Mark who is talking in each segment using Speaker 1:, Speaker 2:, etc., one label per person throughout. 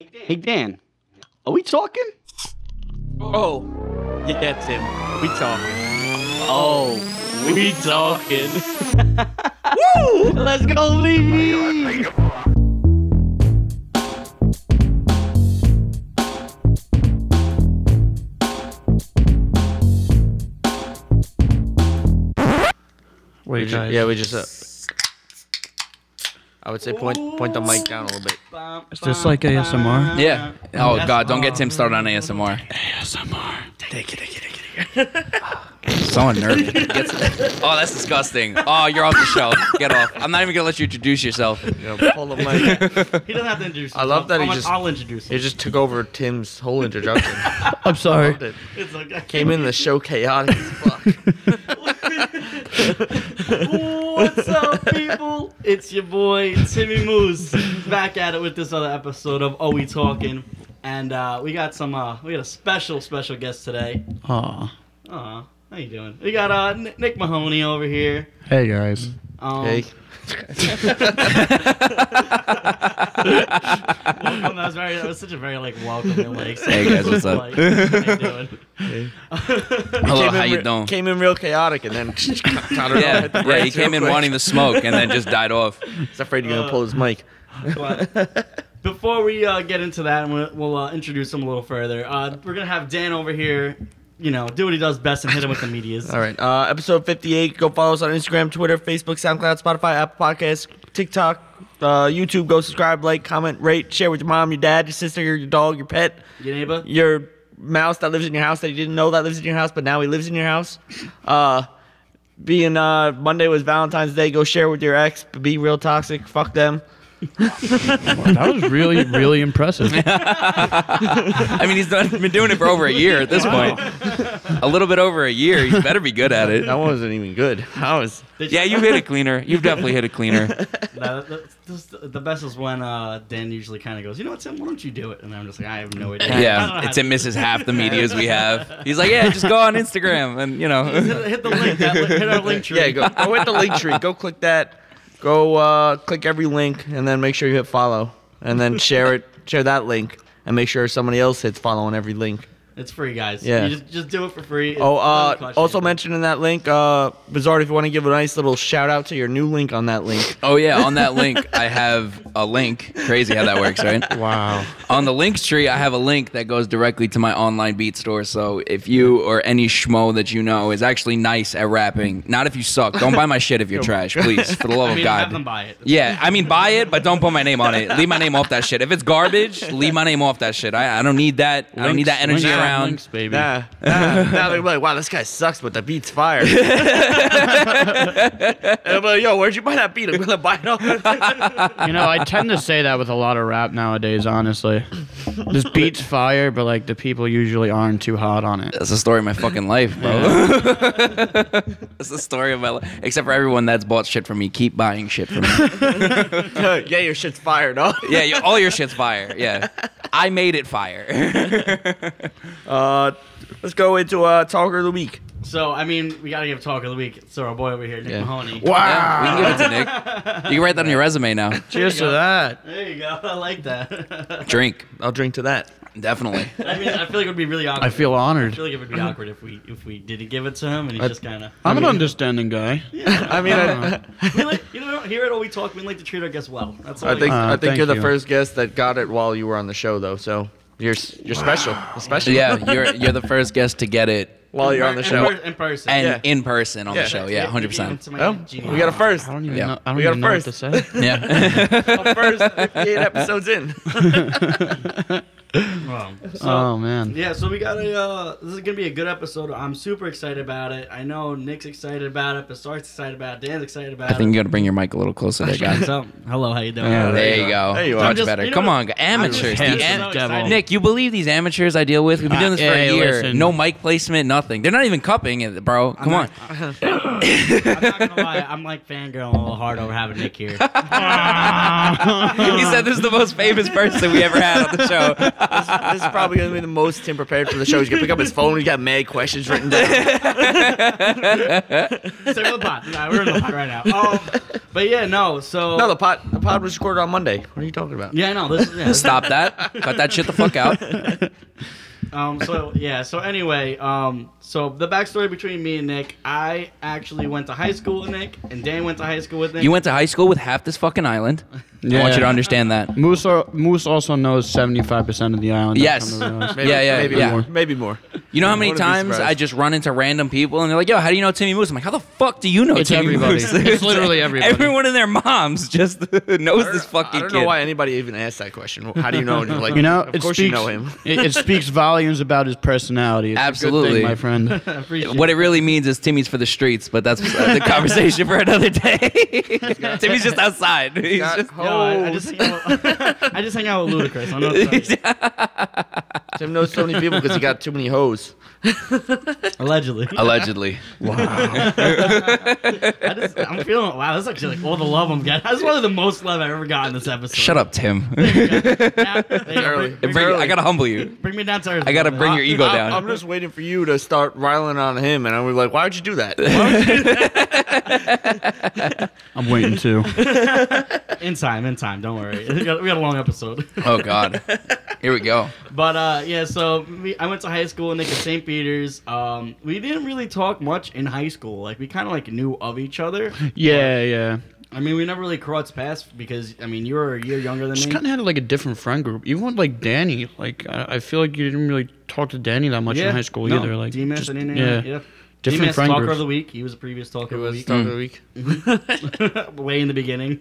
Speaker 1: Hey Dan, are we talking?
Speaker 2: Oh, yeah, that's him. We talking.
Speaker 1: Oh,
Speaker 2: We talking.
Speaker 1: woo! Let's go, Lee.
Speaker 3: Wait, guys.
Speaker 4: Yeah, we just. Uh, I would say point point the mic down a little bit.
Speaker 3: Is this like ASMR?
Speaker 5: Yeah. Oh God, don't get Tim started on ASMR.
Speaker 3: ASMR.
Speaker 5: So unnerving. Gets- oh, that's disgusting. Oh, you're off the show. Get off. I'm not even gonna let you introduce yourself.
Speaker 4: Yeah, pull the mic.
Speaker 1: He doesn't have to introduce.
Speaker 4: I love
Speaker 1: himself.
Speaker 4: that he
Speaker 1: I'll-
Speaker 4: just-
Speaker 1: I'll introduce.
Speaker 4: It
Speaker 1: Him.
Speaker 4: just took over Tim's whole introduction.
Speaker 3: I'm sorry.
Speaker 4: Loved it.
Speaker 1: It's like
Speaker 4: Came in the show chaotic as fuck.
Speaker 1: What's up, people? It's your boy Timmy Moose back at it with this other episode of Are We Talking? And uh, we got some. Uh, we got a special, special guest today.
Speaker 3: Aw.
Speaker 1: Aw, how you doing? We got uh, N- Nick Mahoney over here.
Speaker 3: Hey guys.
Speaker 1: Um,
Speaker 4: Hey,
Speaker 1: welcome. That was very. That was such a very like welcoming like.
Speaker 5: Hey, guys, what's up?
Speaker 1: like, how you doing?
Speaker 5: Hello,
Speaker 4: Came in
Speaker 5: how you
Speaker 4: re-
Speaker 5: doing?
Speaker 4: Came in real chaotic and then tottered off
Speaker 5: Yeah,
Speaker 4: at the
Speaker 5: yeah. He
Speaker 4: brakes
Speaker 5: came
Speaker 4: real
Speaker 5: in
Speaker 4: quick.
Speaker 5: wanting the smoke and then just died off.
Speaker 4: He's afraid you're gonna
Speaker 1: Uh,
Speaker 4: pull his mic.
Speaker 1: But before we uh, get into that, and we'll, we'll uh, introduce him a little further. Uh, we're gonna have Dan over here. You know, do what he does best and hit him with the medias.
Speaker 4: All right. Uh, episode 58. Go follow us on Instagram, Twitter, Facebook, SoundCloud, Spotify, Apple Podcasts, TikTok, uh, YouTube. Go subscribe, like, comment, rate, share with your mom, your dad, your sister, your dog, your pet,
Speaker 1: Your neighbor.
Speaker 4: your mouse that lives in your house that you didn't know that lives in your house, but now he lives in your house. Uh, being uh, Monday was Valentine's Day. Go share with your ex. but Be real toxic. Fuck them.
Speaker 3: That was really, really impressive.
Speaker 5: I mean, he's done, been doing it for over a year at this point. A little bit over a year. You better be good at
Speaker 4: That
Speaker 5: it.
Speaker 4: wasn't even good. That was.
Speaker 1: Did
Speaker 5: Yeah, you've hit a cleaner. You've definitely hit a cleaner.
Speaker 1: No, that- that's- that's the- the best is when uh, Dan usually kind of goes, you know what, Tim, why don't you do it? And I'm just like, I have no idea. I don't know
Speaker 5: Yeah,
Speaker 1: how
Speaker 5: it's
Speaker 1: to-
Speaker 5: Tim misses half the medias we have. He's like, yeah, just go on Instagram and you know.
Speaker 1: Hit, hit the link. That, li- hit our link tree.
Speaker 4: Yeah, go, go hit the link tree. Go click that. Go uh, click every link, and then make sure you hit follow, and then share it. Share that link, and make sure somebody else hits follow on every link.
Speaker 1: It's free, guys.
Speaker 4: Yeah.
Speaker 1: You just, just do it for free. It
Speaker 4: Oh, uh,
Speaker 1: doesn't cost you
Speaker 4: also
Speaker 1: anything.
Speaker 4: mentioning that link, uh, Bizarre, if you want to give a nice little shout out to your new link on that link.
Speaker 5: Oh yeah, on that link I have a link. Crazy how that works, right?
Speaker 3: wow.
Speaker 5: on the link tree, I have a link that goes directly to my online beat store. So if you or any schmo that you know is actually nice at rapping, not if you suck, don't buy my shit if you're trash, please, for the love
Speaker 1: I
Speaker 5: of
Speaker 1: mean, have them
Speaker 5: God.
Speaker 1: buy it.
Speaker 5: Yeah, I mean, buy it, but don't put my name on it. Leave my name off that shit. If it's garbage, leave my name off that shit. I, I don't need that. I don't need that energy around.
Speaker 3: Links, baby.
Speaker 4: Nah, nah, nah, they're like, wow, this guy sucks, but the beat's fire. and I'm like, yo, where'd you buy that beat? I'm gonna buy it off.
Speaker 3: You know, I tend to say that with a lot of rap nowadays, honestly. This beat's fire, but like the people usually aren't too hot on it.
Speaker 5: That's the story of my fucking life, bro. that's the story of my life. Except for everyone that's bought shit from me, keep buying shit from me.
Speaker 4: yeah, your shit's fired off.
Speaker 5: Yeah, you, all your shit's fire. Yeah, I made it fire.
Speaker 4: Uh, let's go into uh, talker of the week.
Speaker 1: So, I mean, we got to give talk of the week. So, our boy over here, Nick Mahoney.
Speaker 5: Yeah, we can give it to Nick. You can write that on your resume now.
Speaker 3: Cheers to that.
Speaker 1: There you go. I like that.
Speaker 5: Drink,
Speaker 4: I'll drink to that.
Speaker 5: definitely.
Speaker 1: I mean, I feel like it would be really awkward.
Speaker 3: I feel
Speaker 1: I
Speaker 3: honored.
Speaker 1: feel like it would be awkward if we if we didn't give it to him and he just kind of.
Speaker 3: I'm an understanding guy.
Speaker 4: I mean, I,
Speaker 1: We like, you know, here at All We Talk, we like to treat our guests well. That's all
Speaker 4: I
Speaker 1: we-
Speaker 4: think
Speaker 3: Uh,
Speaker 4: I think
Speaker 3: thank
Speaker 4: you're the
Speaker 3: you.
Speaker 4: first guest that got it while you were on the show, though. So you're s- you're special, You're
Speaker 5: So
Speaker 4: special.
Speaker 5: yeah, you're you're the first guest to get it
Speaker 4: While you're on the
Speaker 1: In
Speaker 4: show.
Speaker 1: per- in person.
Speaker 5: and
Speaker 4: Yeah.
Speaker 5: in person on
Speaker 4: Yeah.
Speaker 5: the show. Yeah, hundred percent.
Speaker 4: Oh, we got a first.
Speaker 3: I don't even
Speaker 5: Yeah.
Speaker 3: know, I don't
Speaker 4: We got
Speaker 3: even
Speaker 4: a
Speaker 3: know what
Speaker 4: first.
Speaker 3: to say.
Speaker 5: Yeah.
Speaker 4: A first 58 episodes in.
Speaker 1: So,
Speaker 3: Oh, man.
Speaker 1: Um, Yeah, so we got a. Uh, this is gonna be a good episode. I'm super excited about it. I know Nick's excited about it, Bizarre's excited about it, Dan's excited about
Speaker 5: I
Speaker 1: it.
Speaker 5: think you gotta bring your mic a little closer, there, guys.
Speaker 1: so, hello, how you doing?
Speaker 3: Yeah,
Speaker 5: There, you go.
Speaker 4: There you are.
Speaker 5: Much
Speaker 4: I'm
Speaker 1: just-
Speaker 5: better.
Speaker 1: you know
Speaker 5: Come
Speaker 1: what?
Speaker 5: on, amateurs. The
Speaker 3: handsome.
Speaker 5: am-
Speaker 3: so excited. devil.
Speaker 5: Nick, you believe these amateurs I deal with? We've been doing this for
Speaker 3: Hey,
Speaker 5: a year.
Speaker 3: listen.
Speaker 5: No mic placement, nothing. They're not even cupping it, bro. Come on.
Speaker 1: I'm not gonna lie, I'm like fangirling a little hard over having Nick here.
Speaker 5: he said this is the most famous person we ever had on the show.
Speaker 4: this, this is probably going to be the most Tim prepared for the show. He's going to pick up his phone. He's got mad questions written down.
Speaker 1: So we're in the pot. Nah, we're in the pot right now. Oh, but yeah, no. So
Speaker 4: No, the pod, the pod was recorded on Monday. What are you talking about?
Speaker 1: yeah, I know. This, yeah, this-
Speaker 5: Stop that. Cut that shit the fuck out.
Speaker 1: Um, so yeah. So anyway, um, so the backstory between me and Nick, I actually went to high school with Nick, and Dan went to high school with Nick.
Speaker 5: You went to high school with half this fucking island. I want you to understand that.
Speaker 3: Moose, al- Moose also knows 75% of the island. I've
Speaker 5: Yes.
Speaker 3: come to realize.
Speaker 5: yeah, yeah,
Speaker 4: maybe
Speaker 5: yeah.
Speaker 4: More, maybe more.
Speaker 5: You know how many
Speaker 4: Wouldn't be
Speaker 5: times
Speaker 4: surprised.
Speaker 5: I just run into random people and they're like, "Yo, how do you know Timmy Moose?" I'm like, "How the fuck do you know
Speaker 3: It's
Speaker 5: Timmy
Speaker 3: everybody.
Speaker 5: Moose?"
Speaker 3: It's literally everybody.
Speaker 5: Everyone and their moms just knows this fucking
Speaker 4: I don't
Speaker 5: kid.
Speaker 4: know why anybody even asked that question. How do you know? him? Like,
Speaker 3: You know,
Speaker 4: of
Speaker 3: it
Speaker 4: course
Speaker 3: speaks,
Speaker 4: you know him.
Speaker 3: it, it speaks volumes about his personality. It's a good thing,
Speaker 5: Absolutely.
Speaker 3: my friend.
Speaker 1: I appreciate
Speaker 5: What it really means is Timmy's for the streets, but that's the conversation for another day. Timmy's just outside. He's
Speaker 4: Got
Speaker 5: just,
Speaker 1: No, I, I
Speaker 4: hoes.
Speaker 1: just hang out with, I just hang out with Ludacris. I'm not sorry.
Speaker 4: Tim knows so many people because he got too many hoes.
Speaker 1: Allegedly,
Speaker 5: allegedly.
Speaker 1: I just, I'm feeling wow. That's actually like all the love I'm getting. That's one of the most love I've ever gotten this episode.
Speaker 5: Shut up, Tim.
Speaker 1: Yeah, hey,
Speaker 4: early.
Speaker 1: bring, bring,
Speaker 5: Bring- I gotta humble you.
Speaker 1: bring me down to earth.
Speaker 5: I gotta bring your ego
Speaker 4: I'm-
Speaker 5: down.
Speaker 4: I'm just waiting for you to start riling on him, and I'm like, why would you do that? Why would you-
Speaker 3: I'm waiting too.
Speaker 1: in time. In time. Don't worry. we got we got a long episode.
Speaker 5: Oh God, here we go.
Speaker 1: But uh, yeah, so we, I went to high school in like St. Peter's. Um, we didn't really talk much in high school. Like we kind of like knew of each other.
Speaker 3: Yeah, yeah.
Speaker 1: I mean, we never really crossed paths because I mean, you were a year younger than
Speaker 3: Just
Speaker 1: me.
Speaker 3: kind of had like a different friend group. Even with like Danny, like I, I feel like you didn't really talk to Danny that much in high school
Speaker 1: no,
Speaker 3: either. Like
Speaker 1: D-Mass
Speaker 3: just-
Speaker 1: and anything,
Speaker 3: yeah. Mm.
Speaker 1: yeah.
Speaker 3: Different
Speaker 1: D-Mass
Speaker 3: friend
Speaker 1: talker
Speaker 3: groups. Mm.
Speaker 1: of the week. He was a previous talker
Speaker 4: It
Speaker 1: of
Speaker 4: was
Speaker 1: the week.
Speaker 4: talk of the week.
Speaker 1: way in the beginning.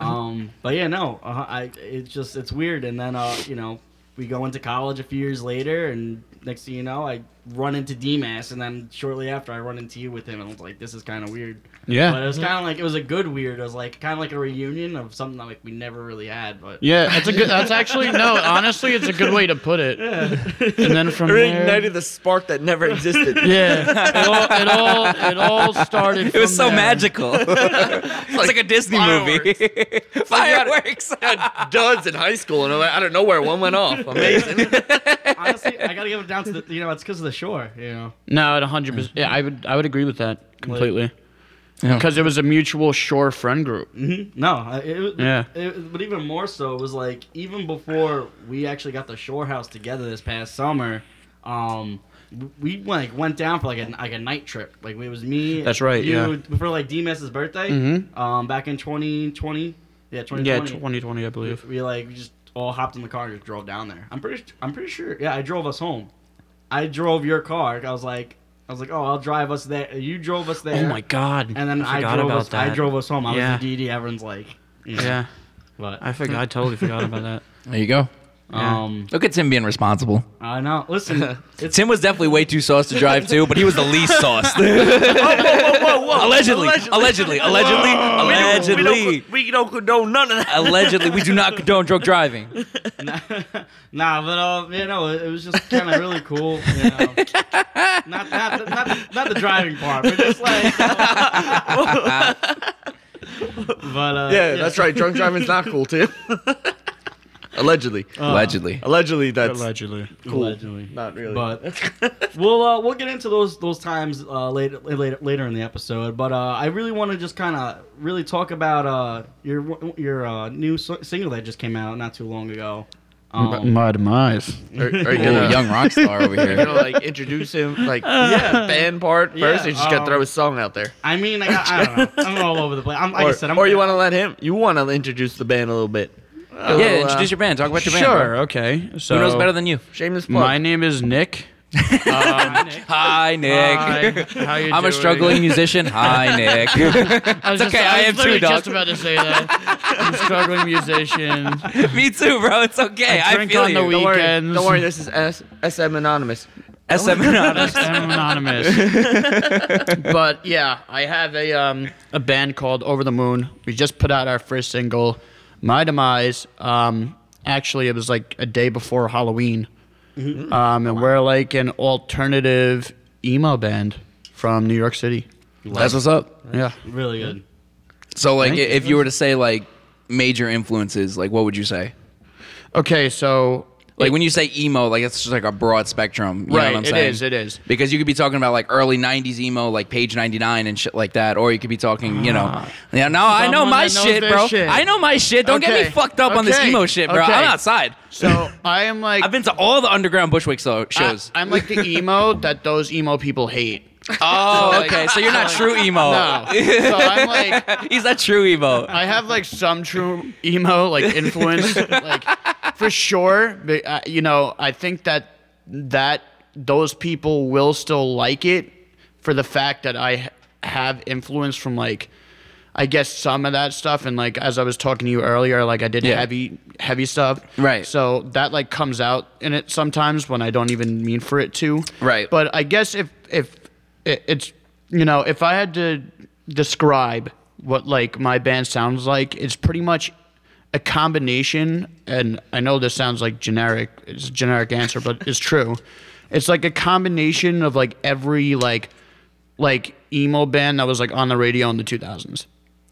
Speaker 1: Um, but yeah, no, uh, I it's just it's weird. And then uh, you know, we go into college a few years later, and next thing you know, I run into Demas, and then shortly after, I run into you with him, and I was like, this is kind of weird. But it
Speaker 3: Yeah,
Speaker 1: was kind of like it was a good weird. It was like kind of like a reunion of something that like we never really had, but.
Speaker 3: yeah. That's a good. That's actually no. Honestly, it's a good way to put it. And then from
Speaker 4: It
Speaker 3: there,
Speaker 4: reignited the spark that never existed.
Speaker 3: yeah, it all, it all it all started.
Speaker 5: It
Speaker 3: from
Speaker 5: was so
Speaker 3: there.
Speaker 5: magical. it's like a Disney movie. Fireworks.
Speaker 4: Duds in high school, and I'm like, out of nowhere, one went off. Amazing.
Speaker 1: Honestly, I gotta give it down to the you know it's because of the shore, you know.
Speaker 3: No, at hundred percent. Yeah, I would I would agree with that completely.
Speaker 5: Yeah.
Speaker 3: Because it was a mutual shore friend group.
Speaker 1: Mm-hmm. No, I- it, was-
Speaker 3: Yeah.
Speaker 1: It, but even more so, it was like even before we actually got the shore house together this past summer, um, we like went down for like a like a night trip. Like it was me.
Speaker 3: That's right,
Speaker 1: You for like D-Mess's birthday.
Speaker 3: Mhm.
Speaker 1: Um, back in twenty twenty. Yeah, twenty
Speaker 3: Yeah,
Speaker 1: twenty.
Speaker 3: 2020, I believe.
Speaker 1: We like we just all hopped in the car and just drove down there. I'm pretty I'm pretty sure. Yeah, I drove us home. I drove your car. I was like I was like, oh, I'll drive us there. You drove us there.
Speaker 3: Oh my god!
Speaker 1: And then I,
Speaker 3: forgot
Speaker 1: drove
Speaker 3: about
Speaker 1: us.
Speaker 3: that.
Speaker 1: I drove us home. I
Speaker 3: Yeah.
Speaker 1: was the DD. Everyone's like, you know,
Speaker 3: Yeah,
Speaker 1: But
Speaker 3: I forgot. I totally forgot about that.
Speaker 5: There you go.
Speaker 3: yeah.
Speaker 1: um,
Speaker 5: Look at Tim being responsible.
Speaker 1: I know. Listen, it's
Speaker 5: Tim was definitely way too sauce to drive too, but he was the least sauced. Allegedly, allegedly, allegedly, allegedly,
Speaker 4: We
Speaker 5: allegedly.
Speaker 4: don't, we don't condone none of that.
Speaker 5: Allegedly, we do not condone drunk driving.
Speaker 1: nah, nah, but uh, you know, it, it was just kind of really cool. You know, not not the, not, the, not the driving part, but just like. uh, but uh,
Speaker 4: Yeah, that's right. Drunk driving's not cool, too. Allegedly.
Speaker 3: Uh,
Speaker 5: Allegedly.
Speaker 4: Allegedly, that's
Speaker 3: Allegedly.
Speaker 4: cool.
Speaker 1: Allegedly.
Speaker 4: Not really.
Speaker 1: But we'll uh, we'll get into those those times uh, later later later in the episode. But uh, I really want to just kind of really talk about uh, your your uh, new so- single that just came out not too long ago.
Speaker 5: Oh.
Speaker 4: mm.
Speaker 1: Um,
Speaker 3: my demise.
Speaker 4: are, are you
Speaker 5: Ooh,
Speaker 4: gonna,
Speaker 5: young rock star over
Speaker 4: are you gonna
Speaker 5: here.
Speaker 4: like introduce him, like yeah, band part
Speaker 1: Yeah,
Speaker 4: first, or you just
Speaker 1: um,
Speaker 4: gotta throw a song out there?
Speaker 1: I mean, I, got, I don't know. I'm all over the place. I'm, like
Speaker 4: or,
Speaker 1: I said, I'm,
Speaker 4: or you want to let him? You want to introduce the band a little bit? A
Speaker 5: Yeah,
Speaker 4: little, uh,
Speaker 5: introduce your band. Talk about your band.
Speaker 3: Sure. Okay. So
Speaker 5: Who knows better than you?
Speaker 4: shameless plug.
Speaker 3: my name is Nick. Um,
Speaker 5: Hi, Nick.
Speaker 3: hi, how you
Speaker 5: I'm a
Speaker 3: doing?
Speaker 5: struggling musician. Hi, Nick.
Speaker 3: I was
Speaker 5: It's
Speaker 3: just-
Speaker 5: okay, I
Speaker 3: was
Speaker 5: am too,
Speaker 3: literally
Speaker 5: dog.
Speaker 3: Just about to say that. I'm a struggling musician.
Speaker 5: Me too, bro. It's okay. I,
Speaker 3: drink
Speaker 5: feel
Speaker 3: on the
Speaker 5: you.
Speaker 3: week-
Speaker 4: don't worry,
Speaker 3: weekends.
Speaker 4: don't worry. This is S- SM Anonymous.
Speaker 5: SM Anonymous.
Speaker 3: I'm anonymous. but yeah, I have a um, a band called Over the Moon. We just put out our first single, My Demise. Um, actually, it was like a day before Halloween.
Speaker 5: Mm-hmm.
Speaker 3: Um, and we're like an alternative emo band from New York City.
Speaker 5: That's what's up.
Speaker 3: Yeah.
Speaker 1: really good.
Speaker 5: So, like,
Speaker 3: Thank you.
Speaker 5: if you were to say like major influences, like, what would you say?
Speaker 3: Okay, so
Speaker 5: Like when you say emo, like it's just like a broad spectrum. You
Speaker 3: right.
Speaker 5: know what I'm
Speaker 3: it
Speaker 5: saying?
Speaker 3: is, It is.
Speaker 5: Because you could be talking about like early '90s emo, like Page 99 and shit like that, or you could be talking, you know, yeah. No, I know
Speaker 3: Ah. Someone
Speaker 5: my
Speaker 3: that knows
Speaker 5: shit,
Speaker 3: their
Speaker 5: bro.
Speaker 3: shit.
Speaker 5: I know my shit. Don't get
Speaker 3: Okay.
Speaker 5: me fucked up on this
Speaker 3: Okay.
Speaker 5: emo shit, bro.
Speaker 3: Okay.
Speaker 5: I'm outside.
Speaker 3: So I am like
Speaker 5: I've been to all the underground Bushwick so- shows.
Speaker 3: I, am like the emo that those emo people hate.
Speaker 5: oh, okay. So you're not true emo.
Speaker 3: No. So I'm like
Speaker 5: He's not true emo.
Speaker 3: I have like some true emo like influence like for sure, but uh, you know, I think that that those people will still like it for the fact that I ha- have influence from like I guess some of that stuff and like as I was talking to you earlier like I did
Speaker 5: Yeah.
Speaker 3: heavy heavy stuff.
Speaker 5: Right.
Speaker 3: So that like comes out in it sometimes when I don't even mean for it to.
Speaker 5: Right.
Speaker 3: But I guess if if it, it's you know if I had to describe what like my band sounds like, it's pretty much a combination. And I know this sounds like generic. It's a generic answer, but it's true. It's like a combination of like every like like emo band that was like on the radio in the 2000s.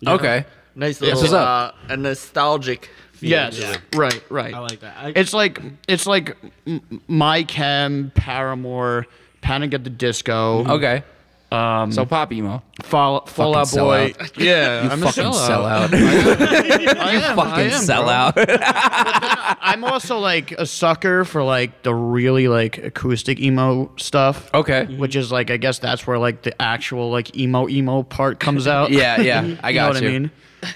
Speaker 5: Okay.
Speaker 4: Nice little
Speaker 5: Yes, what's
Speaker 4: uh,
Speaker 5: up?
Speaker 4: a nostalgic. feel
Speaker 3: Yes.
Speaker 4: to it.
Speaker 3: Right. Right.
Speaker 1: I like that. I,
Speaker 3: It's like it's like m- my chem, Paramore, Panic at the Disco,
Speaker 5: Okay. Um, so pop emo.
Speaker 3: Fall, Fall Out Boy.
Speaker 5: sellout.
Speaker 3: Yeah,
Speaker 5: You
Speaker 3: I'm
Speaker 5: fucking
Speaker 3: a sellout.
Speaker 5: sell out.
Speaker 3: I am, I
Speaker 5: fucking
Speaker 3: am,
Speaker 5: sell
Speaker 3: bro.
Speaker 5: out.
Speaker 3: I'm also like a sucker for like the really like acoustic emo stuff.
Speaker 5: okay.
Speaker 3: Which is like I guess that's where like the actual like emo emo part comes out.
Speaker 5: Yeah, yeah. I
Speaker 3: You know
Speaker 5: got
Speaker 3: what
Speaker 5: you.
Speaker 3: I mean?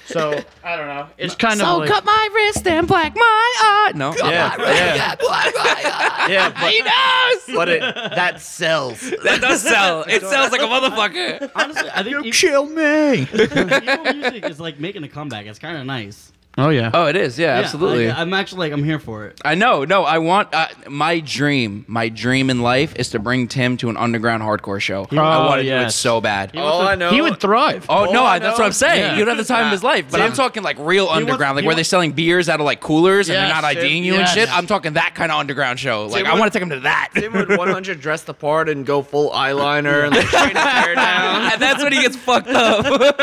Speaker 3: So I don't know. It's kind of like,
Speaker 5: my wrist and black my eye. No.
Speaker 4: Yeah, yeah, yeah. But,
Speaker 5: He knows.
Speaker 4: but it, that sells.
Speaker 5: That does sell. It sells like a motherfucker.
Speaker 1: honestly, I think emo-
Speaker 3: kill me.
Speaker 1: emo music is like making a comeback. It's kind of nice.
Speaker 3: oh yeah.
Speaker 5: Oh, it is. Yeah,
Speaker 1: Yeah,
Speaker 5: absolutely.
Speaker 1: I, I'm actually like I'm here for it.
Speaker 5: I know. No, I want uh, my dream. My dream in life is to bring Tim to an underground hardcore show. I
Speaker 3: Oh,
Speaker 5: want to do it
Speaker 3: yes.
Speaker 5: so bad. Oh,
Speaker 4: All I know.
Speaker 3: he would thrive.
Speaker 5: no,
Speaker 4: I
Speaker 5: I, that's what
Speaker 4: know.
Speaker 5: I'm saying.
Speaker 3: Yeah.
Speaker 5: You don't have the time of his life. But I'm talking like real underground, like
Speaker 1: he
Speaker 5: where
Speaker 1: wants-
Speaker 5: they're selling beers out of like coolers and
Speaker 3: Yes,
Speaker 5: they're not
Speaker 3: Tim,
Speaker 5: IDing you
Speaker 3: yes.
Speaker 5: and shit. I'm talking that kind of underground show. Like I
Speaker 4: what-
Speaker 5: want to take him to that.
Speaker 4: Tim would 100 dress the part and go full eyeliner and like straight his hair down.
Speaker 5: and that's when he gets fucked up,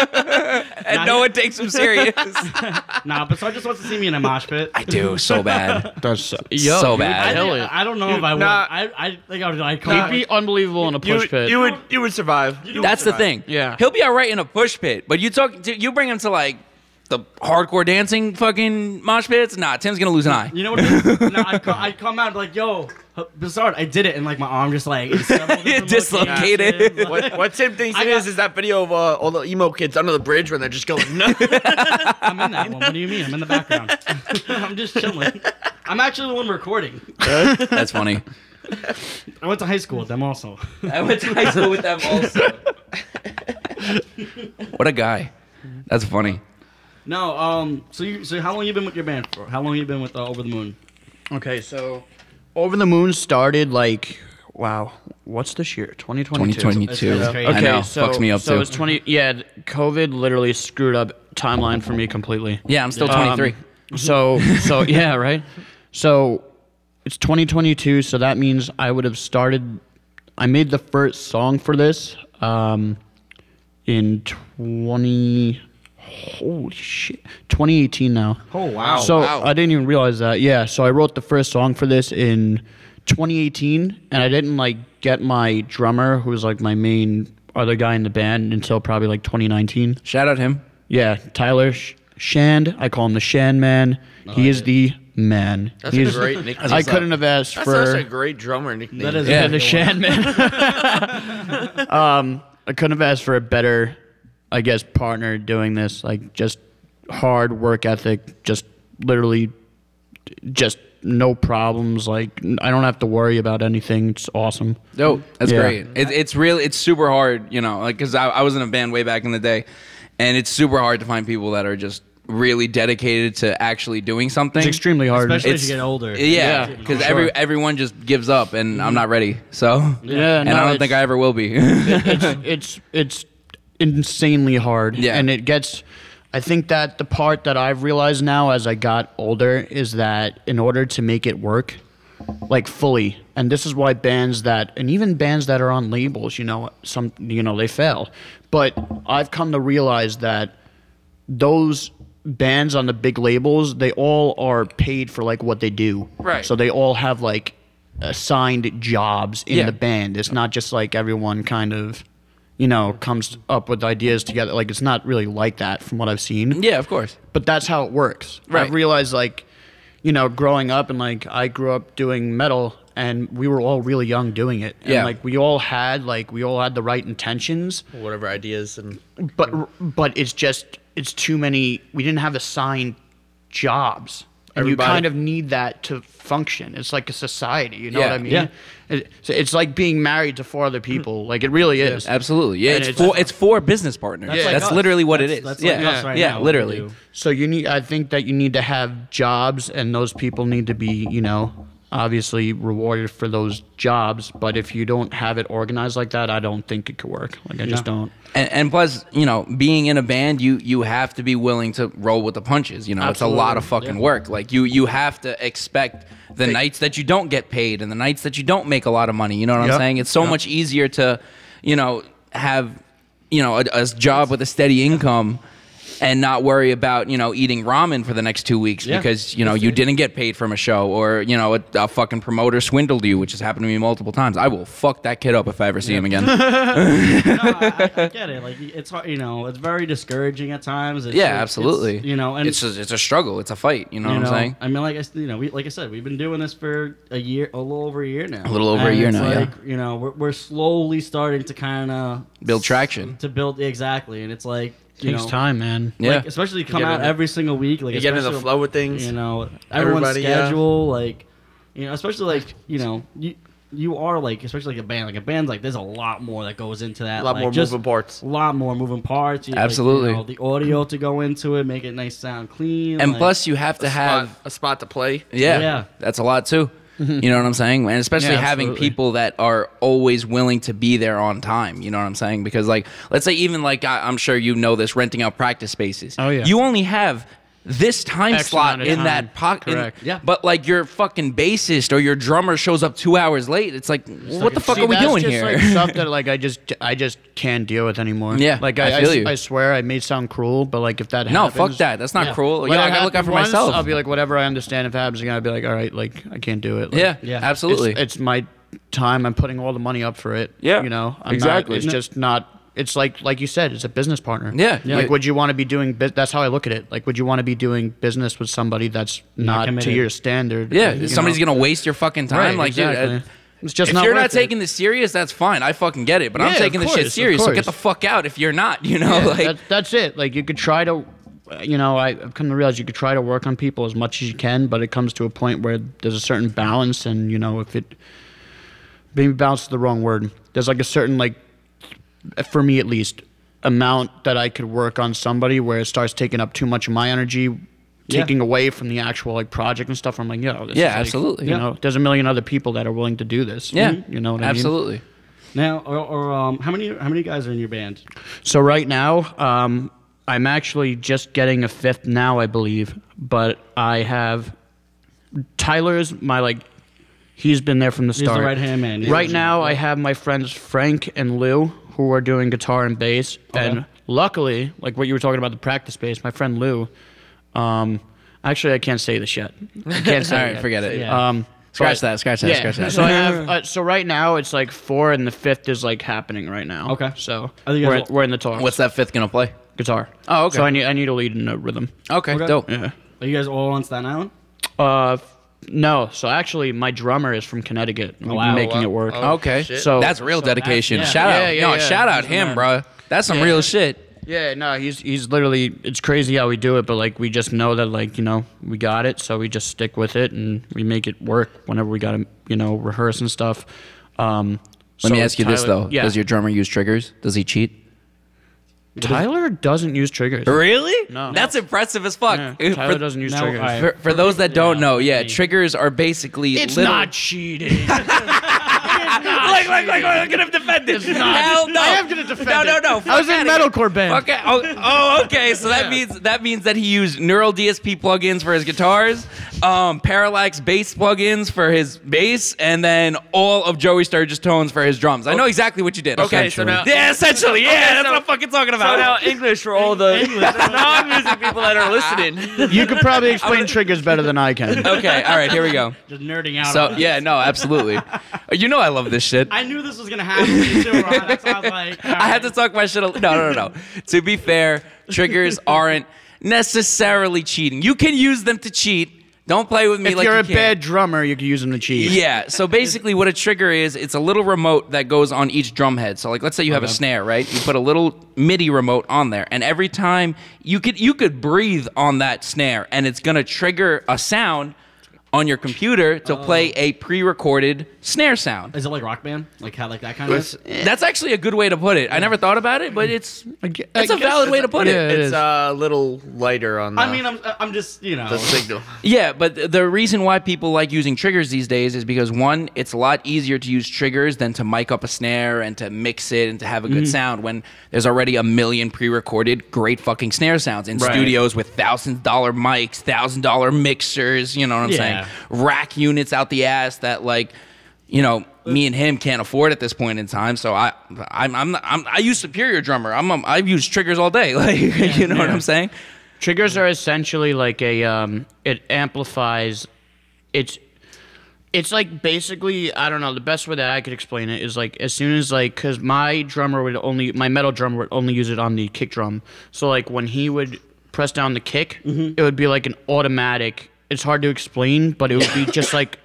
Speaker 5: and no one takes him serious.
Speaker 1: Nah, but so I just wants to see me in a mosh pit.
Speaker 5: I do so bad,
Speaker 3: That's
Speaker 5: so
Speaker 1: I,
Speaker 5: bad.
Speaker 1: think-
Speaker 3: Hell yeah.
Speaker 1: I don't know if I would.
Speaker 4: nah.
Speaker 1: I, I think I would like
Speaker 3: He'd
Speaker 1: come.
Speaker 3: be unbelievable in a
Speaker 4: You,
Speaker 3: push pit.
Speaker 4: you would you would survive.
Speaker 5: That's the thing.
Speaker 3: Yeah.
Speaker 5: he'll be all right in a push pit, but you talk, dude, you bring him to like the hardcore dancing fucking mosh pits. Nah, Tim's gonna lose an eye.
Speaker 1: You know what it is? no, I'd, come, I'd come out and be like, yo, bizarre, I did it. And like my arm just like in several different
Speaker 5: Dislocated.
Speaker 1: locations, like-
Speaker 4: What, what Tim thinks
Speaker 1: I
Speaker 4: it
Speaker 1: got-
Speaker 4: is is that video of uh, all the emo kids under the bridge when they're just going nuts.
Speaker 1: I'm in that one. What do you mean? I'm in the background. I'm just chilling. I'm actually the one recording.
Speaker 5: That's funny.
Speaker 1: I went to high school with them also.
Speaker 5: I went to high school with them also. what a guy. That's funny.
Speaker 1: No, um, so you, so how long you been with your band for? How long you been with uh, Over the Moon?
Speaker 3: Okay, so Over the Moon started like wow, what's this year? 2022.
Speaker 5: 2022.
Speaker 1: That's crazy.
Speaker 5: I
Speaker 3: Okay,
Speaker 5: know.
Speaker 3: so
Speaker 5: Fucks me up
Speaker 3: so
Speaker 5: too.
Speaker 3: it's 20 yeah, COVID literally screwed up timeline for me completely.
Speaker 5: yeah, I'm still
Speaker 3: Um,
Speaker 5: 23.
Speaker 3: so so yeah, right? So it's 2022, so that means I would have started I made the first song for this um in 20 Holy shit. 2018 now.
Speaker 1: Oh wow.
Speaker 3: So
Speaker 5: wow.
Speaker 3: I didn't even realize that. Yeah. So I wrote the first song for this in 2018, and I didn't like get my drummer, who was like my main other guy in the band, until probably like 2019.
Speaker 5: Shout out him.
Speaker 3: Yeah, Tyler Sh- Shand. I call him the Shand Man. he is the man. That's
Speaker 4: a great nickname.
Speaker 3: I couldn't have asked
Speaker 4: That's
Speaker 3: for
Speaker 4: such a great drummer nickname.
Speaker 1: that is
Speaker 5: Yeah.
Speaker 3: the Shand Man. um, I couldn't have asked for a better, I guess, partner doing this. Like just hard work ethic, just literally, just no problems. Like n- I don't have to worry about anything. It's awesome.
Speaker 5: Dope. That's
Speaker 3: Yeah.
Speaker 5: great. It, it's really, it's super hard, you know, like, cause I, I was in a band way back in the day and it's super hard to find people that are just really dedicated to actually doing something.
Speaker 3: It's extremely hard.
Speaker 1: Especially
Speaker 5: It's-
Speaker 1: as you get older.
Speaker 5: yeah,
Speaker 1: Yeah,
Speaker 5: because
Speaker 1: for
Speaker 5: every
Speaker 3: sure.
Speaker 5: everyone just gives up, and I'm not ready. So,
Speaker 3: Yeah,
Speaker 5: and
Speaker 3: no,
Speaker 5: I don't
Speaker 3: it's-
Speaker 5: think I ever will be.
Speaker 3: it's it's insanely hard.
Speaker 5: Yeah.
Speaker 3: And it gets I think that the part that I've realized now as I got older is that in order to make it work like fully and this is why bands that and even bands that are on labels, you know, some you know, they fail. But I've come to realize that those bands on the big labels, they all are paid for like what they do.
Speaker 2: Right.
Speaker 3: So they all have like assigned jobs in
Speaker 2: Yeah.
Speaker 3: the band. It's not just like everyone kind of, you know, comes up with ideas together. Like it's not really like that from what I've seen.
Speaker 5: Yeah, of course.
Speaker 3: But that's how it works.
Speaker 2: Right.
Speaker 3: I've realized like, you know, growing up and like I grew up doing metal and we were all really young doing it. And
Speaker 5: Yeah.
Speaker 3: like we all had like we all had the right intentions
Speaker 4: Whatever ideas and
Speaker 3: but but it's just it's too many we didn't have assigned jobs and
Speaker 4: Everybody-
Speaker 3: you kind of need that to function it's like a society you know
Speaker 5: Yeah,
Speaker 3: what i mean
Speaker 1: yeah.
Speaker 3: It- so it's like being married to four other people like it really is
Speaker 5: Absolutely. Yeah,
Speaker 3: And
Speaker 5: it's,
Speaker 3: it's-
Speaker 5: four. It's four business partners. That's,
Speaker 3: like us.
Speaker 5: literally what
Speaker 1: That's-
Speaker 5: it is.
Speaker 1: that's like
Speaker 5: yeah,
Speaker 1: us right
Speaker 5: yeah,
Speaker 1: now.
Speaker 5: literally.
Speaker 1: We do.
Speaker 3: so you need i think that you need to have jobs and those people need to be you know obviously rewarded for those jobs but if you don't have it organized like that i don't think it could work like i just don't
Speaker 5: And, and plus, you know, being in a band, you you have to be willing to roll with the punches. You know, it's a lot of fucking work. Like you you have to expect the nights that you don't get paid and the nights that you don't make a lot of money. You know what
Speaker 3: Yep.
Speaker 5: I'm saying? It's so much easier to, you know, have, you know, a, a job with a steady income. And not worry about you know eating ramen for the next two weeks because you know you didn't get paid from a show or you know a, a fucking promoter swindled you, which has happened to me multiple times. I will fuck that kid up if I ever see him again.
Speaker 1: no, I, I get it. Like it's hard, you know, it's very discouraging at times. It's,
Speaker 5: Yeah,
Speaker 1: it's-
Speaker 5: absolutely.
Speaker 1: it's, you know, and
Speaker 5: it's a, it's a struggle. It's a fight. You know
Speaker 1: you
Speaker 5: what
Speaker 1: know,
Speaker 5: I'm saying?
Speaker 1: I mean, like I, s- you know, we, like I said, we've been doing this for a year, a little over a year now.
Speaker 5: A little over a
Speaker 1: And
Speaker 5: year
Speaker 1: it's
Speaker 5: now, yeah.
Speaker 1: Like, You know, we're, we're slowly starting to kind of
Speaker 5: Build traction.
Speaker 1: To build exactly, and it's like you
Speaker 3: takes
Speaker 1: know,
Speaker 3: time man
Speaker 5: Yeah.
Speaker 1: Like, especially come
Speaker 4: get
Speaker 1: out
Speaker 4: in the-
Speaker 1: every single week. Like
Speaker 4: you get into the
Speaker 1: especially-
Speaker 4: flow with things.
Speaker 1: you know everyone's
Speaker 4: Everybody, yeah.
Speaker 1: schedule like you know especially like you know you you are like especially like a band like a band like there's a lot more that goes into that
Speaker 4: A lot
Speaker 1: like,
Speaker 4: more
Speaker 1: just
Speaker 4: moving parts.
Speaker 1: a lot more moving parts you- like,
Speaker 5: Absolutely.
Speaker 1: you know, the audio to go into it make it nice sound clean
Speaker 5: and
Speaker 1: like-
Speaker 5: plus, you have to have
Speaker 4: Spot- a spot to play.
Speaker 5: yeah,
Speaker 1: Yeah.
Speaker 5: that's a lot too. You know what I'm saying? And especially
Speaker 3: Mm-hmm. Yeah,
Speaker 5: having
Speaker 3: absolutely.
Speaker 5: people that are always willing to be there on time. You know what I'm saying? Because like, let's say even like I, I'm sure you know this, renting out practice spaces.
Speaker 3: Oh, yeah.
Speaker 5: You only have this time
Speaker 3: X
Speaker 5: slot
Speaker 3: amount of
Speaker 5: in
Speaker 3: time.
Speaker 5: that pocket.
Speaker 3: Correct.
Speaker 1: Yeah.
Speaker 5: But like your fucking bassist or your drummer shows up two hours late. It's like, what the fuck
Speaker 3: See,
Speaker 5: are we
Speaker 3: that's
Speaker 5: doing
Speaker 3: just,
Speaker 5: here?
Speaker 3: Like, stuff that like I just I just can't deal with anymore.
Speaker 5: Yeah,
Speaker 3: like
Speaker 5: I
Speaker 3: I I,
Speaker 5: feel
Speaker 3: s-
Speaker 5: you.
Speaker 3: I swear I may sound cruel, but like if that
Speaker 5: no,
Speaker 3: happens,
Speaker 5: fuck that. That's not cruel.
Speaker 3: When
Speaker 5: you know,
Speaker 3: that
Speaker 5: I gotta look out
Speaker 3: happens
Speaker 5: for
Speaker 3: once,
Speaker 5: myself.
Speaker 3: I'll be like, whatever I understand if it happens again, I'll be like, all right, like I can't do it. Like,
Speaker 5: yeah,
Speaker 1: Yeah.
Speaker 5: yeah,
Speaker 1: It's-
Speaker 5: absolutely.
Speaker 3: It's, it's my time. I'm putting all the money up for it.
Speaker 5: Yeah,
Speaker 3: you know, I'm not-
Speaker 5: exactly.
Speaker 3: it's just not. It's like like you said, it's a business partner.
Speaker 5: Yeah. Yeah.
Speaker 3: Like, would you want to be doing? bu- That's how I look at it. Like, would you want to be doing business with somebody that's not, to
Speaker 1: committed.
Speaker 3: your standard?
Speaker 5: Yeah,
Speaker 3: you know?
Speaker 5: somebody's gonna waste your fucking time.
Speaker 3: Right,
Speaker 5: like,
Speaker 3: exactly.
Speaker 5: dude, uh, I,
Speaker 3: It's just
Speaker 5: if
Speaker 3: not
Speaker 5: you're
Speaker 3: worth
Speaker 5: not
Speaker 3: it.
Speaker 5: taking this serious, that's fine. I fucking get it. But I'm
Speaker 3: Yeah,
Speaker 5: taking
Speaker 3: of
Speaker 5: this shit
Speaker 3: course, of
Speaker 5: serious. So
Speaker 3: course.
Speaker 5: get the fuck out if you're not. You know, like
Speaker 3: that, that's it. Like you could try to, you know, I, I've come to realize you could try to work on people as much as you can, but it comes to a point where there's a certain balance, and you know, if it being balanced is the wrong word, there's like a certain like, for me at least, amount that I could work on somebody where it starts taking up too much of my energy.
Speaker 1: Yeah.
Speaker 3: Taking away from the actual like project and stuff, I'm like, yo, this
Speaker 5: Yeah,
Speaker 3: is, like,
Speaker 5: absolutely.
Speaker 3: You
Speaker 5: Yeah. Mm-hmm.
Speaker 3: know, there's a million other people that are willing to do this.
Speaker 5: yeah,
Speaker 3: you know what I mean.
Speaker 5: absolutely.
Speaker 1: now or, or um how many how many guys are in your band
Speaker 3: So right now, um, I'm actually just getting a fifth now, I believe. But I have Tyler's my like. He's been there from the
Speaker 1: the
Speaker 3: start.
Speaker 1: right-hand man. He's
Speaker 3: Right
Speaker 1: the-
Speaker 3: now, I have my friends Frank and Lou who are doing guitar and bass. And luckily, like what you were talking about the practice space, my friend Lou. Um, actually, I can't say this yet. I can't say.
Speaker 5: All
Speaker 3: it
Speaker 5: right,
Speaker 3: yet.
Speaker 5: forget it. Uh,
Speaker 1: Yeah.
Speaker 3: Um,
Speaker 5: Scratch
Speaker 3: but-
Speaker 5: that, scratch that, scratch that.
Speaker 3: So I have. Uh, so right now it's like four, and the fifth is like happening right now.
Speaker 1: Okay.
Speaker 3: So
Speaker 1: I think
Speaker 3: we're,
Speaker 1: that's all-
Speaker 3: we're in the talks
Speaker 5: What's that fifth gonna play?
Speaker 3: guitar.
Speaker 5: Oh, okay.
Speaker 3: So I need I need a lead and a rhythm.
Speaker 5: Okay,
Speaker 1: Okay.
Speaker 5: dope.
Speaker 3: Yeah.
Speaker 1: are you guys all on Staten Island
Speaker 3: Uh, f- no. So actually, my drummer is from Connecticut. We've been
Speaker 1: wow.
Speaker 3: making
Speaker 4: wow.
Speaker 3: it work.
Speaker 4: Oh,
Speaker 5: okay,
Speaker 4: shit.
Speaker 3: So
Speaker 5: that's real dedication.
Speaker 1: that's- yeah.
Speaker 5: Shout
Speaker 3: Yeah,
Speaker 5: out,
Speaker 3: yeah,
Speaker 5: no,
Speaker 3: yeah.
Speaker 5: shout out him, bro. That's some real shit.
Speaker 3: yeah, no, he's he's literally. It's crazy how we do it, but like we just know that like you know we got it, so we just stick with it and we make it work whenever we gotta you know rehearse and stuff. Um, so
Speaker 5: Let me ask you this
Speaker 3: Tyler-
Speaker 5: though:
Speaker 3: Yeah.
Speaker 5: Does your drummer use triggers? Does he cheat?
Speaker 3: Tyler doesn't use triggers?
Speaker 5: Really?
Speaker 3: No.
Speaker 5: That's impressive as fuck.
Speaker 3: Yeah,
Speaker 5: For-
Speaker 3: Tyler doesn't use
Speaker 1: now
Speaker 3: triggers.
Speaker 1: I-
Speaker 5: For, for those that don't know, yeah, triggers are basically
Speaker 3: It's
Speaker 5: little-
Speaker 3: not cheating. it's
Speaker 5: Look, look, look, look, look at him defend it. Hell no.
Speaker 3: I am gonna defend
Speaker 5: No, no,
Speaker 3: it.
Speaker 5: no.
Speaker 3: I was
Speaker 5: fuck
Speaker 3: in
Speaker 5: outta
Speaker 3: metalcore
Speaker 5: here.
Speaker 3: band.
Speaker 5: Okay. Oh, oh, okay. So that means that means that he used neural DSP plugins for his guitars, um, parallax bass plugins for his bass, and then all of Joey Sturgis tones for his drums. I know exactly what you did.
Speaker 2: Okay, so now-
Speaker 5: yeah, essentially, yeah, that's what I'm fucking talking
Speaker 2: So
Speaker 5: about.
Speaker 2: now English for all the non-music people that are listening.
Speaker 3: You could probably explain triggers better than I can.
Speaker 5: okay, all right, here we go.
Speaker 1: Just nerding out.
Speaker 5: So
Speaker 1: on it.
Speaker 5: yeah, no, absolutely. You know I love this shit.
Speaker 1: I knew this was gonna happen. too, Ron. That's why I was like, all
Speaker 5: I
Speaker 1: right.
Speaker 5: had to talk my shit. A, no, no, no, no. to be fair, triggers aren't necessarily cheating. You can use them to cheat. Don't play with me
Speaker 3: If
Speaker 5: like
Speaker 3: you're
Speaker 5: you
Speaker 3: a
Speaker 5: can.
Speaker 3: bad drummer, you could use them to cheat.
Speaker 5: Yeah. So basically, what a trigger is, it's a little remote that goes on each drum head. So like, let's say you have a snare, right? You put a little MIDI remote on there, and every time you could you could breathe on that snare, and it's gonna trigger a sound on your computer to
Speaker 3: Oh.
Speaker 5: play a pre-recorded snare sound.
Speaker 1: Is it like Rock Band? Like how like that kind of?
Speaker 5: That's actually a good way to put it. I never thought about it, but it's
Speaker 3: I gue- I
Speaker 5: it's a
Speaker 3: guess
Speaker 5: valid way to put
Speaker 3: yeah,
Speaker 5: it.
Speaker 3: it
Speaker 2: It's
Speaker 3: is.
Speaker 2: uh, a little lighter on the,
Speaker 1: I mean, I'm I'm just you know.
Speaker 2: the signal.
Speaker 5: Yeah, but th- the reason why people like using triggers these days is because one, it's a lot easier to use triggers than to mic up a snare and to mix it and to have a good sound when there's already a million pre-recorded great fucking snare sounds in studios with thousand dollar mics, thousand dollar mixers. You know what I'm
Speaker 1: Yeah.
Speaker 5: saying? Rack units out the ass that like. You know, me and him can't afford at this point in time. So I, I'm, I'm, I'm I use Superior Drummer. I'm, I'm I use triggers all day. Like, you know what I'm saying?
Speaker 3: Triggers are essentially like a um, it amplifies it's it's like basically I don't know the best way that I could explain it is like as soon as like cuz my drummer would only my metal drummer would only use it on the kick drum. So like when he would press down the kick, it would be like an automatic. It's hard to explain, but it would be just like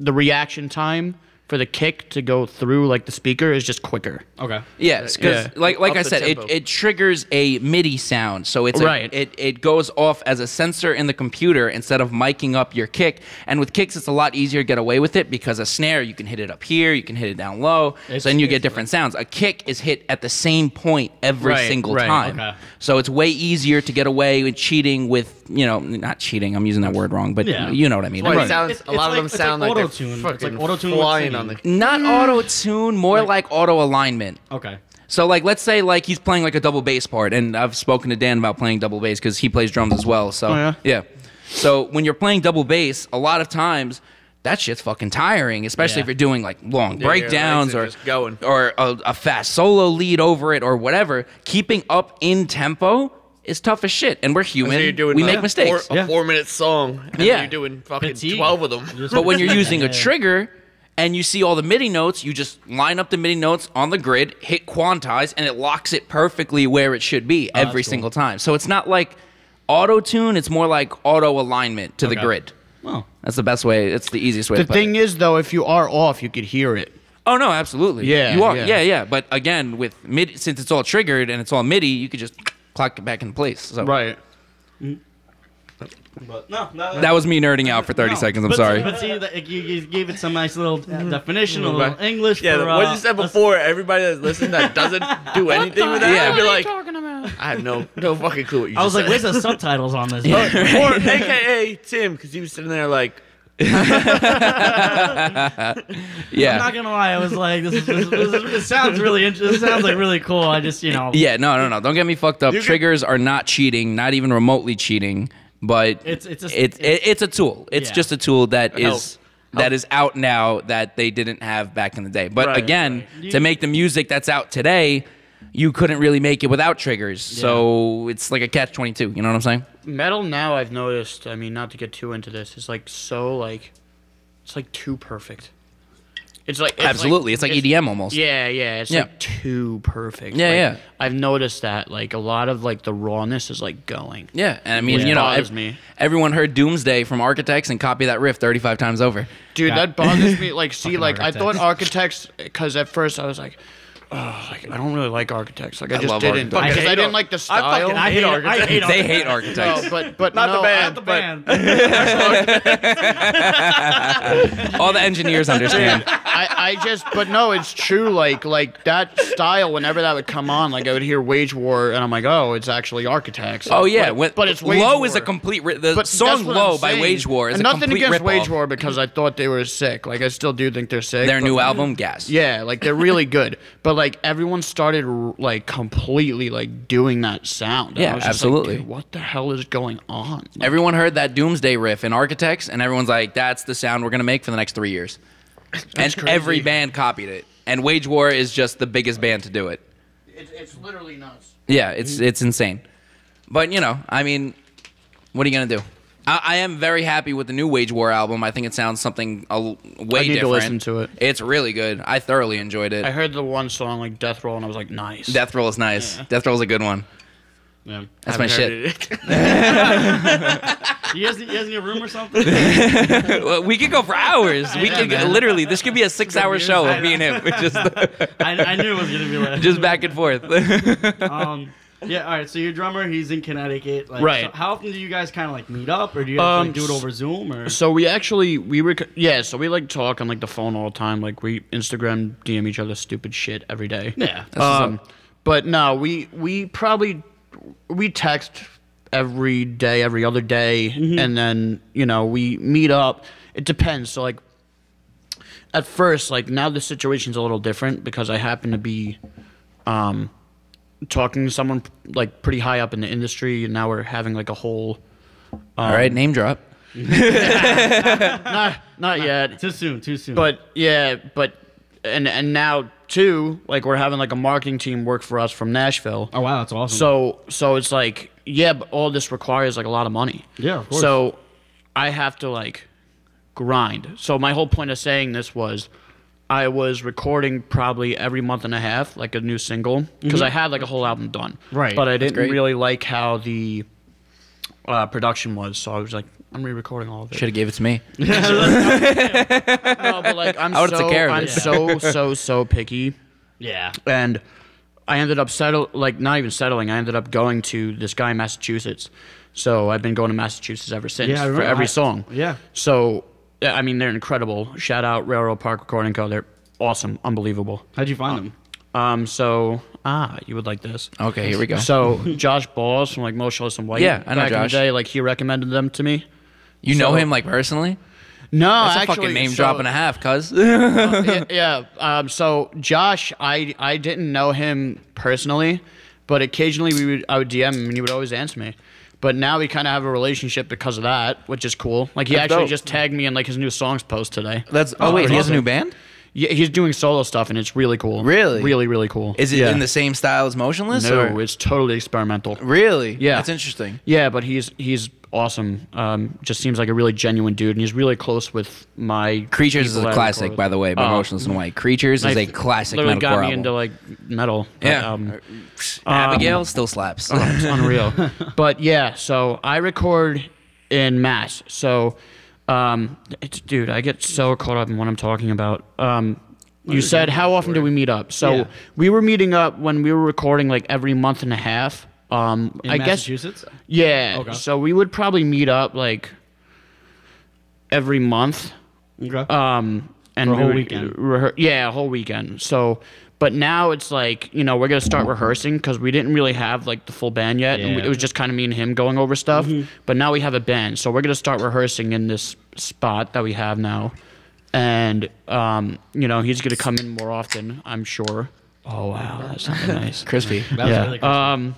Speaker 3: the reaction time for the kick to go through like the speaker is just quicker.
Speaker 1: okay.
Speaker 5: Yes, because
Speaker 3: Yeah.
Speaker 5: like like
Speaker 2: Up
Speaker 5: I
Speaker 2: the
Speaker 5: said, it,
Speaker 2: tempo.
Speaker 5: it triggers a MIDI sound, so it's a-
Speaker 3: Right.
Speaker 5: It it goes off as a sensor in the computer instead of miking up your kick. And with kicks, it's a lot easier to get away with it because a snare you can hit it up here, you can hit it down low, so then you get different sounds. A kick is hit at the same point every
Speaker 3: Right,
Speaker 5: single
Speaker 3: right,
Speaker 5: time,
Speaker 1: okay.
Speaker 5: so it's way easier to get away with cheating with you know not cheating. I'm using that word wrong, but
Speaker 1: Yeah.
Speaker 5: you know what I mean.
Speaker 2: Well, it
Speaker 5: Right.
Speaker 2: sounds,
Speaker 1: It's-
Speaker 2: a lot
Speaker 1: it's
Speaker 2: of them
Speaker 1: like- it's
Speaker 2: sound
Speaker 1: like
Speaker 2: like,
Speaker 1: auto-tune. It's
Speaker 2: they're fucking
Speaker 1: like auto-tune with
Speaker 2: flying
Speaker 1: singing.
Speaker 2: on the.
Speaker 5: Not auto tune, more like auto alignment.
Speaker 1: Okay.
Speaker 5: So like let's say like he's playing like a double bass part and I've spoken to Dan about playing double bass cuz he plays drums as well. So
Speaker 3: yeah?
Speaker 5: So when you're playing double bass, a lot of times that shit's fucking tiring, especially
Speaker 1: Yeah.
Speaker 5: if you're doing like long
Speaker 2: your legs
Speaker 5: breakdowns
Speaker 2: are
Speaker 5: or
Speaker 2: just going.
Speaker 5: or a, a fast solo lead over it or whatever. Keeping up in tempo is tough as shit and we're human.
Speaker 2: So you're doing
Speaker 5: we
Speaker 2: like
Speaker 5: make mistakes.
Speaker 2: Four, a
Speaker 1: Yeah.
Speaker 2: four-minute song, and
Speaker 5: Yeah.
Speaker 2: you're doing fucking
Speaker 1: Petite.
Speaker 2: twelve of them.
Speaker 1: Just-
Speaker 5: But when you're using a
Speaker 1: Yeah.
Speaker 5: trigger and you see all the MIDI notes, you just line up the MIDI notes on the grid, hit quantize, and it locks it perfectly where it should be every
Speaker 1: Ah, cool.
Speaker 5: single time. So it's not like auto tune, it's more like auto alignment to the
Speaker 1: Okay.
Speaker 5: grid.
Speaker 1: Well,
Speaker 5: That's the best way. It's the easiest way
Speaker 3: The
Speaker 5: to play.
Speaker 3: thing is though, if you are off, you could hear it.
Speaker 5: oh no, absolutely.
Speaker 3: Yeah,
Speaker 5: You are
Speaker 3: yeah.
Speaker 5: yeah, yeah. But again, with MIDI since it's all triggered and it's all MIDI, you could just clock it back in place. So
Speaker 3: Right.
Speaker 1: but no, no
Speaker 5: that was me nerding out for 30
Speaker 1: no.
Speaker 5: seconds. I'm
Speaker 1: But see-
Speaker 5: sorry.
Speaker 1: but see, that- you, you gave it some nice little definition, a little
Speaker 2: Right.
Speaker 1: English.
Speaker 2: Yeah,
Speaker 1: for,
Speaker 2: what
Speaker 1: uh,
Speaker 2: you said before, everybody that listens that doesn't do anything with that,
Speaker 5: hell
Speaker 2: yeah, be
Speaker 5: are
Speaker 2: like, I have no no fucking clue what you.
Speaker 1: I was
Speaker 2: just
Speaker 1: like,
Speaker 2: said.
Speaker 1: where's the subtitles on this?
Speaker 2: or AKA Tim, because he was sitting there like,
Speaker 1: I'm
Speaker 5: Yeah.
Speaker 1: not gonna lie, I was like, this, is, this, is- this, is- it sounds really interesting. It sounds like really cool. I just, you know,
Speaker 5: Yeah, no, no, no. Don't get me fucked up.
Speaker 2: You can-
Speaker 5: Triggers are not cheating, not even remotely cheating. But
Speaker 1: It's- it's a-
Speaker 5: it's, it- it's a tool. It's
Speaker 1: Yeah.
Speaker 5: just a tool that is
Speaker 2: Help.
Speaker 5: that is out now that they didn't have back in the day. But
Speaker 2: Right,
Speaker 5: again, to make the music that's out today, you couldn't really make it without triggers. So it's like a catch twenty two. You know what I'm saying?
Speaker 3: metal now i've noticed i mean not to get too into this is like so like it's like too perfect it's like it's
Speaker 5: Absolutely. it's like EDM almost.
Speaker 3: yeah yeah it's
Speaker 5: Yeah.
Speaker 3: like too perfect
Speaker 5: Yeah,
Speaker 3: Like,
Speaker 5: yeah.
Speaker 3: i've noticed that like a lot of like the rawness is like going
Speaker 5: Yeah, and I mean,
Speaker 3: Which
Speaker 5: you know,
Speaker 3: bothers
Speaker 5: ev-
Speaker 3: me.
Speaker 5: everyone heard "Doomsday" from Architects and copy that riff thirty-five times over.
Speaker 3: dude that bothers me like see like i
Speaker 1: Architects.
Speaker 3: thought architects because at first i was like oh, like, I don't really like architects. Like I,
Speaker 5: I
Speaker 3: just
Speaker 5: love
Speaker 3: didn't
Speaker 5: Architects.
Speaker 3: because I,
Speaker 4: hate
Speaker 3: didn't
Speaker 4: Ar-
Speaker 3: like the
Speaker 4: I
Speaker 3: style.
Speaker 4: fucking I hate,
Speaker 1: I
Speaker 4: architects.
Speaker 1: hate
Speaker 5: They hate
Speaker 3: No,
Speaker 5: architects.
Speaker 3: but but
Speaker 4: Not the
Speaker 3: no,
Speaker 4: band.
Speaker 1: Not the
Speaker 4: but-
Speaker 1: band.
Speaker 5: All the engineers understand.
Speaker 3: I, I just but no, it's true. Like like that style. Whenever that would come on, like I would hear wage war, and I'm like, oh, it's actually architects.
Speaker 5: Oh yeah,
Speaker 3: but,
Speaker 5: when-
Speaker 3: but it's wage
Speaker 5: low
Speaker 3: war.
Speaker 5: is a complete. Ri- the
Speaker 3: But
Speaker 5: song
Speaker 3: that's what I'm
Speaker 5: "Low" by
Speaker 3: saying.
Speaker 5: Wage War is
Speaker 3: and
Speaker 5: a
Speaker 3: nothing
Speaker 5: complete
Speaker 3: against
Speaker 5: ripoff.
Speaker 3: Wage War because I thought they were sick. Like I still do think they're sick.
Speaker 5: Their
Speaker 3: but-
Speaker 5: new album, Gas.
Speaker 3: Yeah, like they're really good, but like everyone started r- like completely like doing that sound. And I
Speaker 5: Yeah,
Speaker 3: was just like,
Speaker 5: absolutely.
Speaker 3: "Dude, what the hell is going on? Like,
Speaker 5: Everyone heard that Doomsday riff in Architects, and everyone's like, "That's the sound we're gonna make for the next three years." and every band copied it. And Wage War is just the biggest band to do it.
Speaker 3: it's, it's literally nuts.
Speaker 5: Yeah,
Speaker 3: Mm.
Speaker 5: it's it's insane. But you know, I mean, what are you gonna do? I, I am very happy with the new Wage War album. I think it sounds something a l- way
Speaker 3: I need to
Speaker 5: different.
Speaker 3: listen to it.
Speaker 5: It's really good. I thoroughly enjoyed it.
Speaker 3: I heard the one song like Death Roll, and I was like, nice.
Speaker 5: Death Roll is nice. Death Roll is a good one.
Speaker 1: Yeah.
Speaker 5: That's my shit.
Speaker 1: You guys, you guys in your room or something?
Speaker 5: Well, we could go for hours. We
Speaker 1: Yeah,
Speaker 5: could
Speaker 1: man.
Speaker 5: literally. This could be a six-hour
Speaker 1: years.
Speaker 5: show
Speaker 1: I
Speaker 5: of me and him, just
Speaker 1: I, I knew it was gonna be like
Speaker 5: just back and forth.
Speaker 1: Um, yeah, all right. So your drummer, he's in Connecticut. Like,
Speaker 3: Right.
Speaker 1: so how often do you guys kind of like meet up, or do you guys
Speaker 3: Um,
Speaker 1: like, do it over Zoom? Or
Speaker 3: So we actually we were yeah. So we like talk on like the phone all the time. Like we Instagram DM each other stupid shit every day.
Speaker 1: yeah,
Speaker 3: Um, but no, we we probably we text every day, every other day, and then you know we meet up. It depends. So like at first, like now the situation's a little different because I happen to be um, talking to someone like pretty high up in the industry, and now we're having like a whole
Speaker 5: All right, name drop.
Speaker 3: not not yet.
Speaker 1: too soon, too soon.
Speaker 3: But yeah, but and and now too, like we're having like a marketing team work for us from Nashville.
Speaker 1: oh wow, that's awesome.
Speaker 3: So so it's like yeah, but all this requires like a lot of money.
Speaker 1: Yeah, of course.
Speaker 3: So I have to like grind. So my whole point of saying this was I was recording probably every month and a half like a new single because I had like a whole album done.
Speaker 1: Mm-hmm. Right.
Speaker 3: But I didn't
Speaker 5: great.
Speaker 3: really like how the uh, production was, so I was like I'm re-recording all of it.
Speaker 5: Should have gave it to me.
Speaker 3: No, but like I'm
Speaker 5: I would've
Speaker 3: so
Speaker 5: took care of
Speaker 3: I'm
Speaker 5: it.
Speaker 3: so so so picky
Speaker 1: yeah,
Speaker 3: and I ended up settle like not even settling. I ended up going to this guy in Massachusetts. So I've been going to Massachusetts ever since
Speaker 1: Yeah, I
Speaker 3: for
Speaker 1: remember-
Speaker 3: every
Speaker 1: I-
Speaker 3: song.
Speaker 1: yeah.
Speaker 3: So yeah, I mean they're incredible. Shout out Railroad Park Recording Co. They're awesome, unbelievable.
Speaker 1: how'd you find them?
Speaker 3: Um, so ah, you would like this.
Speaker 5: Okay, here we go.
Speaker 3: So Josh Balls from like Mo Shillis and White.
Speaker 5: Yeah, I know
Speaker 3: back in the
Speaker 5: Josh.
Speaker 3: day, like he recommended them to me.
Speaker 5: you know
Speaker 3: so-
Speaker 5: him like personally?
Speaker 3: No,
Speaker 5: That's
Speaker 3: actually,
Speaker 5: a fucking name
Speaker 3: so-
Speaker 5: drop and a half, cuz.
Speaker 3: yeah, yeah. Um, so Josh, I I didn't know him personally, but occasionally we would I would DM him and he would always answer me. But now we kind of have a relationship because of that, which is cool. Like he actually
Speaker 4: dope.
Speaker 3: just tagged me in like his new songs post today.
Speaker 5: That's oh wait, he has a new band.
Speaker 3: Yeah, he's doing solo stuff and it's really cool.
Speaker 5: Really?
Speaker 3: really, really cool.
Speaker 5: Is it
Speaker 3: yeah.
Speaker 5: in the same style as Motionless?
Speaker 3: No,
Speaker 5: or-
Speaker 3: it's totally experimental.
Speaker 5: really?
Speaker 3: Yeah.
Speaker 5: that's interesting.
Speaker 3: Yeah, but he's he's awesome. Um, just seems like a really genuine dude, and he's really close with my
Speaker 5: Creatures is a classic, by the way, by
Speaker 3: Oh.
Speaker 5: Motionless and White. Creatures is a
Speaker 3: I've
Speaker 5: classic
Speaker 3: literally
Speaker 5: metalcore
Speaker 3: got me
Speaker 5: album.
Speaker 3: into like metal. but,
Speaker 5: yeah,
Speaker 3: um,
Speaker 5: Abigail still slaps.
Speaker 3: it's unreal. but yeah, so I record in mass. So, um, it's, dude, I get so caught up in what I'm talking about. Um, you said how often do we meet up? So
Speaker 1: Yeah.
Speaker 3: we were meeting up when we were recording like every month and a half. Um,
Speaker 1: In
Speaker 3: I guess
Speaker 1: Massachusetts.
Speaker 3: yeah.
Speaker 1: Okay.
Speaker 3: So we would probably meet up like every month.
Speaker 1: okay.
Speaker 3: Um, and
Speaker 1: For a
Speaker 3: we
Speaker 1: whole
Speaker 3: would
Speaker 1: weekend.
Speaker 3: rehe- yeah, a whole weekend. So, but now it's like you know we're gonna start rehearsing because we didn't really have like the full band yet. And we-
Speaker 1: Yeah. Mm-hmm.
Speaker 3: it was just kind of me and him going over stuff. But now we have a band, so we're gonna start rehearsing in this spot that we have now. And um, you know he's gonna come in more often, I'm sure. Oh wow, that's nice.
Speaker 5: Crispy.
Speaker 1: that was
Speaker 3: yeah.
Speaker 1: really cool.
Speaker 3: Um,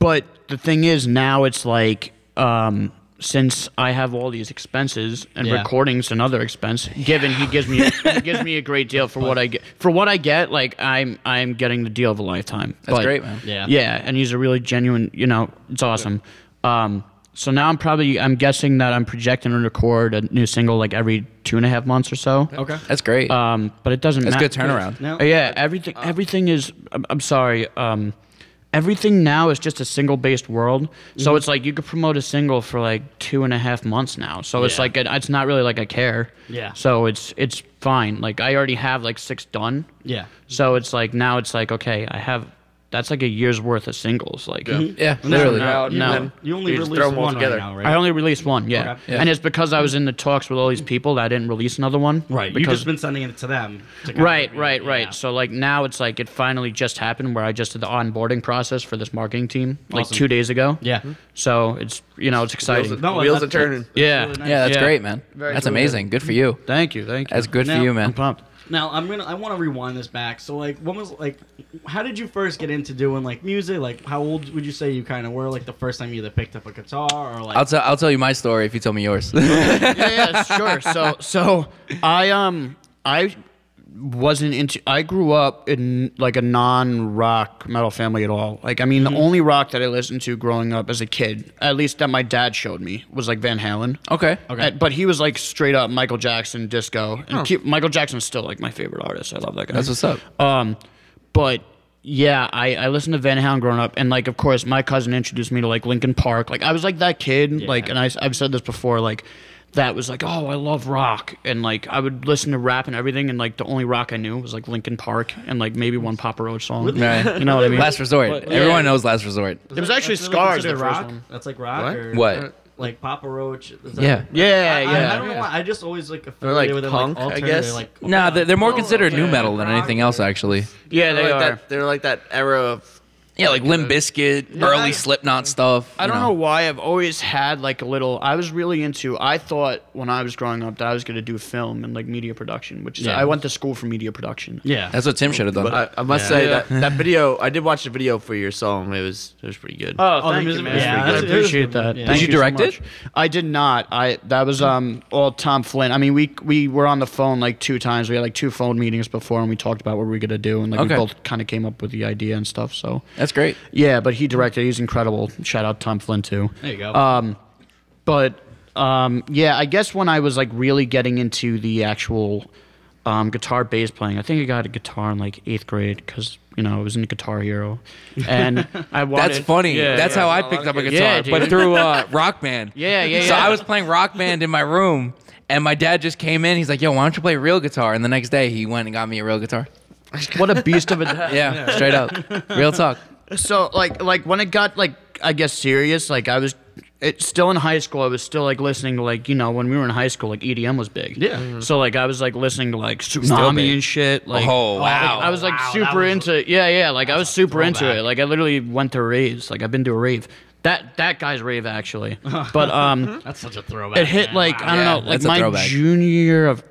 Speaker 3: but the thing is, now it's like um, since I have all these expenses and
Speaker 1: Yeah.
Speaker 3: recordings another expense. Given he gives me he gives me a great deal for what I get for what I get. Like I'm I'm getting the deal of a lifetime.
Speaker 5: That's
Speaker 3: But-
Speaker 5: great, man.
Speaker 1: Yeah.
Speaker 3: Yeah, and he's a really genuine. You know, it's awesome. Um, so now I'm probably I'm guessing that I'm projecting to record a new single like every two and a half months or so.
Speaker 1: okay.
Speaker 5: That's great.
Speaker 3: Um, but it doesn't.
Speaker 5: That's
Speaker 3: matter.
Speaker 5: good turnaround.
Speaker 1: No. Uh.
Speaker 3: Yeah, everything. Everything is. I'm, I'm sorry. Um, everything now is just a single based world.
Speaker 1: Mm-hmm.
Speaker 3: So it's like you could promote a single for like two and a half months now. So it's
Speaker 1: Yeah.
Speaker 3: like it, it's not really like I care.
Speaker 1: Yeah.
Speaker 3: So it's it's fine. Like I already have like six done.
Speaker 1: Yeah.
Speaker 3: So it's like now it's like okay, I have that's like a year's worth of singles. Like
Speaker 5: Yeah, literally.
Speaker 3: no, no.
Speaker 1: You only
Speaker 6: You just
Speaker 1: released
Speaker 6: throw 'em all
Speaker 1: one
Speaker 6: together.
Speaker 1: right now, right?
Speaker 3: I only released one, yeah.
Speaker 1: Okay.
Speaker 3: And it's because I was in the talks with all these people that I didn't release another one.
Speaker 1: right. You've
Speaker 3: Because
Speaker 1: just been sending it to them. to kind
Speaker 3: Right,
Speaker 1: of-
Speaker 3: right, right.
Speaker 1: yeah.
Speaker 3: So like now it's like it finally just happened where I just did the onboarding process for this marketing team like
Speaker 1: Awesome.
Speaker 3: two days ago.
Speaker 1: Yeah.
Speaker 3: So it's you know it's exciting.
Speaker 6: No, Wheels
Speaker 1: that-
Speaker 6: are turning.
Speaker 1: that's
Speaker 3: Yeah.
Speaker 1: really nice.
Speaker 5: Yeah, that's
Speaker 3: Yeah.
Speaker 5: great, man. that's amazing. Good for you.
Speaker 3: Thank you, thank you.
Speaker 5: That's good
Speaker 1: Now-
Speaker 5: for you,
Speaker 3: I'm
Speaker 5: man.
Speaker 3: pumped.
Speaker 1: Now I'm gonna. I want to rewind this back. So like, when was like, how did you first get into doing like music? Like, how old would you say you kind of were? Like the first time you either picked up a guitar or like.
Speaker 5: I'll tell I'll tell you my story if you tell me yours.
Speaker 3: yeah, yeah, sure. So so I um I wasn't into I grew up in like a non-rock metal family at all. Like I mean the only rock that I listened to growing up as a kid, at least that my dad showed me, was like Van Halen.
Speaker 5: okay. Oh.
Speaker 3: Uh, but he was like straight up Michael Jackson disco. And keep, Michael Jackson's still like my favorite artist. I love that guy.
Speaker 5: That's what's up.
Speaker 3: Um, but yeah, I, I listened to Van Halen growing up, and like of course my cousin introduced me to like Linkin Park. Like I was like that kid, like, and I have said this before, like that was like oh I love rock, and like I would listen to rap and everything, and like the only rock I knew was like Linkin Park and like maybe one Papa Roach song.
Speaker 5: Right.
Speaker 3: You know what I mean?
Speaker 5: Last resort. Everyone knows last resort.
Speaker 3: it was actually
Speaker 1: that's
Speaker 3: Scars.
Speaker 1: considered
Speaker 3: the first
Speaker 1: rock.
Speaker 3: one.
Speaker 1: That's like rock.
Speaker 6: What?
Speaker 1: Or, Uh,
Speaker 5: What?
Speaker 1: Like Papa Roach. is that-
Speaker 5: Yeah.
Speaker 3: Yeah,
Speaker 1: I, I-
Speaker 3: yeah.
Speaker 1: I don't know why. I just always like
Speaker 6: like
Speaker 1: affiliated with it,
Speaker 6: punk, I
Speaker 1: like alternative,
Speaker 6: guess.
Speaker 1: Like,
Speaker 5: No, they're, they're more considered new metal than
Speaker 1: Rock.
Speaker 5: anything else, actually.
Speaker 3: Yeah, they
Speaker 6: they're
Speaker 3: are.
Speaker 6: like That, they're like that era of.
Speaker 5: Yeah, like Limp Bizkit, early
Speaker 1: I-
Speaker 5: Slipknot stuff.
Speaker 3: I
Speaker 5: you
Speaker 3: don't know. why I've always had like a little. I was really into. I thought when I was growing up that I was going to do film and like media production, which is
Speaker 1: Yeah.
Speaker 3: I went to school for media production.
Speaker 1: yeah.
Speaker 5: That's what Tim should have done.
Speaker 6: I, I must say that that video. I did watch the video for your song. It was it was pretty good.
Speaker 1: Oh, the
Speaker 3: thank you,
Speaker 1: music-
Speaker 3: man.
Speaker 1: yeah,
Speaker 3: I
Speaker 1: that's- it is-
Speaker 3: appreciate that.
Speaker 1: yeah.
Speaker 3: Thank
Speaker 5: Did you
Speaker 3: so
Speaker 5: direct
Speaker 3: much.
Speaker 5: it?
Speaker 3: I did not. I that was um all Tom Flynn. I mean, we we were on the phone like two times. We had like two phone meetings before, and we talked about what we were gonna do, and like
Speaker 5: Okay.
Speaker 3: we both kind of came up with the idea and stuff. So
Speaker 5: That's great.
Speaker 3: yeah, but he directed. He's incredible. Shout out Tom Flynn too.
Speaker 1: there you go.
Speaker 3: uh, but um, yeah, I guess when I was like really getting into the actual um, guitar bass playing, I think I got a guitar in like eighth grade because you know I was in Guitar Hero, and I wanted.
Speaker 5: That's funny.
Speaker 3: Yeah,
Speaker 5: That's
Speaker 3: yeah.
Speaker 5: how I picked up a
Speaker 3: Yeah,
Speaker 5: guitar,
Speaker 3: dude.
Speaker 5: but through uh, Rock Band.
Speaker 3: Yeah, yeah,
Speaker 5: So
Speaker 3: yeah.
Speaker 5: I was playing Rock Band in my room, and my dad just came in. He's like, "Yo, why don't you play real guitar?" And the next day, he went and got me a real guitar.
Speaker 3: what a beast of a
Speaker 5: Yeah, straight up, real talk.
Speaker 3: so like like when it got like I guess serious, like I was it still in high school. I was still like listening to like you know when we were in high school, like EDM was big.
Speaker 1: Yeah. Mhm.
Speaker 3: So like I was like listening to like tsunami
Speaker 5: big.
Speaker 3: and shit. Like
Speaker 5: Oh,
Speaker 3: like,
Speaker 5: wow.
Speaker 3: I was like
Speaker 1: Wow, that
Speaker 3: super
Speaker 1: was-
Speaker 3: into yeah yeah like I was super into
Speaker 1: throwback.
Speaker 3: it. Like I literally went to raves. Like I've been to a rave. That that guy's rave actually. But um.
Speaker 1: that's such a throwback.
Speaker 3: It hit
Speaker 1: man.
Speaker 3: like
Speaker 1: Wow.
Speaker 3: I don't
Speaker 5: Yeah,
Speaker 3: know, like
Speaker 5: that's a
Speaker 3: my
Speaker 5: throwback.
Speaker 3: junior year of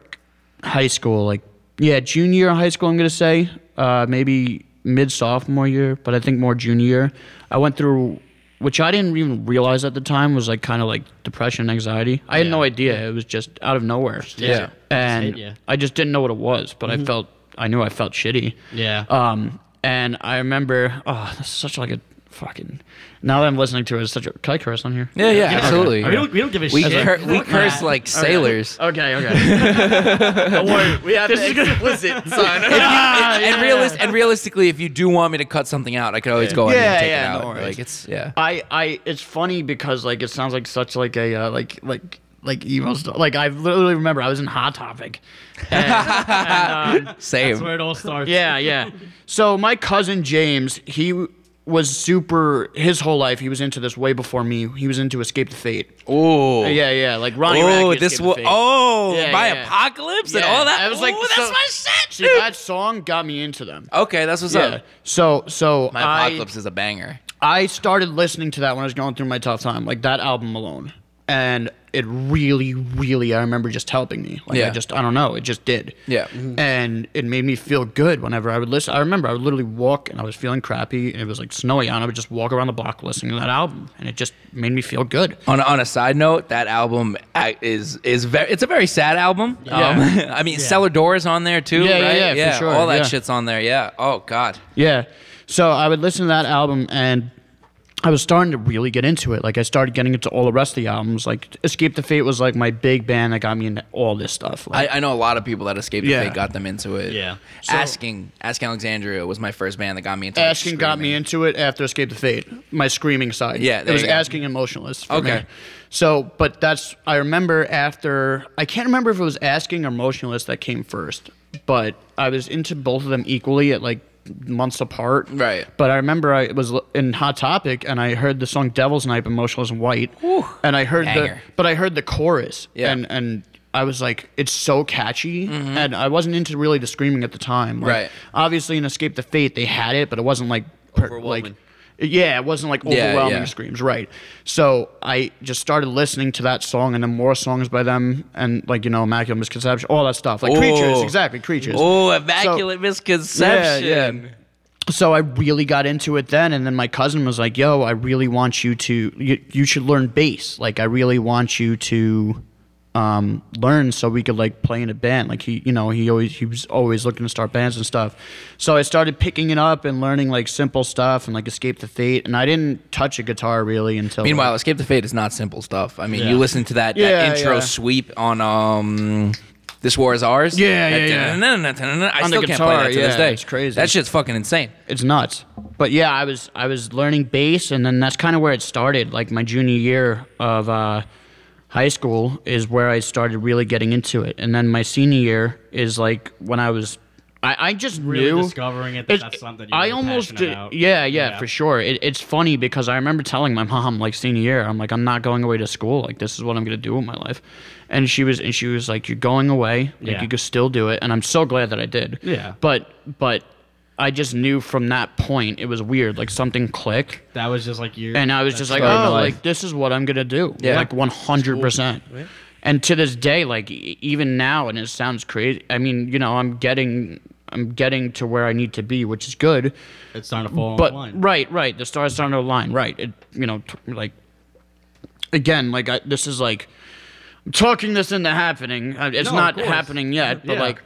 Speaker 3: high school, like yeah, junior year of high school. I'm gonna say uh, maybe mid sophomore year, but I think more junior year. I went through, which I didn't even realize at the time was like kind of like depression, anxiety. I had no idea. It was just out of nowhere.
Speaker 5: Yeah.
Speaker 3: and
Speaker 1: hit ya. Mm-hmm.
Speaker 3: I just didn't know what it was, but I felt I knew I felt shitty.
Speaker 1: Yeah.
Speaker 3: Um, and I remember, oh, this is such like a fucking. Now that I'm listening to it, it's such a. Can I curse on here?
Speaker 5: Yeah, yeah, absolutely.
Speaker 1: we don't. We don't give a
Speaker 5: We,
Speaker 1: shit.
Speaker 5: cur- we curse like sailors.
Speaker 3: Okay, okay.
Speaker 6: we have this to explicit sign.
Speaker 3: Uh,
Speaker 5: and, and realis- and realistically, if you do want me to cut something out, I could always go ahead
Speaker 3: Yeah,
Speaker 5: and take
Speaker 3: yeah,
Speaker 5: it
Speaker 3: no
Speaker 5: out.
Speaker 3: worries.
Speaker 5: like it's yeah.
Speaker 3: I, I, it's funny because like it sounds like such like a uh, like like like emo stuff. Like I literally remember I was in Hot Topic.
Speaker 5: Save.
Speaker 1: That's where it all starts.
Speaker 3: Yeah, yeah. So my cousin James, he was super. His whole life, he was into this way before me. He was into Escape the Fate.
Speaker 5: Oh.
Speaker 3: Yeah, yeah. Like Ronnie.
Speaker 5: Oh,
Speaker 3: Radke,
Speaker 5: this
Speaker 3: Escape the
Speaker 5: was
Speaker 3: Fate.
Speaker 5: oh
Speaker 3: Yeah,
Speaker 5: by
Speaker 3: yeah.
Speaker 5: apocalypse and
Speaker 3: Yeah,
Speaker 5: all that.
Speaker 3: I was like,
Speaker 5: Ooh,
Speaker 3: so-
Speaker 5: that's my shit. Oh,
Speaker 3: See, that song got me into them.
Speaker 5: Okay, that's what's
Speaker 3: Yeah.
Speaker 5: up.
Speaker 3: So so
Speaker 5: My
Speaker 3: I-
Speaker 5: apocalypse is a banger.
Speaker 3: I started listening to that when I was going through my tough time, like that album alone. And it really, really, I remember just helping me. Like,
Speaker 5: Yeah.
Speaker 3: I just, I don't know, it just did.
Speaker 5: Yeah. Mhm.
Speaker 3: And it made me feel good whenever I would listen. I remember I would literally walk and I was feeling crappy and it was like snowy out. and I would just walk around the block listening to that album and it just made me feel good.
Speaker 5: On a, on a side note, that album uh, is is very it's a very sad album. Um, I mean, Cellar Door is on there too,
Speaker 3: Yeah, yeah,
Speaker 5: right?
Speaker 3: yeah, for sure,
Speaker 5: all that
Speaker 3: yeah.
Speaker 5: shit's on there. Yeah. Oh God.
Speaker 3: Yeah. So I would listen to that album and I was starting to really get into it. Like I started getting into all the rest of the albums. Like Escape the Fate was like my big band that got me into all this stuff. Like,
Speaker 5: I, I know a lot of people that escaped the
Speaker 3: Yeah.
Speaker 5: Fate got them into it.
Speaker 1: Yeah.
Speaker 5: asking Ask Alexandria was my first band that got me into like,
Speaker 3: Asking got me
Speaker 5: screaming.
Speaker 3: into it after Escape the Fate, my screaming side.
Speaker 5: Yeah,
Speaker 3: it
Speaker 5: there
Speaker 3: was
Speaker 5: you go.
Speaker 3: asking emotionalist. For
Speaker 5: Okay.
Speaker 3: me. So, but that's I remember after I can't remember if it was asking or emotionalist that came first, but I was into both of them equally at like months apart.
Speaker 5: Right.
Speaker 3: But I remember I was l- in Hot Topic and I heard the song Devil's Night, by Emotionalist White, and I heard the
Speaker 5: Banger.
Speaker 3: but I heard the chorus.
Speaker 5: Yeah. Mm-hmm.
Speaker 3: And and. I was like, it's so catchy, and I wasn't into really the screaming at the time. Like,
Speaker 5: Right.
Speaker 3: Obviously, in Escape the Fate, they had it, but it wasn't like per-
Speaker 6: Overwhelming.
Speaker 3: Like, yeah, it wasn't like
Speaker 5: Yeah,
Speaker 3: overwhelming
Speaker 5: yeah.
Speaker 3: screams, right? So I just started listening to that song and then more songs by them, and like you know, Immaculate Misconception, all that stuff, like creatures,
Speaker 5: Oh.
Speaker 3: exactly creatures.
Speaker 5: Oh, immaculate misconception.
Speaker 3: Yeah, yeah. So I really got into it then, and then my cousin was like, "Yo, I really want you to. You, you should learn bass. Like, I really want you to." um learn so we could like play in a band like he you know he always he was always looking to start bands and stuff so i started picking it up and learning like simple stuff and like escape the fate and i didn't touch a guitar really until
Speaker 5: Meanwhile, Escape the Fate is not simple stuff. I mean,
Speaker 1: Yeah.
Speaker 5: you listen to that,
Speaker 3: Yeah,
Speaker 5: that intro
Speaker 3: yeah.
Speaker 5: sweep on um, This War Is Ours.
Speaker 3: Yeah, yeah, yeah.
Speaker 5: yeah. I
Speaker 3: On the
Speaker 5: still can't play
Speaker 3: guitar,
Speaker 5: that to this
Speaker 3: yeah,
Speaker 5: day.
Speaker 3: it's crazy.
Speaker 5: That shit's fucking insane.
Speaker 3: it's nuts. But yeah, I was I was learning bass, and then that's kind of where it started. Like my junior year of uh, high school is where I started really getting into it, and then my senior year is like when I was. I, I just
Speaker 1: Really
Speaker 3: knew
Speaker 1: discovering it that that's something you're
Speaker 3: I
Speaker 1: really
Speaker 3: almost
Speaker 1: passionate
Speaker 3: did-
Speaker 1: about.
Speaker 3: Yeah, yeah,
Speaker 1: Yeah.
Speaker 3: for sure. It, it's funny because I remember telling my mom like senior year, I'm like I'm not going away to school. Like this is what I'm gonna do with my life, and she was and she was like you're going away. Like
Speaker 1: Yeah.
Speaker 3: you could still do it, and I'm so glad that I did.
Speaker 1: Yeah.
Speaker 3: But but I just knew from that point it was weird. Like something clicked,
Speaker 1: That was just like you.
Speaker 3: and I was just like,
Speaker 5: started my
Speaker 3: oh,
Speaker 5: life.
Speaker 3: like this is what I'm gonna do.
Speaker 5: Yeah.
Speaker 3: Like 100. percent And to this day, like e- even now, and it sounds crazy. I mean, you know, I'm getting. I'm getting to where I need to be, which is good
Speaker 1: it's starting to fall
Speaker 3: but
Speaker 1: online.
Speaker 3: right, right, the stars starting to align. Right, it you know t- like again, like I, this is like I'm talking this into happening. Uh, It's
Speaker 1: No, of
Speaker 3: not
Speaker 1: course.
Speaker 3: happening yet, but
Speaker 1: Yeah.
Speaker 3: like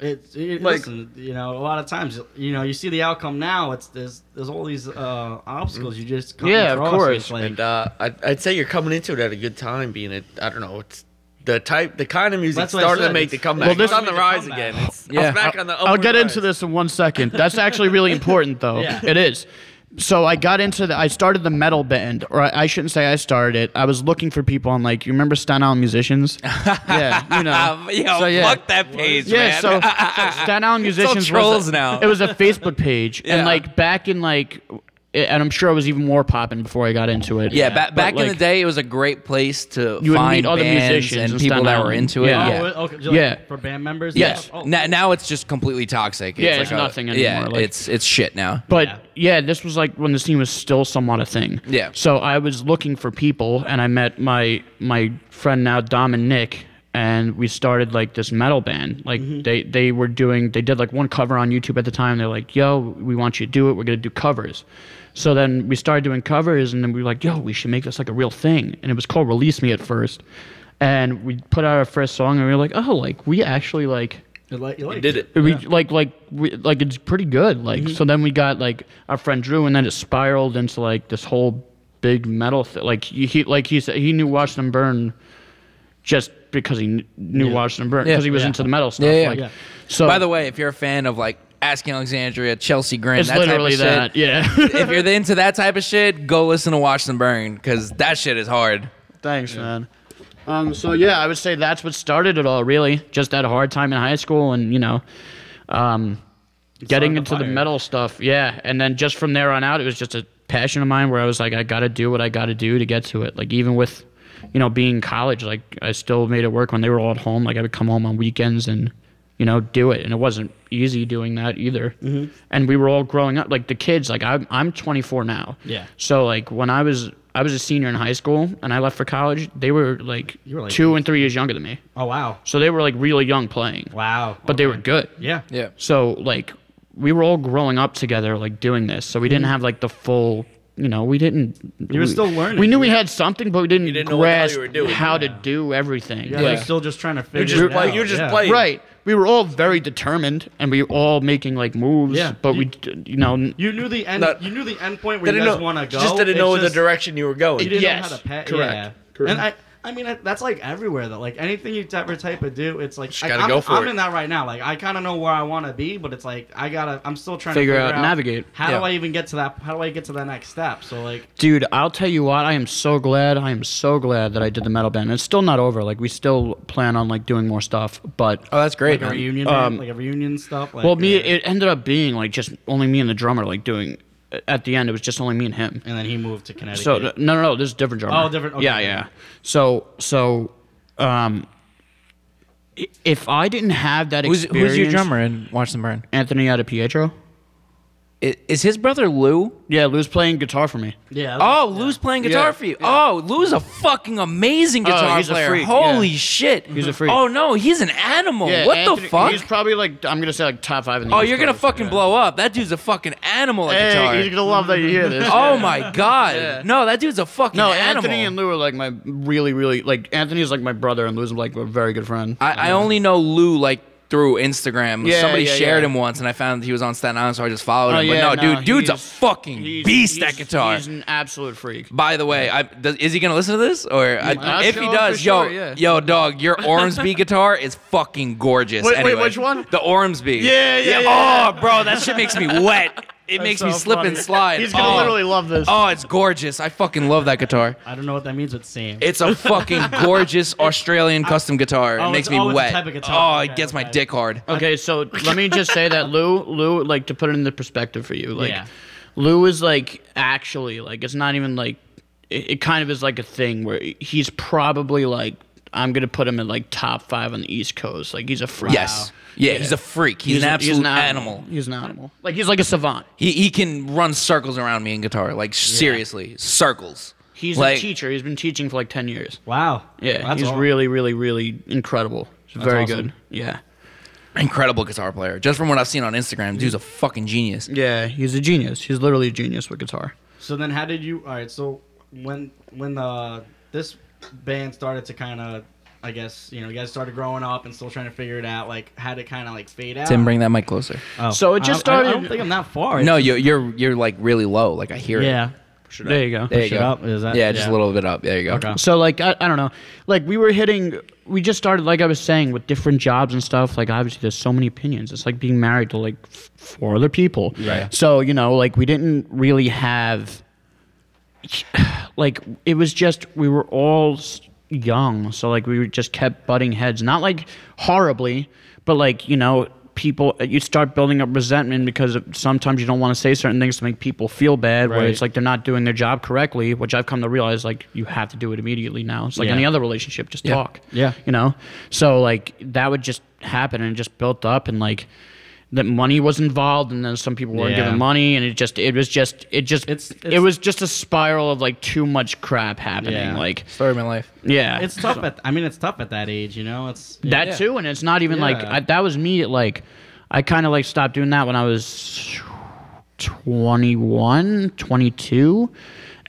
Speaker 1: It's it,
Speaker 3: Like-
Speaker 1: listen, you know, a lot of times, you know, you see the outcome now. It's there's there's all these uh, obstacles you just come
Speaker 3: Yeah, of
Speaker 1: across, and
Speaker 3: course.
Speaker 1: it's like-
Speaker 6: And uh, I'd, I'd say you're coming into it at a good time, being it. I don't know. It's the type, the kind of music
Speaker 1: That's what I
Speaker 6: starting to
Speaker 1: said,
Speaker 6: make the
Speaker 1: it's-
Speaker 6: comeback.
Speaker 1: Well, this-
Speaker 6: it's on the
Speaker 1: It's
Speaker 6: rise
Speaker 1: comeback.
Speaker 6: again. It's,
Speaker 5: Yeah.
Speaker 6: it's back on
Speaker 5: Oh,
Speaker 6: the.
Speaker 3: I'll
Speaker 6: upward
Speaker 3: get into
Speaker 6: rise.
Speaker 3: this in one second. That's actually really important, though.
Speaker 1: Yeah.
Speaker 3: It is. So I got into the. I started the metal band, or I, I shouldn't say I started it. I was looking for people on like you remember Staten Island musicians. yeah, you know.
Speaker 5: Um, yo,
Speaker 3: Uh, So, yeah.
Speaker 5: fuck that page,
Speaker 3: Yeah,
Speaker 5: man.
Speaker 3: so, so Staten Island musicians was a-
Speaker 5: trolls now.
Speaker 3: It was a Facebook page, and
Speaker 5: Yeah.
Speaker 3: like back in like, and I'm sure it was even more popping before I got into it.
Speaker 5: yeah, ba-
Speaker 3: But,
Speaker 5: back in
Speaker 3: like,
Speaker 5: the day, it was a great place to
Speaker 3: You would
Speaker 5: find
Speaker 3: meet other
Speaker 5: bands
Speaker 3: musicians
Speaker 5: and
Speaker 3: in
Speaker 5: people
Speaker 3: Staten
Speaker 5: that were
Speaker 3: Island.
Speaker 5: into it.
Speaker 3: Yeah.
Speaker 5: Yeah.
Speaker 1: Oh, okay, just like
Speaker 3: Yeah.
Speaker 1: for band members. and
Speaker 5: Yes.
Speaker 1: stuff? Oh,
Speaker 5: Now, now it's just completely toxic.
Speaker 3: Yeah, it's
Speaker 5: like a-
Speaker 3: nothing
Speaker 5: Yeah,
Speaker 3: anymore, like-
Speaker 5: it's it's shit now.
Speaker 3: But yeah. this was like when the scene was still somewhat a thing.
Speaker 5: Yeah.
Speaker 3: So I was looking for people, and I met my my friend now Dom and Nick, and we started like this metal band. Like they they were doing they did like one cover on YouTube at the time. They're like, "Yo, we want you to do it. We're gonna do covers." So then we started doing covers, and then we were like, "Yo, we should make this like a real thing." And it was called "Release Me" at first, and we put out our first song, and we were like, "Oh, like we actually like."
Speaker 1: you like, you like
Speaker 6: Did it?
Speaker 3: we like like we, like it's pretty good like so then we got like our friend drew and then it spiraled into like this whole big metal thing like he he- like he said he knew washington burn just because he kn- knew washington burn because he was
Speaker 1: Yeah.
Speaker 3: into the metal stuff
Speaker 5: Yeah, yeah.
Speaker 3: like
Speaker 5: Yeah.
Speaker 3: so
Speaker 5: By the way, if you're a fan of like Asking Alexandria, Chelsea Grin,
Speaker 3: it's
Speaker 5: that
Speaker 3: literally
Speaker 5: type of shit,
Speaker 3: that yeah
Speaker 5: if you're into that type of shit, go listen to Watch Them Burn because that shit is hard.
Speaker 3: Thanks, man. Um, so yeah, I would say that's what started it all. Really, just had a hard time in high school, and you know, um, getting
Speaker 1: on the
Speaker 3: into the
Speaker 1: fire.
Speaker 3: metal stuff. Yeah, and then just from there on out, it was just a passion of mine where I was like, I gotta do what I gotta do to get to it. Like even with, you know, being in college, like I still made it work when they were all at home. Like I would come home on weekends and. You know, do it, and it wasn't easy doing that either.
Speaker 1: Mm-hmm.
Speaker 3: And we were all growing up, like the kids. Like I'm, I'm 24 now.
Speaker 1: Yeah.
Speaker 3: So like when I was I was a senior in high school and I left for college, they were like,
Speaker 1: You were, like,
Speaker 3: two and three years younger than me.
Speaker 1: Oh wow,
Speaker 3: So they were like really young playing.
Speaker 1: wow.
Speaker 3: But they were good.
Speaker 1: yeah,
Speaker 5: Yeah.
Speaker 3: Mm-hmm. So like we were all growing up together like doing this. So we didn't have like the full you know, we didn't.
Speaker 1: You
Speaker 3: we-
Speaker 1: were still learning.
Speaker 3: We knew we had something, but we didn't,
Speaker 6: didn't know what the hell
Speaker 3: grasp
Speaker 6: you were doing.
Speaker 3: how to do everything.
Speaker 1: Yeah,
Speaker 3: Like,
Speaker 1: you're still just trying to figure
Speaker 6: just
Speaker 1: it
Speaker 6: play-
Speaker 1: out.
Speaker 6: you just
Speaker 1: yeah.
Speaker 6: play.
Speaker 3: right. We were all very determined, and we were all making like moves.
Speaker 1: Yeah.
Speaker 3: But
Speaker 1: You-
Speaker 3: we, d- you know, n-
Speaker 1: You knew the end.
Speaker 6: Not-
Speaker 1: you knew the end point where
Speaker 6: Didn't
Speaker 1: you guys
Speaker 6: know-
Speaker 1: want to go.
Speaker 6: Just didn't
Speaker 1: It's
Speaker 6: know the
Speaker 1: just-
Speaker 6: direction you were going.
Speaker 1: You didn't
Speaker 3: Yes,
Speaker 1: know how to pet.
Speaker 3: correct,
Speaker 1: Yeah.
Speaker 3: correct.
Speaker 1: And I, I mean, I- that's like everywhere though. Like anything you ever type of do, it's like
Speaker 6: Just
Speaker 1: I,
Speaker 6: gotta
Speaker 1: am
Speaker 6: go for
Speaker 1: I'm
Speaker 6: it.
Speaker 1: in that right now. Like I kind of know where I want to be, but it's like I gotta. I'm still trying
Speaker 3: Figure
Speaker 1: to figure
Speaker 3: out- navigate.
Speaker 1: How
Speaker 5: Yeah.
Speaker 1: do I even get to that? How do I get to that next step? So like,
Speaker 3: dude, I'll tell you what. I am so glad. I am so glad that I did the metal band. It's still not over. Like we still plan on like doing more stuff, but
Speaker 5: Oh, that's great.
Speaker 1: like a
Speaker 5: man.
Speaker 1: reunion,
Speaker 3: Um,
Speaker 1: like a reunion stuff. Like,
Speaker 3: Well, me,
Speaker 1: uh,
Speaker 3: it ended up being like just only me and the drummer, like doing. At the end, it was just only me and him.
Speaker 1: and then he moved to Connecticut.
Speaker 3: So no, no, no, this is a different drummer.
Speaker 1: Oh, different- okay.
Speaker 3: Yeah, yeah. So, so, um, i- if I didn't have that
Speaker 5: Who's,
Speaker 3: experience,
Speaker 5: who's your drummer in Watch Them Burn?
Speaker 3: Anthony Pietro.
Speaker 5: I- Is his brother Lou?
Speaker 3: Yeah, Lou's playing guitar for me.
Speaker 1: yeah. that's-
Speaker 5: Oh, Lou's playing guitar
Speaker 3: Yeah, Oh,
Speaker 5: for you. Oh, Lou's a fucking amazing guitar
Speaker 3: he's a
Speaker 5: player.
Speaker 3: freak,
Speaker 5: Holy
Speaker 3: yeah.
Speaker 5: shit.
Speaker 3: He's a freak.
Speaker 5: Oh no, he's an animal.
Speaker 3: Yeah,
Speaker 5: what
Speaker 3: Anthony-
Speaker 5: the fuck?
Speaker 3: He's probably like I'm gonna say like top five in the.
Speaker 5: oh,
Speaker 3: East
Speaker 5: you're gonna
Speaker 3: Coast.
Speaker 5: fucking
Speaker 3: Yeah.
Speaker 5: blow up. That dude's a fucking animal at guitar.
Speaker 3: Hey, he's gonna love that you hear this.
Speaker 5: Oh my god. No, that dude's a fucking
Speaker 3: No,
Speaker 5: animal.
Speaker 3: Anthony and Lou are like my really, really like Anthony's like my brother, and Lou's like a very good friend.
Speaker 5: I, I only know Lou like through Instagram.
Speaker 3: Yeah,
Speaker 5: Somebody
Speaker 3: yeah,
Speaker 5: shared
Speaker 3: yeah.
Speaker 5: him once, and I found that he was on Staten Island, so I just followed
Speaker 3: Oh,
Speaker 5: him.
Speaker 3: yeah,
Speaker 5: but no,
Speaker 3: no,
Speaker 5: dude, dude's a
Speaker 3: he's-
Speaker 5: fucking
Speaker 3: He's-
Speaker 5: beast at
Speaker 3: he's-
Speaker 5: guitar.
Speaker 3: He's an absolute freak.
Speaker 5: By the way, I, does, is he gonna listen to this? Or I-
Speaker 3: I'll
Speaker 5: if he
Speaker 3: show him
Speaker 5: does,
Speaker 3: for
Speaker 5: yo,
Speaker 3: sure, yeah.
Speaker 5: yo, dog, your Ormsby guitar is fucking gorgeous.
Speaker 3: Wait, wait,
Speaker 5: anyway.
Speaker 3: which one?
Speaker 5: The Ormsby.
Speaker 3: Yeah, yeah,
Speaker 5: Oh, bro, that shit makes me wet. It makes me
Speaker 1: so
Speaker 5: slip and
Speaker 1: funny.
Speaker 5: slide.
Speaker 3: He's gonna
Speaker 5: oh.
Speaker 3: literally love this.
Speaker 5: Oh, it's gorgeous. I fucking love that guitar.
Speaker 1: I don't know what that means with Sam.
Speaker 5: It's a fucking gorgeous Australian custom guitar.
Speaker 1: Oh,
Speaker 5: it makes
Speaker 1: it's-
Speaker 5: me
Speaker 1: oh, it's a
Speaker 5: wet.
Speaker 1: type of guitar.
Speaker 5: Oh,
Speaker 1: Okay,
Speaker 5: it gets my
Speaker 1: okay.
Speaker 5: dick hard.
Speaker 3: Okay, so let me just say that Lou, Lou, like to put it into perspective for you, like
Speaker 1: Yeah.
Speaker 3: Lou is like actually like it's not even like it, it kind of is like a thing where he's probably like I'm gonna put him in like top five on the East Coast, like he's a freak.
Speaker 5: Yes. Yeah, he's a freak. He's, an
Speaker 3: a-
Speaker 5: absolute animal.
Speaker 3: He's an animal. Like he's like a savant.
Speaker 5: He he can run circles around me in guitar. Like seriously, circles.
Speaker 3: He's
Speaker 5: like,
Speaker 3: a teacher. He's been teaching for like ten years.
Speaker 1: wow.
Speaker 3: Yeah,
Speaker 1: that's
Speaker 3: he's
Speaker 1: all.
Speaker 3: really, really, really incredible. He's very
Speaker 1: awesome.
Speaker 3: good. Yeah,
Speaker 5: Incredible guitar player. Just from what I've seen on Instagram, dude's a fucking genius.
Speaker 3: yeah, he's a genius. He's literally a genius with guitar.
Speaker 1: So then, how did you? All right. So when when the this band started to kind of, I guess you know, you guys started growing up and still trying to figure it out. Like, how to kind of like fade out.
Speaker 5: Tim, bring that mic closer.
Speaker 1: Oh.
Speaker 3: So it just
Speaker 1: I don't- I, I
Speaker 3: started-
Speaker 1: don't think I'm that far.
Speaker 5: No,
Speaker 1: It's
Speaker 5: you're you're you're like really low. Like I hear
Speaker 1: just-
Speaker 5: it.
Speaker 1: yeah.
Speaker 3: There you go.
Speaker 5: There you
Speaker 1: Push it
Speaker 5: go.
Speaker 1: up, is that-
Speaker 5: yeah, just
Speaker 1: yeah.
Speaker 5: a little bit up. There you go.
Speaker 1: Okay.
Speaker 3: So like I, I don't know, like we were hitting. We just started like I was saying with different jobs and stuff. Like obviously there's so many opinions. It's like being married to like f- four other people. Right. So you know like we didn't really have. Like it was just we were all s- young, so like we were just kept butting heads. Not like horribly, but like you know people you start building up resentment because of- sometimes you don't want to say certain things to make people feel bad where it's
Speaker 1: Right.
Speaker 3: like like they're not doing their job correctly, which I've come to realize like you have to do it immediately now. It's like
Speaker 1: Yeah.
Speaker 3: any other relationship, just talk.
Speaker 1: Yeah.
Speaker 3: You know? So like that would just happen and it just built up and like that money was involved and then some people weren't
Speaker 1: Yeah.
Speaker 3: giving money and it just it was just it just
Speaker 1: It's-
Speaker 3: it
Speaker 1: it's-
Speaker 3: was just a spiral of like too much crap happening.
Speaker 1: Yeah.
Speaker 3: Like
Speaker 5: Story of my life.
Speaker 3: yeah.
Speaker 1: It's tough at. I mean, it's tough at that age. You know, it's
Speaker 3: that too, and it's not even like
Speaker 1: Yeah.
Speaker 3: I, that was me. At like, I kind of like stopped doing that when I was 21, 22,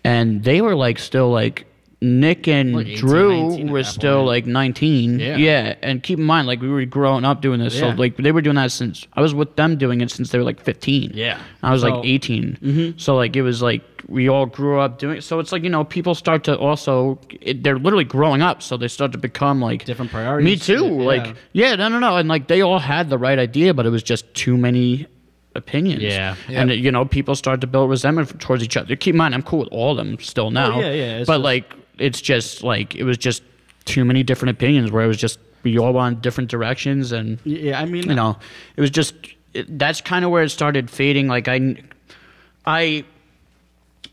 Speaker 3: and they were like still like Nick and
Speaker 1: Like 18,
Speaker 3: Drew
Speaker 1: 19 at
Speaker 3: were
Speaker 1: that
Speaker 3: still
Speaker 1: point.
Speaker 3: like nineteen.
Speaker 1: Yeah.
Speaker 3: and keep in mind like we were growing up doing this,
Speaker 1: Yeah.
Speaker 3: so like they were doing that since I was with them doing it since they were like fifteen.
Speaker 1: Yeah.
Speaker 3: I was
Speaker 1: So- Mm-hmm.
Speaker 3: like 18. So like it was like we all grew up doing. So it's like you know people start to also it, they're literally growing up, so they start to become like
Speaker 1: Different priorities.
Speaker 3: Me too.
Speaker 1: Yeah.
Speaker 3: Like yeah, no, no, no, and like they all had the right idea, but it was just too many opinions.
Speaker 1: Yeah.
Speaker 3: and you know people start to build resentment f- towards each other. Keep in mind, I'm cool with all of them still now.
Speaker 1: Oh, yeah, yeah, it's
Speaker 3: But
Speaker 1: just-
Speaker 3: like it's just like it was just too many different opinions where it was just we all went different directions and
Speaker 1: Yeah, I mean,
Speaker 3: you know it was just it, that's kind of where it started fading like i i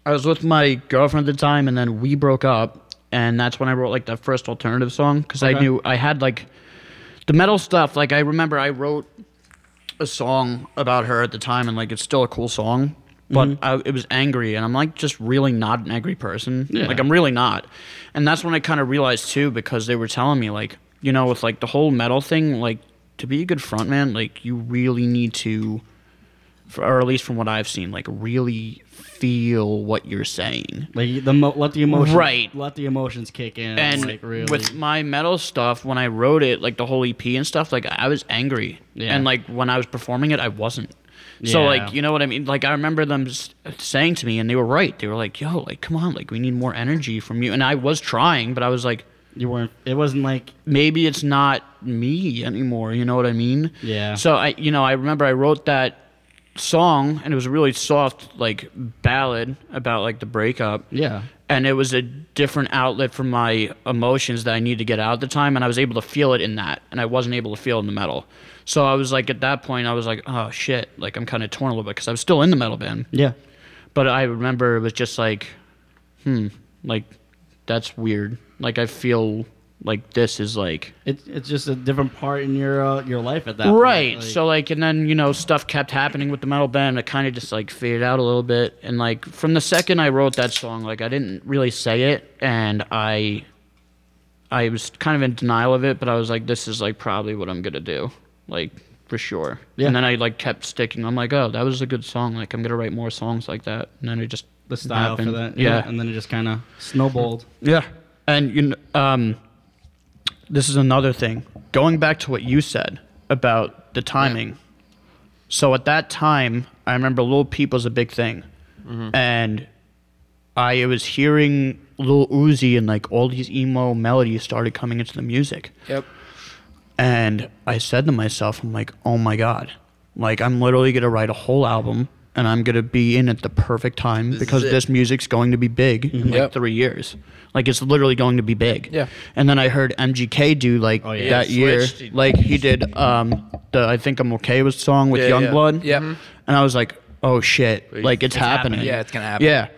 Speaker 3: i was with my girlfriend at the time and then we broke up and that's when i wrote like that first alternative song because i knew i had like the metal stuff like i remember i wrote a song about her at the time and like it's still a cool song but I, it was angry and i'm like just really not an angry person like i'm really not and that's when i kind of realized too because they were telling me like you know with like the whole metal thing like to be a good frontman like you really need to f- or at least from what I've seen, like really feel what you're saying.
Speaker 1: Like the mo- let the emotions
Speaker 3: Right.
Speaker 1: let the emotions kick in
Speaker 3: And
Speaker 1: like really
Speaker 3: with my metal stuff, when I wrote it, like the whole EP and stuff, like I was angry,
Speaker 1: Yeah.
Speaker 3: and like when I was performing it, I wasn't. So
Speaker 1: Yeah.
Speaker 3: like you know what I mean? Like I remember them s- saying to me, and they were right. They were like, "Yo, like come on, like we need more energy from you." And I was trying, but I was like,
Speaker 1: you weren't it wasn't like
Speaker 3: maybe it's not me anymore. You know what I mean?
Speaker 1: Yeah.
Speaker 3: So I, you know, I remember I wrote that song, and it was a really soft like ballad about like the breakup.
Speaker 1: Yeah.
Speaker 3: And it was a different outlet for my emotions that I needed to get out at the time, and I was able to feel it in that, and I wasn't able to feel it in the metal. So I was like, at that point, I was like, oh shit, like I'm kind of torn a little bit because I was still in the metal band.
Speaker 1: yeah
Speaker 3: But I remember it was just like, hmm, like that's weird. Like I feel like this is like
Speaker 1: it, it's just a different part in your uh, your life at that point,
Speaker 3: right.
Speaker 1: like-
Speaker 3: so like, and then you know stuff kept happening with the metal band. It kind of just like faded out a little bit. And like from the second I wrote that song, like I didn't really say it, and I, I was kind of in denial of it. But I was like, this is like probably what I'm gonna do, like for sure.
Speaker 1: Yeah.
Speaker 3: And then I like kept sticking. I'm like, oh, that was a good song. Like I'm gonna write more songs like that. And then it just
Speaker 1: the style for
Speaker 3: happened.
Speaker 1: that
Speaker 3: Yeah.
Speaker 1: and then it just kind of snowballed
Speaker 3: Yeah, and you kn- um, this is another thing. Going back to what you said about the timing. So at that time, I remember Lil Peep was a big thing, and I was hearing Lil Uzi and like all these emo melodies started coming into the music.
Speaker 5: Yep.
Speaker 3: And I said to myself, I'm like, oh my God. Like, I'm literally going to write a whole album and I'm going to be in at the perfect time because
Speaker 6: it.
Speaker 3: this music's going to be big in like
Speaker 5: Yep.
Speaker 3: three years. Like, it's literally going to be big.
Speaker 5: Yeah.
Speaker 3: And then I heard MGK do like
Speaker 5: Oh,
Speaker 1: yeah.
Speaker 3: that
Speaker 6: Yeah,
Speaker 3: year.
Speaker 6: switched. He-
Speaker 3: Like, he did um, the I Think I'm Okay was song with
Speaker 6: Yeah, yeah.
Speaker 3: Youngblood.
Speaker 5: Yep.
Speaker 3: And I was like, oh shit. Like, it's, happening.
Speaker 5: happening. Mm-hmm. Yeah, it's gonna happen.
Speaker 3: Yeah.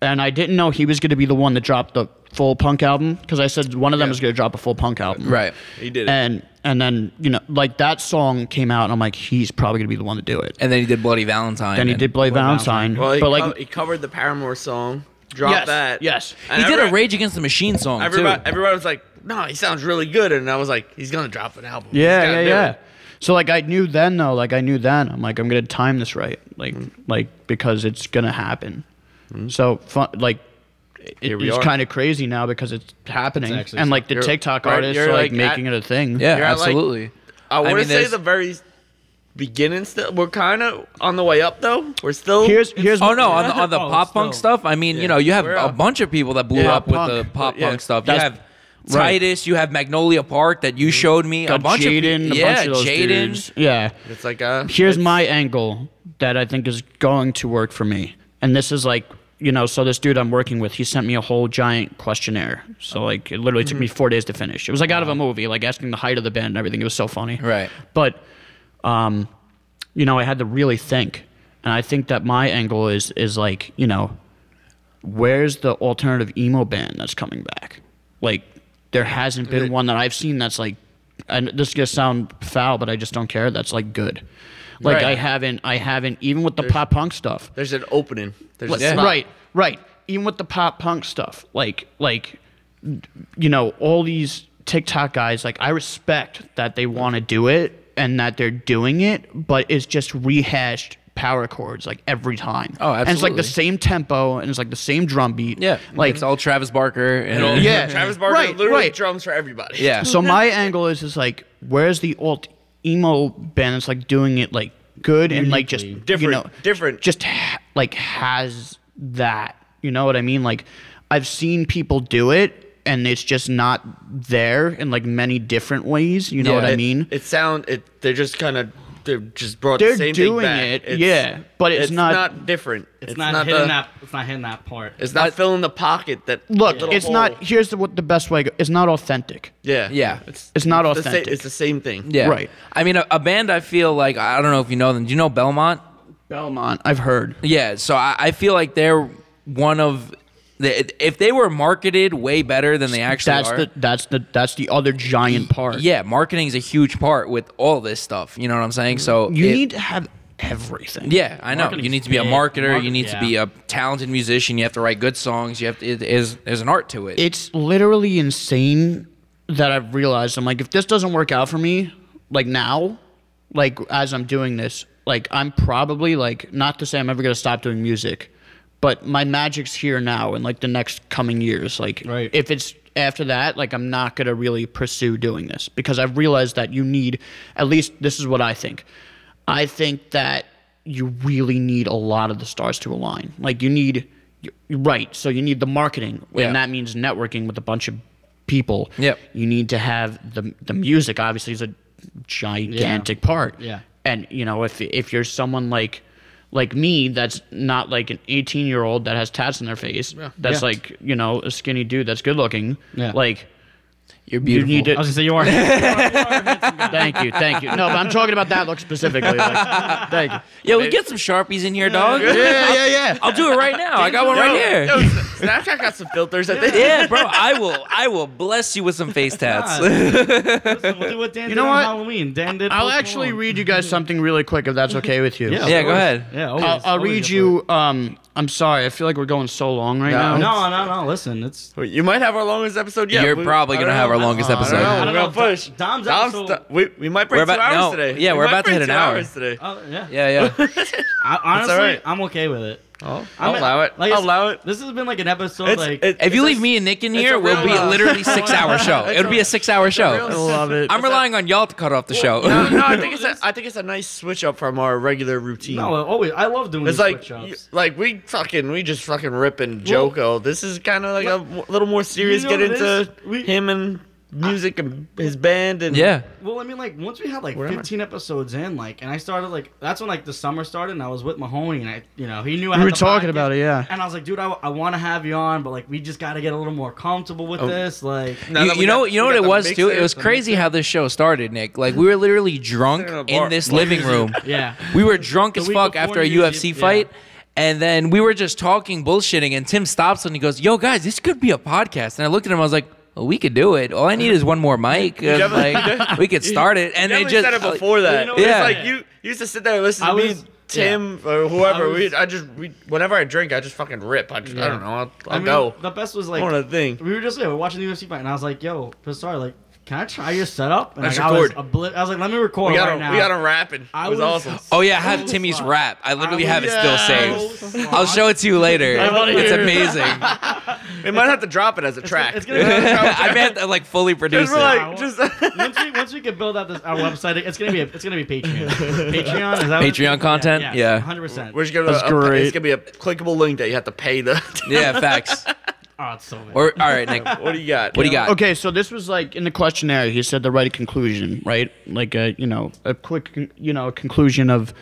Speaker 3: And I didn't know he was going to be the one that dropped the full punk album because I said one of them
Speaker 6: Yeah.
Speaker 3: was going to drop a full punk album.
Speaker 5: Right.
Speaker 6: He did it.
Speaker 3: And and then you know, like that song came out, and I'm like, he's probably gonna be the one to do it.
Speaker 5: And then he did Bloody Valentine.
Speaker 3: then he
Speaker 5: and-
Speaker 3: did play
Speaker 1: Valentine.
Speaker 3: Valentine,
Speaker 6: well, he,
Speaker 3: but
Speaker 6: co-
Speaker 3: like,
Speaker 6: he covered the Paramore song. Drop
Speaker 3: yes,
Speaker 6: that.
Speaker 3: yes.
Speaker 5: He
Speaker 6: And
Speaker 5: did a
Speaker 6: every-
Speaker 5: Rage Against the Machine song
Speaker 6: Everybody,
Speaker 5: too.
Speaker 6: everybody was like, "No, he sounds really good," and I was like, "He's gonna drop an album." He's
Speaker 3: Yeah,
Speaker 6: gotta
Speaker 3: yeah,
Speaker 6: do
Speaker 3: yeah.
Speaker 6: it."
Speaker 3: So like I knew then though, like I knew then. I'm like I'm gonna time this right, like
Speaker 6: Mm-hmm.
Speaker 3: like because it's gonna happen. So fun, like it,
Speaker 6: we
Speaker 3: it's
Speaker 6: are.
Speaker 3: kind of crazy now because it's happening,
Speaker 1: actually
Speaker 3: and like the
Speaker 6: you're-
Speaker 3: TikTok
Speaker 6: right,
Speaker 3: artists
Speaker 6: you're,
Speaker 3: are like,
Speaker 6: like, at-
Speaker 3: making it a thing.
Speaker 5: yeah,
Speaker 6: You're at, like-
Speaker 5: absolutely.
Speaker 6: I want to
Speaker 5: mean,
Speaker 6: say
Speaker 5: there's-
Speaker 6: the very beginning. Still, we're kind of on the way up, though. We're still
Speaker 3: Here's here's
Speaker 5: Oh no, on the,
Speaker 1: Imagine-
Speaker 5: on the
Speaker 1: oh,
Speaker 5: pop
Speaker 1: it's
Speaker 5: punk
Speaker 1: still-
Speaker 5: stuff. I mean, you know, you have
Speaker 6: We're
Speaker 5: a
Speaker 6: up.
Speaker 5: bunch of people that blew
Speaker 6: Yeah.
Speaker 5: up with
Speaker 3: Pop
Speaker 5: the
Speaker 3: punk.
Speaker 5: pop
Speaker 6: Yeah.
Speaker 5: punk stuff. You
Speaker 3: That's-
Speaker 5: have
Speaker 3: right. Mm-hmm.
Speaker 5: Titus. You have Magnolia Park that you showed me. A
Speaker 3: got
Speaker 5: bunch
Speaker 3: Jaden,
Speaker 5: of
Speaker 3: a
Speaker 5: pe- yeah,
Speaker 3: bunch of those dudes.
Speaker 5: Jaden.
Speaker 3: Yeah.
Speaker 6: It's like uh,
Speaker 3: here's
Speaker 6: it's-
Speaker 3: my angle that I think is going to work for me. And this is like, you know, so this dude I'm working with, he sent me a whole giant questionnaire. So like it literally took me 4 days to finish. It was like out of a movie, like asking the height of the band and everything. It was so funny.
Speaker 5: Right.
Speaker 3: But um you know, I had to really think. And I think that my angle is is like, you know, where's the alternative emo band that's coming back? Like, there hasn't been one that I've seen that's like, and this is gonna sound foul, but I just don't care. That's like good. Like
Speaker 6: Right.
Speaker 3: I haven't, I haven't even with the pop punk stuff.
Speaker 6: There's an opening. There's
Speaker 3: Like,
Speaker 6: a spot.
Speaker 3: Right, right. Even with the pop punk stuff, like, like, you know, all these TikTok guys, like, I respect that they want to do it and that they're doing it, but it's just rehashed power chords like every time.
Speaker 5: Oh,
Speaker 3: And it's like the
Speaker 5: absolutely.
Speaker 3: same tempo and it's like the same drum beat.
Speaker 5: Yeah,
Speaker 3: like
Speaker 5: like it's all Travis Barker and
Speaker 6: It'll-
Speaker 3: Yeah.
Speaker 6: Travis Barker
Speaker 3: Right,
Speaker 6: literally
Speaker 3: right.
Speaker 6: drums for everybody.
Speaker 5: yeah.
Speaker 3: so my angle is is like where's the alt emo band that's like doing it like good and like just
Speaker 6: Different-
Speaker 3: you know,
Speaker 6: different.
Speaker 3: just ha- like has that you know what i mean like i've seen people do it and it's just not there in like many different ways you know
Speaker 5: Yeah.
Speaker 3: what i
Speaker 6: It-
Speaker 3: mean
Speaker 6: it sound it. They're just kind of they're just brought
Speaker 3: They're
Speaker 6: the same
Speaker 3: doing
Speaker 6: thing back.
Speaker 3: it, yeah, but it's not-
Speaker 6: different.
Speaker 1: it's, not, hitting that it's not hitting that part
Speaker 6: It's not filling the pocket that
Speaker 3: look
Speaker 6: little
Speaker 3: it's
Speaker 6: hole.
Speaker 3: not here's the, what the best way to go. it's not authentic
Speaker 6: Yeah,
Speaker 5: Yeah.
Speaker 6: It's
Speaker 3: it's not
Speaker 6: the same,
Speaker 3: authentic
Speaker 6: it's the same thing.
Speaker 5: yeah,
Speaker 3: Right.
Speaker 5: I mean, a, a band I feel like I don't know if you know them. Do you know Belmont?
Speaker 3: belmont i've heard
Speaker 5: Yeah, so I, I feel like they're one of the if they were marketed way better than they actually
Speaker 3: that's
Speaker 5: are.
Speaker 3: the that's the that's the other giant part
Speaker 5: yeah, marketing is a huge part with all this stuff. You know what I'm saying? So
Speaker 3: you
Speaker 5: it-
Speaker 3: need to have everything
Speaker 5: Yeah, I know. You
Speaker 1: Marketing's
Speaker 5: need to be a
Speaker 1: big.
Speaker 5: marketer. you
Speaker 1: Market-
Speaker 5: need to be
Speaker 1: yeah.
Speaker 5: a talented musician. You have to write good songs. You have to. It is there's an art to it.
Speaker 3: it's literally insane that I've realized I'm like, if this doesn't work out for me, like now, like as I'm doing this, like I'm probably like not to say I'm ever gonna stop doing music, but my magic's here now and like the next coming years. Like
Speaker 1: Right.
Speaker 3: if it's after that, like I'm not gonna really pursue doing this because I've realized that you need at least this is what I think. I think that you really need a lot of the stars to align. Like you need you- right, so you need the marketing,
Speaker 5: Yeah.
Speaker 3: and that means networking with a bunch of people.
Speaker 5: Yep.
Speaker 3: You need to have the the music obviously is a gigantic part.
Speaker 1: Yeah.
Speaker 3: And you know, if if you're someone like like me that's not like an 18 year old that has tats on their face that's
Speaker 1: Yeah.
Speaker 3: like you know a skinny dude that's good looking
Speaker 1: Yeah.
Speaker 3: like
Speaker 5: You're
Speaker 3: you
Speaker 5: beautiful.
Speaker 3: need
Speaker 1: I
Speaker 3: to
Speaker 1: was gonna say you are.
Speaker 3: thank you thank you no but i'm talking about that look specifically like, thank you
Speaker 5: yeah, we get some sharpies in here, dog.
Speaker 3: yeah yeah yeah
Speaker 5: I'll do it right now. I got one right here.
Speaker 6: Snapchat got some filters. I think.
Speaker 5: yeah, bro. I will. I will bless you with some face tats.
Speaker 1: Listen, we'll do what Dan
Speaker 3: You
Speaker 1: did
Speaker 3: know
Speaker 1: on
Speaker 3: what?
Speaker 1: Halloween. Dan did.
Speaker 3: i'll
Speaker 1: Post
Speaker 3: actually
Speaker 1: Malone.
Speaker 3: read you guys something really quick if that's okay with you
Speaker 1: of
Speaker 5: Yeah, go
Speaker 1: course.
Speaker 5: ahead.
Speaker 1: Yeah, always,
Speaker 3: I'll, I'll read
Speaker 1: always go
Speaker 3: you. Um, I'm sorry. I feel like we're going so long right
Speaker 1: for
Speaker 3: now.
Speaker 1: it. No, no, no. Listen, it's.
Speaker 6: Wait, You might have our longest episode yet.
Speaker 5: You're
Speaker 6: We-
Speaker 5: probably
Speaker 6: I
Speaker 5: gonna
Speaker 6: don't
Speaker 5: have
Speaker 6: know.
Speaker 5: our longest
Speaker 1: I don't
Speaker 5: episode.
Speaker 6: No, we're gonna
Speaker 1: know.
Speaker 6: push.
Speaker 1: Dom's
Speaker 6: Dom's
Speaker 1: episode-
Speaker 6: th- we, we might break
Speaker 5: We're
Speaker 6: two
Speaker 5: about-
Speaker 6: hours
Speaker 5: no.
Speaker 6: today.
Speaker 5: Yeah,
Speaker 6: We
Speaker 5: we're
Speaker 6: might
Speaker 5: about to
Speaker 6: break
Speaker 5: hit
Speaker 6: two
Speaker 5: an hour.
Speaker 6: hours today.
Speaker 1: Oh yeah.
Speaker 5: Yeah, yeah.
Speaker 1: I, honestly,
Speaker 6: all right.
Speaker 1: I'm okay with it.
Speaker 3: Oh,
Speaker 6: I'll,
Speaker 1: I'm-
Speaker 6: allow it.
Speaker 1: like I
Speaker 6: I'll
Speaker 1: s-
Speaker 6: allow it.
Speaker 1: This has been like an episode.
Speaker 6: It's,
Speaker 1: like
Speaker 6: it-
Speaker 5: If you
Speaker 6: it's
Speaker 5: leave
Speaker 6: a-
Speaker 5: me and Nick in
Speaker 6: it's
Speaker 5: here,
Speaker 6: a
Speaker 5: we'll
Speaker 6: real
Speaker 5: be
Speaker 6: love.
Speaker 5: literally six hour show. It would be a six hour
Speaker 6: real- I
Speaker 5: show.
Speaker 6: love
Speaker 3: it.
Speaker 5: I'm relying on y'all to cut off the show.
Speaker 6: No, no, I think it's a, I think it's a nice switch up from our regular routine.
Speaker 1: no, always. I love doing
Speaker 6: it's
Speaker 1: these
Speaker 6: like
Speaker 1: switch ups.
Speaker 6: you- like we fucking we just fucking rip and joke. oh, this is kind of like a w- little more serious.
Speaker 1: know
Speaker 6: get
Speaker 1: what it
Speaker 6: into
Speaker 1: is? We-
Speaker 6: him and music and his band and
Speaker 5: Yeah.
Speaker 1: Well, I mean, like once we had like
Speaker 6: Whatever.
Speaker 1: 15 episodes in, like, and I started like that's when like the summer started, and I was with Mahoney, and I, you know, he knew I
Speaker 3: We
Speaker 1: had
Speaker 3: were
Speaker 1: the
Speaker 3: talking
Speaker 1: podcast,
Speaker 3: about it, yeah.
Speaker 1: And I was like, dude, I, want to have you on, but like we just got to get a little more comfortable
Speaker 3: Oh.
Speaker 1: with this, like.
Speaker 6: Now
Speaker 5: you
Speaker 6: that we
Speaker 5: you know
Speaker 6: got-
Speaker 5: you
Speaker 6: we
Speaker 5: know what
Speaker 6: got
Speaker 5: it
Speaker 6: the
Speaker 5: was too. It
Speaker 6: mixer,
Speaker 5: was
Speaker 6: the
Speaker 5: crazy how this show started, Nick. Like we were literally drunk
Speaker 6: in a bar-
Speaker 5: in this living room.
Speaker 1: Yeah.
Speaker 5: We were drunk as
Speaker 1: week
Speaker 5: fuck
Speaker 1: before
Speaker 5: after a
Speaker 1: New Year's
Speaker 5: UFC
Speaker 1: Eve, yeah.
Speaker 5: fight. And then we were just talking, bullshitting, and Tim stops and he goes, "Yo, guys, this could be a podcast." And I looked at him, I was like, well, "We could do it. All I need is one more mic. And,
Speaker 6: definitely-
Speaker 5: like, we could start it." And
Speaker 6: You
Speaker 5: it just
Speaker 6: said it before that.
Speaker 1: you know,
Speaker 5: yeah.
Speaker 6: It's like you, you used to sit there and listen
Speaker 1: I
Speaker 6: to me,
Speaker 1: was-
Speaker 6: Tim, or whoever.
Speaker 1: I was-
Speaker 6: we, I just, we, whenever I drink, I just fucking rip. I, just, I don't know. I'll, I'll
Speaker 1: I mean,
Speaker 6: go.
Speaker 1: The best was
Speaker 6: I want
Speaker 1: like
Speaker 6: a thing.
Speaker 1: we were just yeah, we were watching the UFC fight, and I was like, yo, Pissar, like, can I try your setup? And
Speaker 6: Let's
Speaker 1: like, I was
Speaker 6: record.
Speaker 1: obli- I was like, let me record
Speaker 6: We got
Speaker 1: right
Speaker 6: him.
Speaker 1: now.
Speaker 6: We got him rapping. It
Speaker 1: I
Speaker 6: was, awesome.
Speaker 5: Oh yeah, I have
Speaker 1: so
Speaker 5: Timmy's
Speaker 1: fucked.
Speaker 5: rap. I literally
Speaker 1: I
Speaker 5: have it still
Speaker 6: was
Speaker 5: saved.
Speaker 1: so
Speaker 5: I'll show it to you later.
Speaker 6: wanna
Speaker 5: It's
Speaker 6: hear it.
Speaker 5: amazing.
Speaker 6: We might have to drop it as a track.
Speaker 1: It's gonna be
Speaker 5: I meant to, like fully
Speaker 6: Because
Speaker 5: produce it.
Speaker 6: we're
Speaker 1: Wow.
Speaker 6: like, just
Speaker 1: once we once we can build out this our website, it's gonna be a, it's gonna be Patreon. Patreon is that what it's-
Speaker 5: Patreon content? Yeah.
Speaker 1: hundred percent.
Speaker 6: we're just gonna.
Speaker 3: That's
Speaker 6: a- a-
Speaker 3: great.
Speaker 6: It's gonna be a clickable link that you have to pay the.
Speaker 5: Yeah, facts.
Speaker 1: Oh, it's so bad.
Speaker 5: Or all right, Nick.
Speaker 6: what do you got?
Speaker 5: What do you got?
Speaker 3: Okay, so this was like in the questionnaire. He said the right conclusion, right? Like a you know a quick you know conclusion of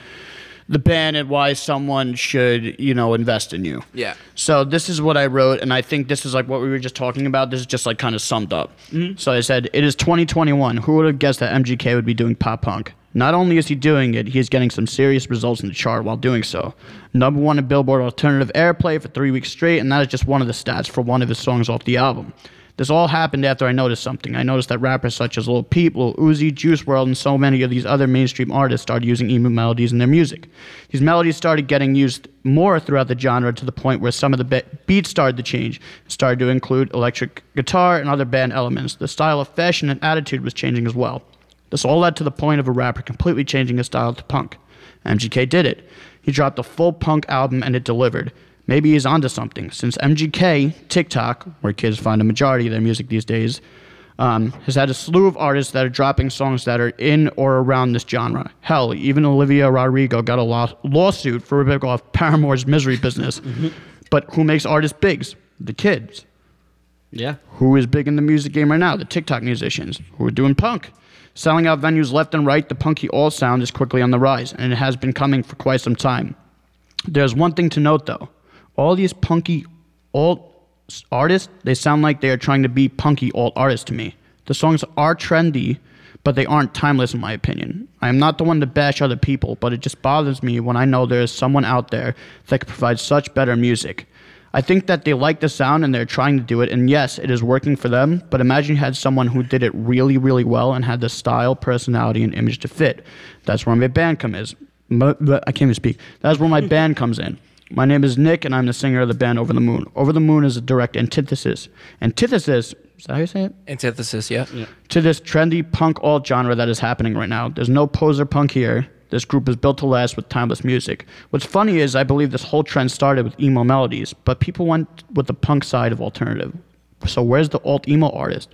Speaker 3: the ban and why someone should you know invest in you.
Speaker 5: Yeah.
Speaker 3: So this is what I wrote, and I think this is like what we were just talking about. This is just like kind of summed up. So I said, "It is 2021. Who would have guessed that MGK would be doing pop punk? Not only is he doing it, he is getting some serious results in the chart while doing so. Number one in Billboard Alternative Airplay for three weeks straight, and that is just one of the stats for one of his songs off the album." This all happened after I noticed something. I noticed that rappers such as Lil Peep, Lil Uzi, Juice World, and so many of these other mainstream artists started using emo melodies in their music. These melodies started getting used more throughout the genre to the point where some of the be- beats started to change, started to include electric guitar and other band elements. The style of fashion and attitude was changing as well. This all led to the point of a rapper completely changing his style to punk. MGK did it. He dropped a full punk album and it delivered. Maybe he's onto something. Since MGK, TikTok, where kids find a majority of their music these days, um, has had a slew of artists that are dropping songs that are in or around this genre. Hell, even Olivia Rodrigo got a law- lawsuit for ripping off Paramore's misery business. But who makes artists bigs? The kids
Speaker 1: yeah.
Speaker 3: who is big in the music game right now, the TikTok musicians who are doing punk. Selling out venues left and right, the punky all sound is quickly on the rise, and it has been coming for quite some time. There's one thing to note though all these punky alt s- artists, they sound like they are trying to be punky alt artists to me. The songs are trendy, but they aren't timeless in my opinion. I am not the one to bash other people, but it just bothers me when I know there is someone out there that can provide such better music. I think that they like the sound and they're trying to do it, and yes, it is working for them. But imagine you had someone who did it really, really well and had the style, personality, and image to fit. That's where my band come is. M- but I can't even speak. That's where my band comes in. My name is Nick, and I'm the singer of the band Over the Moon. Over the Moon is a direct antithesis. Antithesis. Is that how you say it?
Speaker 5: Antithesis, yeah.
Speaker 3: to this trendy punk alt genre that is happening right now. There's no poser punk here. This group is built to last with timeless music. What's funny is I believe this whole trend started with emo melodies, but people went with the punk side of alternative. So where's the alt emo artist?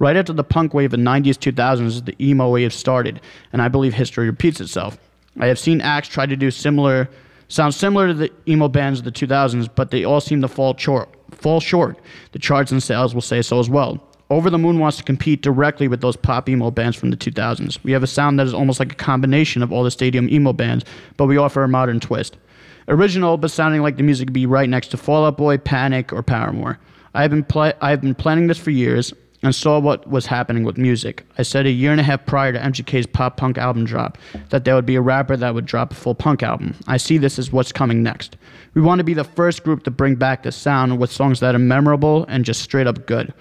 Speaker 3: Right after the punk wave in 90s 2000s, the emo wave started, and I believe history repeats itself. I have seen acts try to do similar sounds similar to the emo bands of the 2000s, but they all seem to fall short. Fall short. The charts and sales will say so as well. Over the Moon wants to compete directly with those pop emo bands from the 2000s. We have a sound that is almost like a combination of all the stadium emo bands, but we offer a modern twist. Original, but sounding like the music would be right next to Fall Out Boy, Panic, or Paramore. I have been pla I have been planning this for years and saw what was happening with music. I said a year and a half prior to MGK's pop punk album drop that there would be a rapper that would drop a full punk album. I see this as what's coming next. We want to be the first group to bring back this sound with songs that are memorable and just straight up good.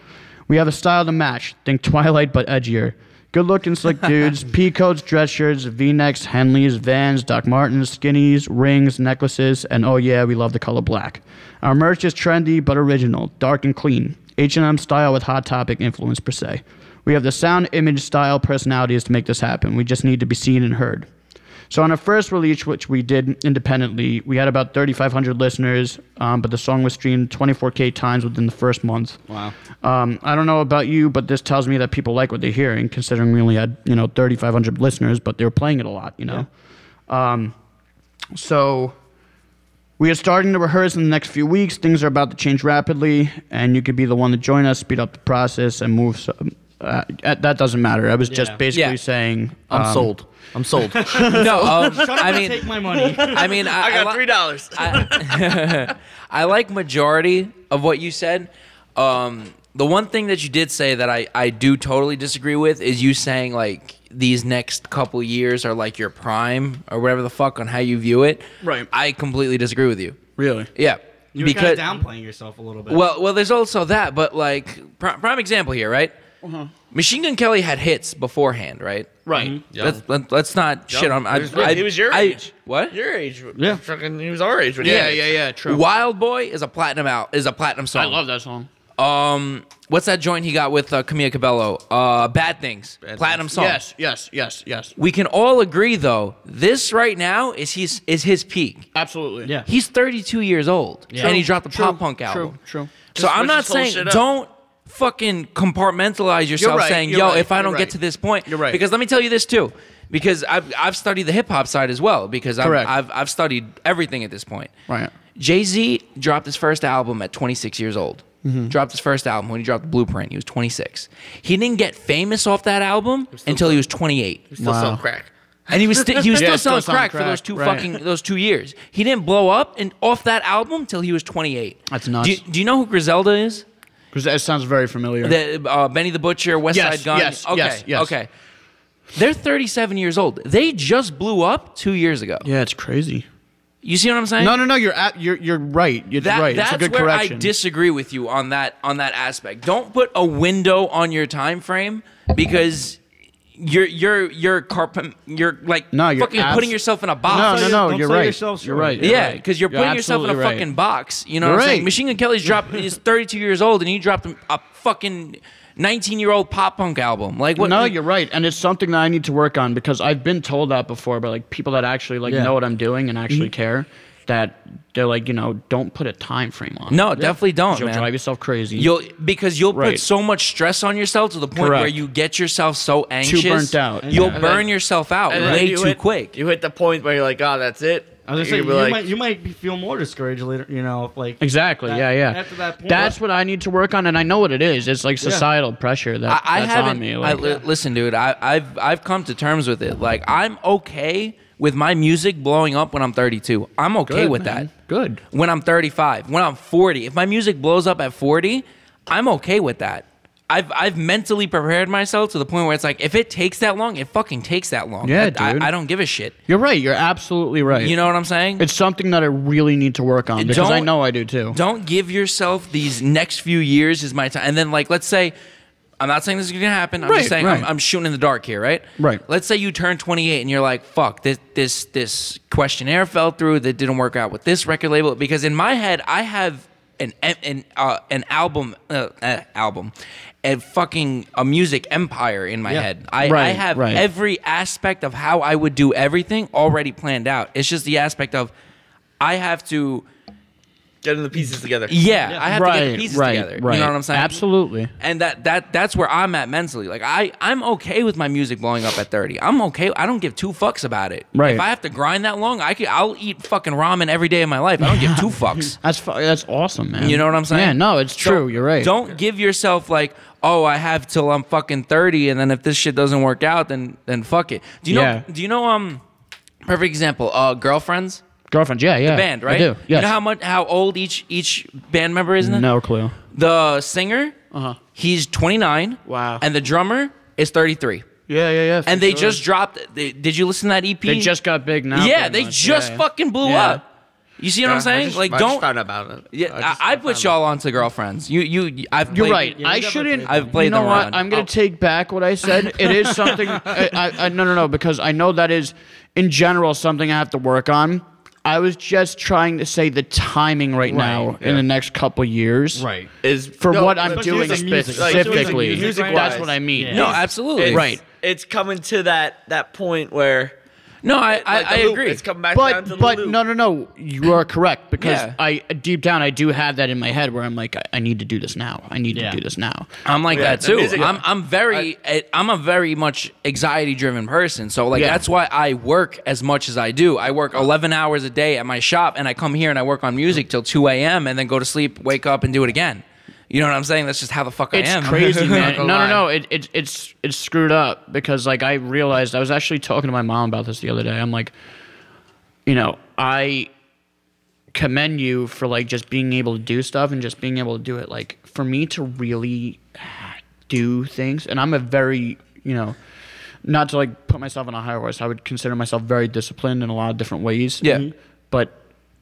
Speaker 3: We have a style to match. Think Twilight but edgier. Good looking slick dudes, pea coats, dress shirts, v necks, Henleys, Vans, Doc Martens, skinnies, rings, necklaces, and oh yeah, we love the color black. Our merch is trendy but original, dark and clean. H&M style with Hot Topic influence per se. We have the sound, image, style, personalities to make this happen. We just need to be seen and heard. So on our first release, which we did independently, we had about 3,500 listeners, um, but the song was streamed 24k times within the first month. Wow. Um, I don't know about you, but this tells me that people like what they're hearing, considering we only had you know 3,500 listeners, but they were playing it a lot, you know. Um, so we are starting to rehearse in the next few weeks. Things are about to change rapidly, and you could be the one to join us, speed up the process, and move. So, uh, that doesn't matter. I was just
Speaker 1: Yeah.
Speaker 3: basically
Speaker 5: Yeah.
Speaker 3: saying
Speaker 4: I'm
Speaker 3: um,
Speaker 4: sold. I'm sold.
Speaker 5: No, um, I
Speaker 1: I
Speaker 5: mean,
Speaker 1: take my money.
Speaker 5: I mean, I, I li-
Speaker 6: dollars.
Speaker 5: I, I like majority of what you said. Um, the one thing that you did say that I, I do totally disagree with is you saying like these next couple years are like your prime or whatever the fuck on how you view it.
Speaker 3: Right.
Speaker 5: I completely disagree with you.
Speaker 3: Really?
Speaker 5: Yeah.
Speaker 1: You were kind of downplaying yourself a little bit.
Speaker 5: Well, well, there's also that, but like prime, prime example here, right? Machine Gun Kelly had hits beforehand, right?
Speaker 3: Right.
Speaker 5: Let's, let, let's not shit on. I,
Speaker 6: He was-
Speaker 5: I-
Speaker 6: he was your
Speaker 5: I-
Speaker 6: age.
Speaker 5: What?
Speaker 6: Your age.
Speaker 1: Yeah.
Speaker 6: Fucking, he was our age. When
Speaker 3: Yeah, yeah, yeah. True.
Speaker 5: Wild Boy is a platinum out is a platinum song.
Speaker 3: I love that song.
Speaker 5: Um, what's that joint he got with uh, Camila Cabello? Uh, Bad Things, platinum song.
Speaker 3: Yes, yes, yes, yes.
Speaker 5: We can all agree though, this right now is his is his peak.
Speaker 3: Absolutely.
Speaker 1: yeah.
Speaker 5: He's 32 years old, and he dropped a
Speaker 3: True,
Speaker 5: pop punk album.
Speaker 3: True. True.
Speaker 5: So I'm not
Speaker 6: switch this whole
Speaker 5: saying
Speaker 6: shit up.
Speaker 5: don't fucking compartmentalize yourself
Speaker 3: right,
Speaker 5: saying,
Speaker 3: you're
Speaker 5: yo,
Speaker 3: right,
Speaker 5: if I
Speaker 3: you're
Speaker 5: don't
Speaker 3: right.
Speaker 5: get to this point,
Speaker 3: You're right.
Speaker 5: Because let me tell you this too, because I've I've studied the hip hop side as well, because I've,
Speaker 3: Correct.
Speaker 5: I've I've studied everything at this point.
Speaker 3: Right.
Speaker 5: Jay Z dropped his first album at 26 years old.
Speaker 3: Mm-hmm.
Speaker 5: Dropped his first album when he dropped Blueprint. He was 26. He didn't get famous off that album until he was 28,
Speaker 6: Still
Speaker 3: Wow.
Speaker 6: sell crack.
Speaker 5: and he was sti- he was
Speaker 3: Yeah, still
Speaker 5: still selling
Speaker 3: selling
Speaker 5: crack, for
Speaker 3: crack,
Speaker 5: those two
Speaker 3: right.
Speaker 5: fucking those two years. He didn't blow up and off that album till he was 28.
Speaker 3: That's
Speaker 5: Do
Speaker 3: nuts.
Speaker 5: you- Do, you know who Griselda is?
Speaker 3: Because that sounds very familiar.
Speaker 5: The, uh, Benny the Butcher, West
Speaker 3: Yes,
Speaker 5: Side Gun.
Speaker 3: yes,
Speaker 5: okay,
Speaker 3: yes, yes.
Speaker 5: okay. They're 37 years old. They just blew up two years ago.
Speaker 3: yeah, it's crazy.
Speaker 5: You see what I'm saying?
Speaker 3: No, no, no. You're at, you're you're right. You're
Speaker 5: That,
Speaker 3: right.
Speaker 5: That's
Speaker 3: it's a good
Speaker 5: where
Speaker 3: correction.
Speaker 5: I disagree with you on that on that aspect. Don't put a window on your time frame because you're you're you're carp- you're like
Speaker 3: No, you're
Speaker 5: fucking
Speaker 3: abs-
Speaker 5: putting yourself in a
Speaker 3: no,
Speaker 5: box.
Speaker 3: no,
Speaker 1: Don't
Speaker 3: no.
Speaker 1: sell
Speaker 3: You're right.
Speaker 1: yourself
Speaker 3: You're
Speaker 1: short.
Speaker 3: right. you're
Speaker 5: Yeah,
Speaker 3: right.
Speaker 5: because you're putting yourself in a
Speaker 3: absolutely
Speaker 5: fucking
Speaker 3: right.
Speaker 5: box. You know
Speaker 3: You're
Speaker 5: what I'm saying?
Speaker 3: right.
Speaker 5: Machine Gun Kelly's dropped is 32 years old, and he dropped a fucking 19 year old pop punk album. Like what?
Speaker 3: No, you're right, and it's something that I need to work on because I've been told that before by like people that actually like
Speaker 1: Yeah.
Speaker 3: know what I'm doing and actually
Speaker 5: Mm-hmm.
Speaker 3: care. That they're like, you know, don't put a time frame on.
Speaker 5: No,
Speaker 3: it.
Speaker 5: definitely don't,
Speaker 3: You'll
Speaker 5: man.
Speaker 3: drive yourself crazy.
Speaker 5: You'll because you'll put
Speaker 3: Right.
Speaker 5: so much stress on yourself to the point where
Speaker 3: Correct.
Speaker 5: you get yourself so anxious,
Speaker 3: burnt out.
Speaker 5: You'll
Speaker 3: Yeah.
Speaker 5: burn yourself out
Speaker 6: And then
Speaker 5: way
Speaker 6: you
Speaker 5: too
Speaker 6: hit-
Speaker 5: quick.
Speaker 6: You hit the point where you're like, oh, that's it.
Speaker 1: I
Speaker 6: You're
Speaker 1: was gonna say you
Speaker 6: gonna be like,
Speaker 1: might you might be- feel more discouraged later. You know, if like
Speaker 3: Exactly.
Speaker 1: that-
Speaker 3: yeah, yeah.
Speaker 1: After that point,
Speaker 3: that's what I need to work on, and I know what it is. It's like societal pressure that,
Speaker 5: I, I
Speaker 3: that's
Speaker 5: haven't.
Speaker 3: on me.
Speaker 5: I,
Speaker 3: Like,
Speaker 5: li- listen, dude. I, I've I've come to terms with it. Like I'm okay with my music blowing up when I'm 32. I'm okay
Speaker 3: good,
Speaker 5: with
Speaker 3: man.
Speaker 5: that.
Speaker 3: Good.
Speaker 5: When I'm 35, when I'm 40, if my music blows up at 40, I'm okay with that. I've I've mentally prepared myself to the point where it's like if it takes that long, it fucking takes that long.
Speaker 3: Yeah,
Speaker 5: I,
Speaker 3: dude.
Speaker 5: I, I don't give a shit.
Speaker 3: You're right. You're absolutely right.
Speaker 5: You know what I'm saying?
Speaker 3: It's something that I really need to work on because I
Speaker 5: Don't-
Speaker 3: know I do too.
Speaker 5: don't give yourself these next few years is my time. And then, like, let's say, I'm not saying this is gonna happen. I'm
Speaker 3: Right,
Speaker 5: just saying I'm,
Speaker 3: right.
Speaker 5: I'm shooting in the dark here, right?
Speaker 3: Right.
Speaker 5: Let's say you turn 28 and you're like, "Fuck this, this, this questionnaire fell through. That didn't work out with this record label." Because in my head, I have an em- an uh, an album uh, uh, album, and fucking a music empire in my head. I, I
Speaker 3: Right,
Speaker 5: have
Speaker 3: right.
Speaker 5: every aspect of how I would do everything already planned out. It's just the aspect of I have to.
Speaker 6: Getting the pieces together.
Speaker 5: Yeah, I have to get
Speaker 3: right,
Speaker 5: the pieces
Speaker 3: right,
Speaker 5: together.
Speaker 3: right.
Speaker 5: You know what I'm saying?
Speaker 3: Absolutely.
Speaker 5: And that that that's where I'm at mentally. Like I I'm okay with my music blowing up at 30. I'm okay. I don't give two fucks about it.
Speaker 3: Right.
Speaker 5: If I have to grind that long, I could, I'll eat fucking ramen every day of my life. I don't give two fucks.
Speaker 3: That's fu- that's awesome, man.
Speaker 5: You know what I'm saying?
Speaker 3: Yeah, no, it's
Speaker 5: So
Speaker 3: true. You're right.
Speaker 5: Don't give yourself like, oh, I have till I'm fucking 30, and then if this shit doesn't work out, then then fuck it. Do you
Speaker 3: Yeah.
Speaker 5: know? Do you know? Um, perfect example. Uh, girlfriends
Speaker 3: girlfriend. Yeah, yeah.
Speaker 5: band, right?
Speaker 3: I do. Yes.
Speaker 5: You know how much how old each each band member is now?
Speaker 3: no clue.
Speaker 5: The singer,
Speaker 3: Uh-huh.
Speaker 5: he's 29.
Speaker 3: Wow.
Speaker 5: And the drummer is 33.
Speaker 3: Yeah, yeah, yeah.
Speaker 5: And they just dropped. They, did you listen to that EP?
Speaker 3: they just got big now.
Speaker 5: yeah,
Speaker 3: pretty
Speaker 5: they
Speaker 3: much.
Speaker 5: just
Speaker 3: Yeah, yeah.
Speaker 5: fucking blew
Speaker 3: Yeah.
Speaker 5: up. You see what I'm saying? like,
Speaker 6: I
Speaker 5: don't.
Speaker 6: Just found out about it.
Speaker 5: yeah, I,
Speaker 6: just
Speaker 5: I, put y'all onto girlfriends. You, you, I've.
Speaker 3: You're
Speaker 5: played-
Speaker 3: right.
Speaker 1: yeah,
Speaker 3: I
Speaker 1: you got my
Speaker 3: shouldn't.
Speaker 1: favorite.
Speaker 5: I've played
Speaker 3: You know
Speaker 5: them
Speaker 3: what?
Speaker 5: around. Oh.
Speaker 3: I'm gonna
Speaker 5: I'll-
Speaker 3: take back what I said. It is something. I, I, I no no no because I know that is in general something I have to work on. I was just trying to say the timing right, now in the next couple years.
Speaker 1: Right.
Speaker 6: is
Speaker 3: For
Speaker 6: no,
Speaker 3: what I'm
Speaker 6: but
Speaker 3: doing
Speaker 1: especially with the music, like,
Speaker 3: specifically,
Speaker 1: music, right?
Speaker 3: that's what I mean.
Speaker 1: Yeah.
Speaker 5: No, absolutely.
Speaker 6: it's-
Speaker 3: Right.
Speaker 6: It's coming to that that point where
Speaker 5: No, I, I,
Speaker 6: like, the
Speaker 5: I
Speaker 6: loop,
Speaker 5: agree.
Speaker 6: It's coming back down to the
Speaker 3: but but
Speaker 6: loop.
Speaker 3: no no no you are correct because
Speaker 5: Yeah.
Speaker 3: I deep down I do have that in my head where I'm like I, I need to do this now I need
Speaker 1: Yeah.
Speaker 3: to do this now
Speaker 5: I'm like that
Speaker 6: the
Speaker 5: too.
Speaker 6: music-
Speaker 5: I'm I'm very I, am a very much anxiety driven person. So like
Speaker 3: Yeah.
Speaker 5: that's why I work as much as I do. I work 11 hours a day at my shop, and I come here and I work on music till 2 a.m. and then go to sleep, wake up, and do it again. You know what I'm saying? That's just how the fuck
Speaker 3: it's
Speaker 5: I am.
Speaker 3: crazy
Speaker 5: I'm not
Speaker 3: man no
Speaker 5: gonna
Speaker 3: no
Speaker 5: lie.
Speaker 3: no it, it it's it's screwed up because like I realized I was actually talking to my mom about this the other day I'm like you know I commend you for like just being able to do stuff and just being able to do it like for me to really do things and i'm a very you know not to like put myself on a high horse i would consider myself very disciplined in a lot of different ways
Speaker 5: Yeah. Mhm.
Speaker 3: but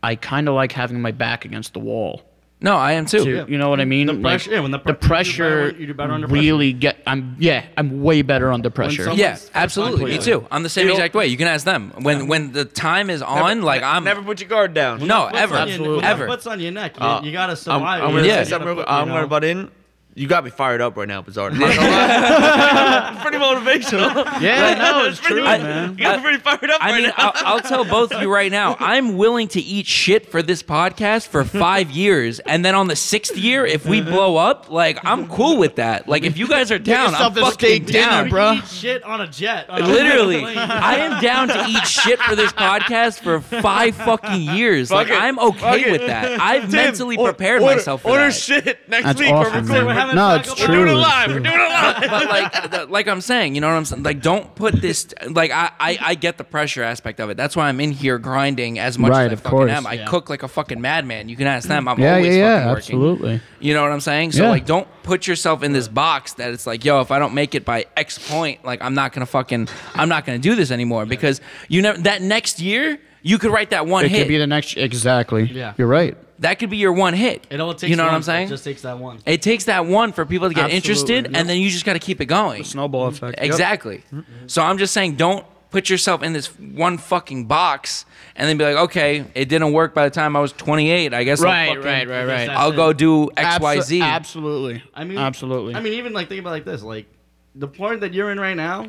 Speaker 3: i kind of like having my back against the wall
Speaker 5: No, I am too.
Speaker 3: to- you know what i mean Like,
Speaker 1: pressure- yeah, when the
Speaker 3: the
Speaker 1: pressure-
Speaker 3: pressure
Speaker 1: you do better- you do better under pressure.
Speaker 3: really get i'm yeah i'm way better under pressure
Speaker 1: someone-
Speaker 5: Yeah,
Speaker 1: Someone's-
Speaker 5: absolutely. Me
Speaker 1: Completely.
Speaker 5: too. I'm the same exact way. You can ask them when when the time is on. like I'm
Speaker 6: never put your guard down.
Speaker 5: no
Speaker 1: What's
Speaker 5: ever
Speaker 1: on your-
Speaker 3: Absolutely.
Speaker 5: ever.
Speaker 1: What's on your neck? You,
Speaker 6: Uh,
Speaker 1: you gotta
Speaker 6: I'm,
Speaker 1: survive.
Speaker 6: I'm gonna
Speaker 5: Yeah.
Speaker 6: say something real quick. I'm
Speaker 1: You know.
Speaker 6: gonna butt in. You got me fired up right now, Bizarre. I'm not gonna lie. pretty motivational.
Speaker 3: yeah no it's
Speaker 6: pretty
Speaker 3: true
Speaker 6: much-
Speaker 3: man
Speaker 6: You got me pretty fired up
Speaker 5: I
Speaker 6: right
Speaker 5: mean,
Speaker 6: now.
Speaker 5: I'll, I'll tell both of you right now. I'm willing to eat shit for this podcast for five years, and then on the sixth year, if we
Speaker 6: Uh-huh.
Speaker 5: blow up, like I'm cool with that. Like if you guys are down, I'm
Speaker 3: yourself a
Speaker 5: fucking
Speaker 3: steak dinner,
Speaker 5: down,
Speaker 3: bro.
Speaker 1: Eat shit on a jet. on a
Speaker 5: Literally,
Speaker 1: plane.
Speaker 5: I am down to eat shit for this podcast for five fucking years. like
Speaker 6: it.
Speaker 5: I'm okay with that. I've mentally prepared myself for
Speaker 6: order
Speaker 5: that.
Speaker 6: shit next
Speaker 3: that's
Speaker 6: week.
Speaker 3: awesome
Speaker 1: recording. We're
Speaker 3: man.
Speaker 1: having
Speaker 3: no
Speaker 1: Taco
Speaker 3: it's
Speaker 1: Bell.
Speaker 3: true
Speaker 6: We're doing it
Speaker 3: it's
Speaker 6: live.
Speaker 3: true.
Speaker 6: We're doing it live.
Speaker 5: but like th- like I'm saying, you know what I'm saying? Like don't put this like I, I, I get the pressure aspect of it. That's why I'm in here grinding as much
Speaker 3: Right,
Speaker 5: as I
Speaker 3: of
Speaker 5: fucking
Speaker 3: course.
Speaker 5: am. I
Speaker 3: Yeah.
Speaker 5: cook like a fucking madman. You can ask them. I'm
Speaker 3: yeah yeah
Speaker 5: always fucking
Speaker 3: yeah
Speaker 5: working.
Speaker 3: absolutely
Speaker 5: You know what I'm saying? So
Speaker 3: Yeah.
Speaker 5: like don't put yourself in this box that it's like, yo, if I don't make it by X point, like I'm not gonna fucking I'm not gonna do this anymore because you never that next year you could write that one
Speaker 3: it
Speaker 5: hit.
Speaker 3: could be the next exactly
Speaker 1: Yeah.
Speaker 3: you're right
Speaker 5: that could be your one hit.
Speaker 1: It all takes.
Speaker 5: you know what
Speaker 1: one.
Speaker 5: I'm saying?
Speaker 1: It just takes that one.
Speaker 5: it takes that one for people to get
Speaker 3: Absolutely.
Speaker 5: interested, and then you just got to keep it going.
Speaker 3: snowball effect
Speaker 5: Exactly.
Speaker 3: Mm-hmm.
Speaker 5: So I'm just saying, don't put yourself in this one fucking box and then be like, okay, it didn't work by the time I was 28. I guess
Speaker 3: Right,
Speaker 5: I'll, fucking-
Speaker 3: right, right, right.
Speaker 5: I'll go do X, Y, Z.
Speaker 3: Absolutely.
Speaker 1: I mean,
Speaker 3: absolutely.
Speaker 1: I mean, even like think about it like this, like the point that you're in right now.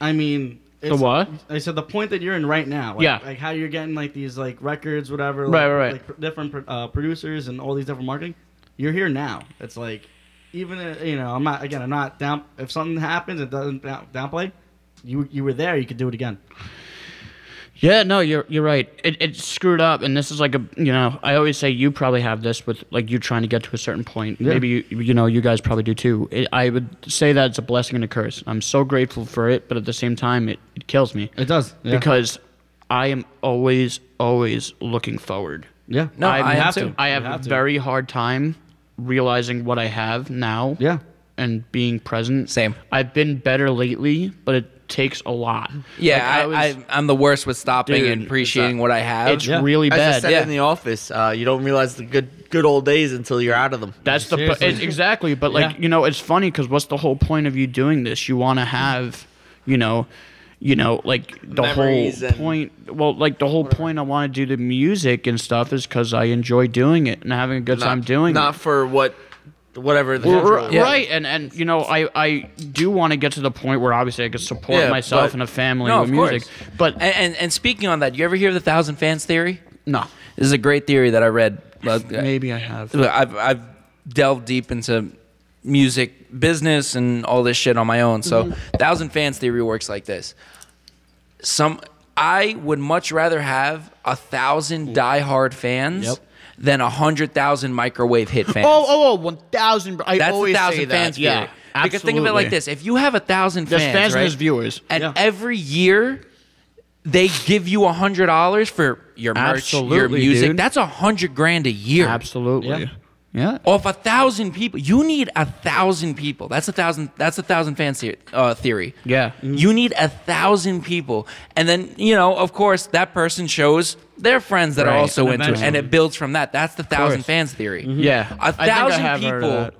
Speaker 1: I mean, it's,
Speaker 3: what?
Speaker 1: I said the point that you're in right now. Like,
Speaker 3: Yeah.
Speaker 1: Like how you're getting like these like records, whatever. Like,
Speaker 3: Right, right, right.
Speaker 1: Like pr- different pr- uh, producers and all these different marketing. You're here now. It's like even uh, you know I'm not again I'm not down. If something happens, it doesn't down, downplay. You you were there. You could do it again.
Speaker 3: yeah, no, you're you're right. It it's screwed up, and this is like a you know I always say you probably have this with like you trying to get to a certain point. Maybe you you know you guys probably do too. It, I would say that it's a blessing and a curse. I'm so grateful for it, but at the same time, it, it kills me
Speaker 1: It does.
Speaker 3: because I am always always looking forward.
Speaker 1: yeah.
Speaker 5: No,
Speaker 3: I'm-
Speaker 5: I have
Speaker 1: have
Speaker 5: to.
Speaker 1: to.
Speaker 3: I have,
Speaker 1: You have
Speaker 3: a
Speaker 1: to.
Speaker 3: very hard time realizing what I have now.
Speaker 1: Yeah.
Speaker 3: And being present.
Speaker 5: Same.
Speaker 3: I've been better lately, but it takes a lot.
Speaker 5: Yeah,
Speaker 3: Like,
Speaker 5: I
Speaker 3: was-
Speaker 5: I, I'm the worst with stopping
Speaker 3: Dude,
Speaker 5: and appreciating what I have.
Speaker 3: it's really
Speaker 6: As I
Speaker 3: bad.
Speaker 6: said
Speaker 5: Yeah.
Speaker 6: in the office, uh, you don't realize the good good old days until you're out of them.
Speaker 3: That's the
Speaker 1: Seriously.
Speaker 3: it, exactly. But like you know, it's funny because what's the whole point of you doing this? You want to have, you know, you know, like the
Speaker 6: Memories
Speaker 3: whole
Speaker 6: and-
Speaker 3: point. Well, like the whole point I want to do the music and stuff is because I enjoy doing it and having a good time doing
Speaker 6: not
Speaker 3: it.
Speaker 6: for what, whatever the
Speaker 3: R-
Speaker 6: cultural-
Speaker 3: r- Right, and and you know, I I do want to get to the point where obviously I can support
Speaker 6: Yeah,
Speaker 3: myself
Speaker 6: but-
Speaker 3: and a family
Speaker 5: No,
Speaker 3: with
Speaker 5: of
Speaker 3: music,
Speaker 5: course.
Speaker 3: but
Speaker 5: And, and and speaking on that, you ever hear the thousand fans theory?
Speaker 3: no,
Speaker 5: This is a great theory that I read. uh, Like,
Speaker 3: maybe I have.
Speaker 5: I've I've delved deep into music business and all this shit on my own. So
Speaker 3: Mm-hmm.
Speaker 5: thousand fans theory works like this. Some I would much rather have a thousand diehard fans
Speaker 3: Mm. Yep.
Speaker 5: than a hundred thousand microwave hit fans.
Speaker 3: Oh, oh, oh, 1,000. I
Speaker 5: That's
Speaker 3: always
Speaker 5: a
Speaker 3: say
Speaker 5: thousand
Speaker 3: that.
Speaker 5: fans
Speaker 3: yeah,
Speaker 5: theory. Because think of it like
Speaker 3: absolutely.
Speaker 5: this: if you have a thousand
Speaker 3: There's
Speaker 5: fans,
Speaker 3: fans, and
Speaker 5: right,
Speaker 3: there's viewers.
Speaker 5: and
Speaker 3: yeah.
Speaker 5: every year they give you a hundred dollars for your merch, your
Speaker 3: Absolutely,
Speaker 5: music.
Speaker 3: dude.
Speaker 5: That's a hundred grand a year.
Speaker 3: Absolutely. Yeah.
Speaker 5: Off a thousand people, you need a thousand people. That's a thousand. That's a thousand fan the- uh, theory.
Speaker 3: Yeah. Mm-hmm.
Speaker 5: You need a thousand people, and then you know, of course, that person shows their friends that are
Speaker 3: Right,
Speaker 5: also
Speaker 3: and
Speaker 5: into it, and
Speaker 3: eventually-
Speaker 5: it builds from that. That's the thousand
Speaker 3: course.
Speaker 5: fans theory.
Speaker 3: Yeah. I
Speaker 5: a
Speaker 3: think I
Speaker 5: thousand
Speaker 3: have heard of
Speaker 5: people
Speaker 3: that.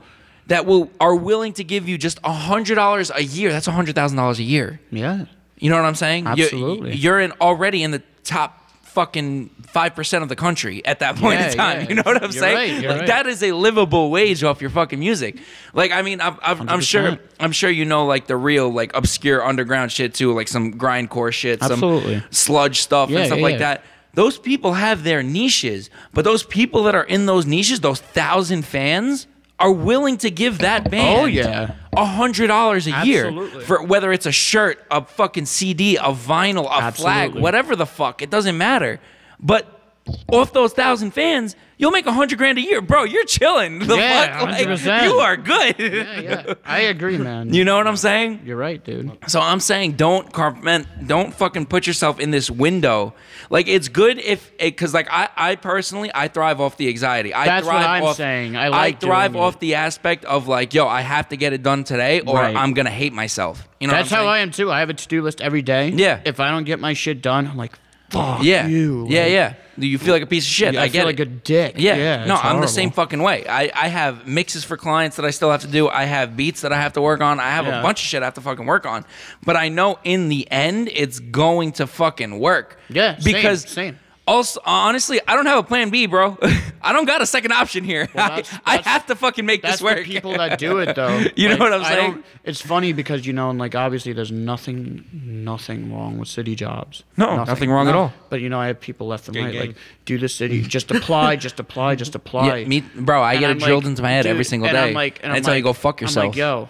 Speaker 5: that. will are willing to give you just a hundred dollars a year. That's a hundred thousand dollars a year.
Speaker 3: Yeah.
Speaker 5: You know what I'm saying? You-
Speaker 3: Absolutely.
Speaker 5: You're in already in the top fucking five percent of the country at that point
Speaker 3: Yeah,
Speaker 5: in time.
Speaker 3: yeah.
Speaker 5: You know what I'm
Speaker 3: You're
Speaker 5: saying?
Speaker 3: right, you're
Speaker 5: like
Speaker 3: right.
Speaker 5: that is a livable wage off your fucking music. Like I mean, I've, I've, I'm sure
Speaker 3: 100%.
Speaker 5: I'm sure you know like the real like obscure underground shit too, like some grindcore shit,
Speaker 3: Absolutely.
Speaker 5: some sludge stuff
Speaker 3: Yeah,
Speaker 5: and stuff
Speaker 3: yeah,
Speaker 5: like
Speaker 3: yeah.
Speaker 5: that. Those people have their niches, but those people that are in those niches, those thousand fans, are willing to give that band
Speaker 3: Oh, yeah.
Speaker 5: a hundred dollars a
Speaker 3: Absolutely.
Speaker 5: year for whether it's a shirt, a fucking CD, a vinyl, a flag,
Speaker 3: Absolutely.
Speaker 5: whatever the fuck, it doesn't matter. But off those thousand fans, you'll make a hundred grand a year, bro. You're chilling. The
Speaker 3: Yeah,
Speaker 5: fuck, Like,
Speaker 3: 100%.
Speaker 5: you are good.
Speaker 3: yeah. I agree, man.
Speaker 5: You know what I'm saying?
Speaker 3: You're right, dude.
Speaker 5: So I'm saying don't carpent, don't fucking put yourself in this window. Like it's good if because like I, I personally I thrive off the anxiety. I
Speaker 3: That's what
Speaker 5: thrive
Speaker 3: I'm
Speaker 5: off,
Speaker 3: saying. I like
Speaker 5: thrive
Speaker 3: doing
Speaker 5: off
Speaker 3: it.
Speaker 5: the aspect of like yo I have to get it done today or
Speaker 3: Right.
Speaker 5: I'm gonna hate myself. You know
Speaker 3: That's
Speaker 5: what I'm
Speaker 3: how I
Speaker 5: saying?
Speaker 3: am, too. I have a to do list every day.
Speaker 5: Yeah.
Speaker 3: If I don't get my shit done, I'm like, fuck
Speaker 5: yeah
Speaker 3: you.
Speaker 5: yeah
Speaker 3: Like,
Speaker 5: yeah. Do you feel like a piece of shit?
Speaker 3: I,
Speaker 5: I, get
Speaker 3: feel
Speaker 5: it.
Speaker 3: like a dick.
Speaker 5: Yeah.
Speaker 3: yeah
Speaker 5: no,
Speaker 3: it's
Speaker 5: I'm the
Speaker 3: horrible.
Speaker 5: same fucking way. I, I have mixes for clients that I still have to do. I have beats that I have to work on. I have
Speaker 3: Yeah.
Speaker 5: a bunch of shit I have to fucking work on. But I know in the end, it's going to fucking work.
Speaker 3: Yeah, same,
Speaker 5: Because.
Speaker 3: same.
Speaker 5: Also, honestly, I don't have a plan B, bro. I don't got a second option here.
Speaker 3: that's-
Speaker 5: I,
Speaker 3: that's-
Speaker 5: I have to fucking make
Speaker 3: That's
Speaker 5: this work.
Speaker 3: the people that do it, though.
Speaker 5: You know
Speaker 3: Like,
Speaker 5: what I'm
Speaker 3: I
Speaker 5: saying?
Speaker 3: don't- It's funny because you know, and like obviously, there's nothing, nothing wrong with city jobs.
Speaker 5: No, nothing wrong at all.
Speaker 3: But you know, I have people left and right like, do the city, just apply, just apply, just apply.
Speaker 5: Yeah, me- bro, I
Speaker 3: And
Speaker 5: get it
Speaker 3: I'm
Speaker 5: drilled
Speaker 3: like,
Speaker 5: into my head every
Speaker 3: dude,
Speaker 5: single
Speaker 3: and
Speaker 5: day.
Speaker 3: I'm like, and
Speaker 5: That's
Speaker 3: I'm
Speaker 5: how
Speaker 3: like-
Speaker 5: you go fuck
Speaker 3: I'm
Speaker 5: yourself.
Speaker 3: like, yo,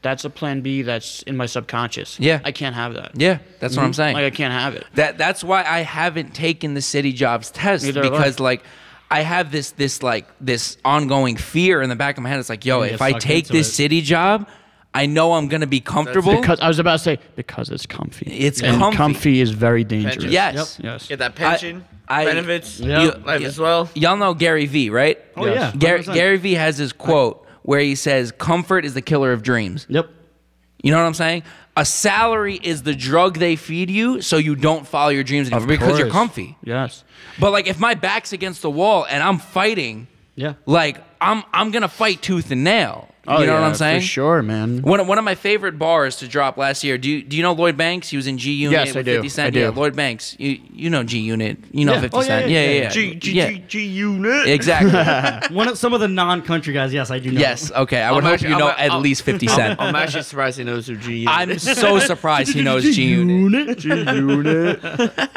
Speaker 3: that's a plan B that's in my subconscious.
Speaker 5: Yeah.
Speaker 3: I can't have that.
Speaker 5: yeah, that's what I'm saying.
Speaker 3: Mm-hmm. Like I can't have it.
Speaker 5: That that's why I haven't taken the city jobs test
Speaker 3: Neither have I.
Speaker 5: because like I have this this like this ongoing fear in the back of my head. It's like, yo,
Speaker 1: get
Speaker 5: if I
Speaker 1: sucked
Speaker 5: take
Speaker 1: into
Speaker 5: this
Speaker 1: it.
Speaker 5: city job, I know I'm gonna be comfortable.
Speaker 3: Because I was about to say because it's comfy.
Speaker 5: It's
Speaker 3: and
Speaker 5: comfy.
Speaker 3: is very dangerous.
Speaker 5: Yes.
Speaker 3: Yes.
Speaker 6: Get that pension,
Speaker 5: I-
Speaker 6: benefits,
Speaker 1: Yeah.
Speaker 5: You-
Speaker 6: life
Speaker 5: yeah.
Speaker 6: as well.
Speaker 5: Y'all know Gary V, right?
Speaker 1: Oh, Yes. yeah,
Speaker 5: Gary,
Speaker 1: 100%.
Speaker 5: Gary V has this quote where he says, "Comfort is the killer of dreams."
Speaker 1: Yep.
Speaker 5: You know what I'm saying? A salary is the drug they feed you so you don't follow your dreams anymore because you're
Speaker 3: course.
Speaker 5: comfy.
Speaker 3: Yes.
Speaker 5: But like if my back's against the wall and I'm fighting,
Speaker 1: Yeah.
Speaker 5: like I'm I'm gonna fight tooth and nail. You
Speaker 3: Oh,
Speaker 5: know what
Speaker 3: yeah,
Speaker 5: I'm saying?
Speaker 3: For sure, man.
Speaker 5: One of, one of my favorite bars to drop last year. Do you do you know Lloyd Banks? He was in G Unit.
Speaker 3: Yes, I
Speaker 5: with
Speaker 3: do.
Speaker 5: 50 Cent.
Speaker 3: I
Speaker 5: Yeah,
Speaker 3: do.
Speaker 5: Lloyd Banks. You you know G Unit. You know
Speaker 1: Yeah.
Speaker 5: 50
Speaker 1: Oh, yeah,
Speaker 5: Cent.
Speaker 1: yeah,
Speaker 5: Yeah, yeah,
Speaker 1: yeah.
Speaker 5: yeah.
Speaker 6: G G
Speaker 5: Yeah,
Speaker 6: G G unit.
Speaker 5: Exactly.
Speaker 1: One of some of the non-country guys. Yes, I do know.
Speaker 5: yes. Okay. I would
Speaker 6: I'm
Speaker 5: hope
Speaker 6: actually-
Speaker 5: you know
Speaker 6: I'm-
Speaker 5: at
Speaker 6: I'm-
Speaker 5: least 50 Cent.
Speaker 6: I'm actually surprised he knows who G unit.
Speaker 5: I'm so surprised he knows G Unit.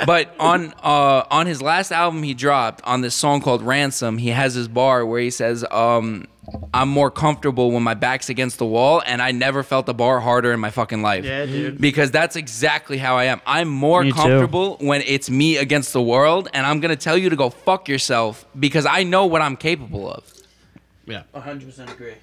Speaker 5: but on uh, on his last album he dropped on this song called ransom he has this bar where he says um, i'm more comfortable when my back's against the wall and i never felt the bar harder in my fucking life yeah, dude. because that's exactly how i am i'm more
Speaker 3: Me too.
Speaker 5: comfortable when it's me against the world and i'm gonna tell you to go fuck yourself because i know what i'm capable of
Speaker 1: Yeah.
Speaker 2: 100% agree.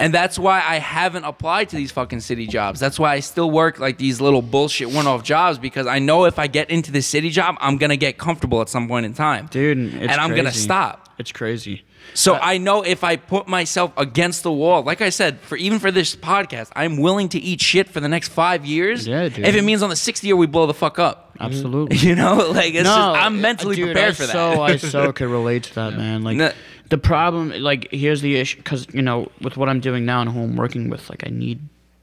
Speaker 5: and that's why I haven't applied to these fucking city jobs. That's why I still work like these little bullshit one off jobs because I know if I get into the city job, I'm going to get comfortable at some point in time.
Speaker 3: dude. It's
Speaker 5: and I'm going to
Speaker 3: crazy.
Speaker 5: stop.
Speaker 3: It's crazy.
Speaker 5: So I know if I put myself against the wall, like I said, for even for this podcast, I'm willing to eat shit for the next five years.
Speaker 3: Yeah, dude.
Speaker 5: If it means on the sixth year we blow the fuck up.
Speaker 3: Absolutely.
Speaker 5: You know, like it's just, I'm
Speaker 3: it-
Speaker 5: mentally
Speaker 3: dude,
Speaker 5: prepared
Speaker 3: I
Speaker 5: for that.
Speaker 3: So I so could relate to that, man. Like
Speaker 5: No.
Speaker 3: the problem, like here's the issue, because you know, with what I'm doing now and who I'm working with, like I need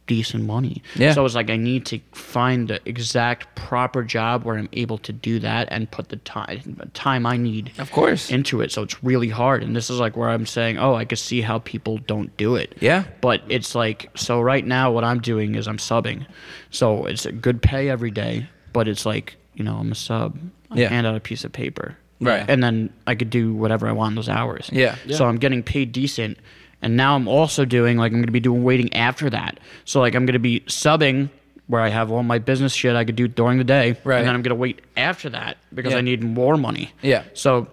Speaker 3: decent money.
Speaker 5: Yeah.
Speaker 3: So I was like, I need to find the exact proper job where I'm able to do that and put the time time I need
Speaker 5: Of course.
Speaker 3: into it. So it's really hard. And this is like where I'm saying, oh, I can see how people don't do it.
Speaker 5: Yeah.
Speaker 3: But it's like so right now what I'm doing is I'm subbing. So it's a good pay every day, but it's like, you know, I'm a sub. I
Speaker 5: Yeah.
Speaker 3: hand out a piece of paper.
Speaker 5: Right.
Speaker 3: And then I could do whatever I want in those hours.
Speaker 5: Yeah.
Speaker 3: So I'm getting paid decent. And now I'm also doing like I'm gonna be doing waiting after that. So like I'm gonna be subbing where I have all my business shit I could do during the day.
Speaker 5: Right.
Speaker 3: And then I'm gonna wait after that because
Speaker 5: Yeah.
Speaker 3: I need more money.
Speaker 5: Yeah.
Speaker 3: So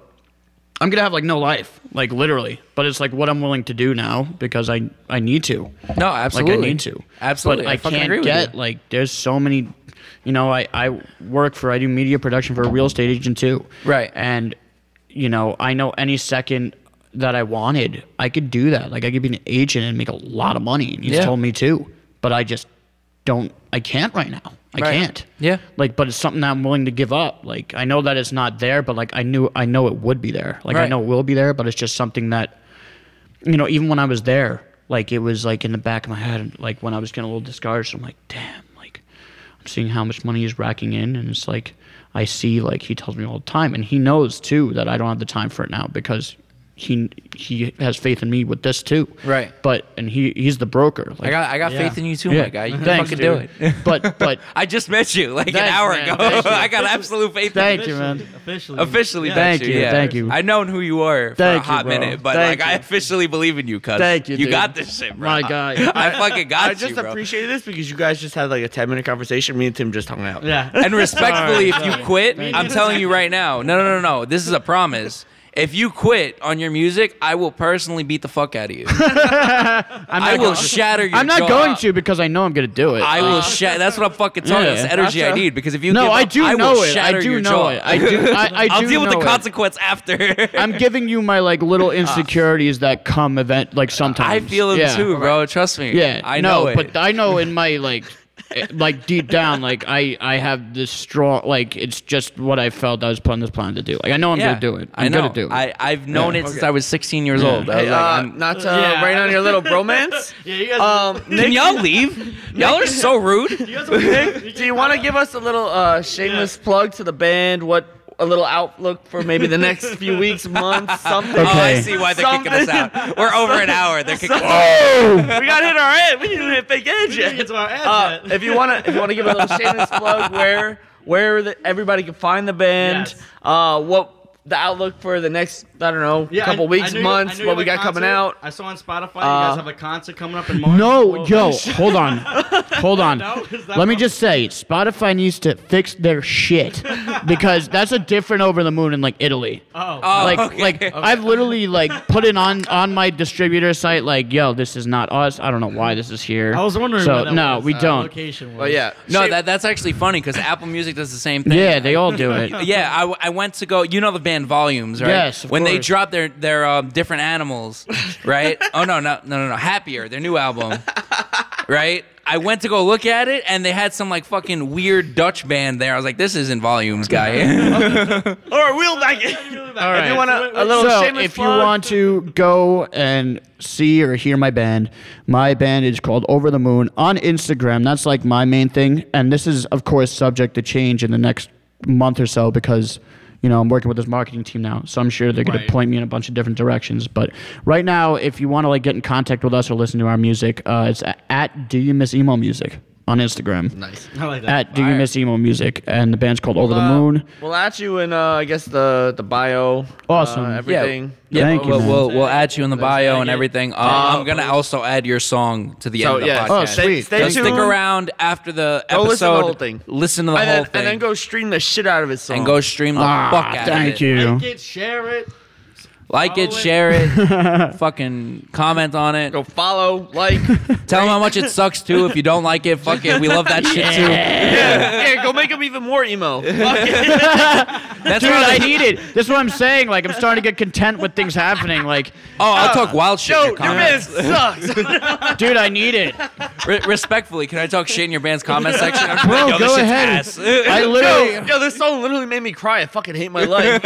Speaker 3: I'm gonna have like no life, like literally. But it's like what I'm willing to do now because I I need to.
Speaker 5: No, absolutely.
Speaker 3: Like I need to.
Speaker 5: Absolutely.
Speaker 3: But
Speaker 5: I
Speaker 3: I,
Speaker 5: fucking
Speaker 3: can't
Speaker 5: agree with
Speaker 3: get
Speaker 5: you.
Speaker 3: like there's so many. You know, I I work for I do media production for a real estate agent too.
Speaker 5: Right.
Speaker 3: And you know I know any second that I wanted I could do that. Like I could be an agent and make a lot of money. And he's
Speaker 5: Yeah.
Speaker 3: told me too. But I just don't. I can't right now. I
Speaker 5: Right.
Speaker 3: can't.
Speaker 5: Yeah.
Speaker 3: Like, but it's something that I'm willing to give up. Like, I know that it's not there, but like, I knew, I know it would be there. Like, I
Speaker 5: Right.
Speaker 3: know it will be there, but it's just something that, you know, even when I was there, like, it was like in the back of my head, like when I was getting a little discouraged, I'm like, damn, like, I'm seeing how much money he's racking in, and it's like, I see, like, he tells me all the time, and he knows too that I don't have the time for it now because. He he has faith in me with this too,
Speaker 5: Right.
Speaker 3: But and he he's the broker. Like
Speaker 5: I got I got
Speaker 1: Yeah.
Speaker 5: faith in you too, my guy. You can
Speaker 3: Thanks,
Speaker 5: fucking
Speaker 3: dude.
Speaker 5: do it.
Speaker 3: But but
Speaker 5: I just met you like an
Speaker 3: Thanks,
Speaker 5: hour
Speaker 3: man.
Speaker 5: ago.
Speaker 3: Thank you.
Speaker 5: I got absolute faith in you.
Speaker 3: thank you, man.
Speaker 1: Officially.
Speaker 5: Officially,
Speaker 1: Yeah.
Speaker 5: met
Speaker 3: Thank you,
Speaker 5: yeah.
Speaker 3: thank you.
Speaker 5: I've known who you are for
Speaker 3: Thank
Speaker 5: a
Speaker 3: you,
Speaker 5: hot
Speaker 3: bro.
Speaker 5: minute, but
Speaker 3: Thank
Speaker 5: like I
Speaker 3: you.
Speaker 5: officially believe in you, cuz.
Speaker 3: Thank you,
Speaker 5: You
Speaker 3: dude.
Speaker 5: got this shit, bro.
Speaker 3: My guy.
Speaker 5: I fucking got
Speaker 6: I just
Speaker 5: you, bro.
Speaker 6: appreciated this because you guys just had like a 10 minute conversation. Me and Tim just hung out.
Speaker 1: Yeah.
Speaker 5: And respectfully, if you quit,
Speaker 1: Thank
Speaker 5: I'm
Speaker 1: you.
Speaker 5: telling you right now, no, no, no, no. This is a promise. If you quit on your music, I will personally beat the fuck out of you.
Speaker 3: I'm
Speaker 5: I
Speaker 3: not
Speaker 5: will
Speaker 3: going-
Speaker 5: shatter your.
Speaker 3: I'm not
Speaker 5: jaw.
Speaker 3: going to because I know I'm gonna do it.
Speaker 5: I
Speaker 3: Like,
Speaker 5: will shatter. That's what I'm fucking telling you.
Speaker 3: Yeah.
Speaker 5: That's the energy I
Speaker 6: That's a-
Speaker 5: need because if you
Speaker 3: No,
Speaker 5: give
Speaker 3: I
Speaker 5: up,
Speaker 3: do
Speaker 5: I
Speaker 3: know
Speaker 5: will
Speaker 3: it.
Speaker 5: shatter
Speaker 3: I do
Speaker 5: your
Speaker 3: know
Speaker 5: jaw.
Speaker 3: it. I do. I, I do
Speaker 5: will deal with
Speaker 3: know
Speaker 5: the
Speaker 3: it.
Speaker 5: consequence after.
Speaker 3: I'm giving you my like little insecurities that come event like sometimes.
Speaker 5: Ah. I feel them
Speaker 3: Yeah.
Speaker 5: too, bro. Trust me.
Speaker 3: Yeah,
Speaker 5: I
Speaker 3: no,
Speaker 5: know it.
Speaker 3: but I know in my like, eh, like deep down, like I I have this strong like it's just what I felt I was put on this planet to do. Like I know I'm
Speaker 5: yeah,
Speaker 3: gonna do it.
Speaker 5: I
Speaker 3: I'm
Speaker 5: know.
Speaker 3: gonna do it.
Speaker 5: I, I've known it since I was 16 years old. I was
Speaker 6: Hey,
Speaker 5: like,
Speaker 6: uh,
Speaker 5: I'm-
Speaker 6: not to
Speaker 1: Yeah.
Speaker 6: rain on your little bromance.
Speaker 1: Yeah, you guys.
Speaker 6: Um,
Speaker 5: Can y'all leave? Y'all are so rude.
Speaker 1: you guys Nick,
Speaker 6: do you want to give us a little uh, shameless plug to the band? What a little outlook for maybe the next few weeks, months, something.
Speaker 5: Oh, I
Speaker 3: Okay.
Speaker 5: see why they're kicking us out. We're over an hour. They're kicking us out.
Speaker 6: we got to hit our head. We didn't hit fake edge
Speaker 1: We didn't
Speaker 6: yet.
Speaker 1: get to our ads
Speaker 6: Uh,
Speaker 1: yet.
Speaker 6: if you wanna, if you wanna give a little shameless plug, where where the, everybody can find the band,
Speaker 1: Yes.
Speaker 6: uh, what the outlook for the next I don't know
Speaker 1: Yeah, I-
Speaker 6: couple
Speaker 1: I
Speaker 6: weeks,
Speaker 1: knew you- I
Speaker 6: months,
Speaker 1: knew you
Speaker 6: what we
Speaker 1: had a
Speaker 6: got coming
Speaker 1: concert.
Speaker 6: out.
Speaker 1: I saw on Spotify you
Speaker 6: Uh,
Speaker 1: guys have a concert coming up in March.
Speaker 3: No,
Speaker 5: Oh,
Speaker 1: Whoa.
Speaker 3: yo, hold on. Hold on.
Speaker 1: No? Is that
Speaker 3: Let me
Speaker 1: wrong?
Speaker 3: just say, Spotify needs to fix their shit because that's a different over the moon in like Italy.
Speaker 1: Oh.
Speaker 4: Uh,
Speaker 5: Oh,
Speaker 3: like
Speaker 5: okay.
Speaker 3: like I've literally like put it on on my distributor site like, yo, this is not us. I don't know why this is here.
Speaker 1: I was wondering.
Speaker 3: So
Speaker 1: where that
Speaker 3: no,
Speaker 1: was,
Speaker 3: we
Speaker 1: uh,
Speaker 3: don't.
Speaker 1: Location was.
Speaker 6: But yeah,
Speaker 5: No,
Speaker 6: Shame-
Speaker 5: that, that's actually funny because Apple Music does the same thing.
Speaker 3: Yeah, they all do it.
Speaker 5: Yeah, I, w- I went to go. You know the band Volumes, right?
Speaker 3: Yes, of
Speaker 5: when they
Speaker 3: course.
Speaker 5: dropped their their um, different animals, right? oh no, no, no, no, no. Happier, their new album, right? I went to go look at it, and they had some like fucking weird Dutch band there. I was like, this isn't Volumes, guy.
Speaker 6: or we'll back it.
Speaker 1: All
Speaker 3: right.
Speaker 6: You want
Speaker 1: So,
Speaker 6: a, a little
Speaker 3: so
Speaker 6: shameless
Speaker 3: if you
Speaker 6: plug?
Speaker 3: want to go and see or hear my band my band is called over the moon on instagram that's like my main thing and this is of course subject to change in the next month or so because you know i'm working with this marketing team now so i'm sure they're going to point me in a bunch of different directions but right now if you want to like get in contact with us or listen to our music uh, it's a- at do you miss emo music on instagram nice
Speaker 1: I like that.
Speaker 3: at do you miss emo music and the band's called over the
Speaker 6: Uh,
Speaker 3: moon
Speaker 6: We'll at you in uh, I guess the the bio.
Speaker 3: Awesome.
Speaker 6: Uh,
Speaker 3: Yeah.
Speaker 6: everything.
Speaker 5: yeah,
Speaker 3: Thank you,
Speaker 5: we'll,
Speaker 3: man.
Speaker 5: we'll we'll add you in the bio and everything. Uh, I'm gonna also add your song to the
Speaker 6: So
Speaker 5: end of the
Speaker 6: yeah.
Speaker 5: podcast.
Speaker 3: Oh,
Speaker 6: Stay,
Speaker 3: sweet.
Speaker 6: stay
Speaker 5: So
Speaker 6: tuned.
Speaker 5: stick around after the
Speaker 6: Go
Speaker 5: episode.
Speaker 6: listen to the whole thing.
Speaker 5: Listen to the
Speaker 6: and
Speaker 5: whole
Speaker 6: then,
Speaker 5: thing.
Speaker 6: and then go stream the shit out of his song.
Speaker 5: and go stream the
Speaker 3: Ah,
Speaker 5: fuck out of it.
Speaker 3: thank you
Speaker 1: Like it, share it.
Speaker 5: Like it,
Speaker 1: Follow it.
Speaker 5: share it, fucking comment on it.
Speaker 6: go follow, like,
Speaker 5: Tell them how much it sucks too. If you don't like it, fuck it. We love that shit
Speaker 6: yeah, go make him even more emo. Fuck it.
Speaker 5: too. That's
Speaker 3: Dude,
Speaker 5: what
Speaker 3: I need it. That's what I'm saying. Like, I'm starting to get content with things happening. Like,
Speaker 5: Oh, I'll talk wild shit. in your
Speaker 6: Your
Speaker 5: comments.
Speaker 6: man sucks.
Speaker 3: dude, I need it.
Speaker 5: Re- respectfully, can I talk shit in your band's comment section? I'm
Speaker 3: Bro,
Speaker 5: like, yo, this
Speaker 3: go
Speaker 5: shit's
Speaker 3: ahead.
Speaker 5: ass.
Speaker 3: I
Speaker 6: yo,
Speaker 3: literally,
Speaker 6: yo, this song literally made me cry. I fucking hate my life.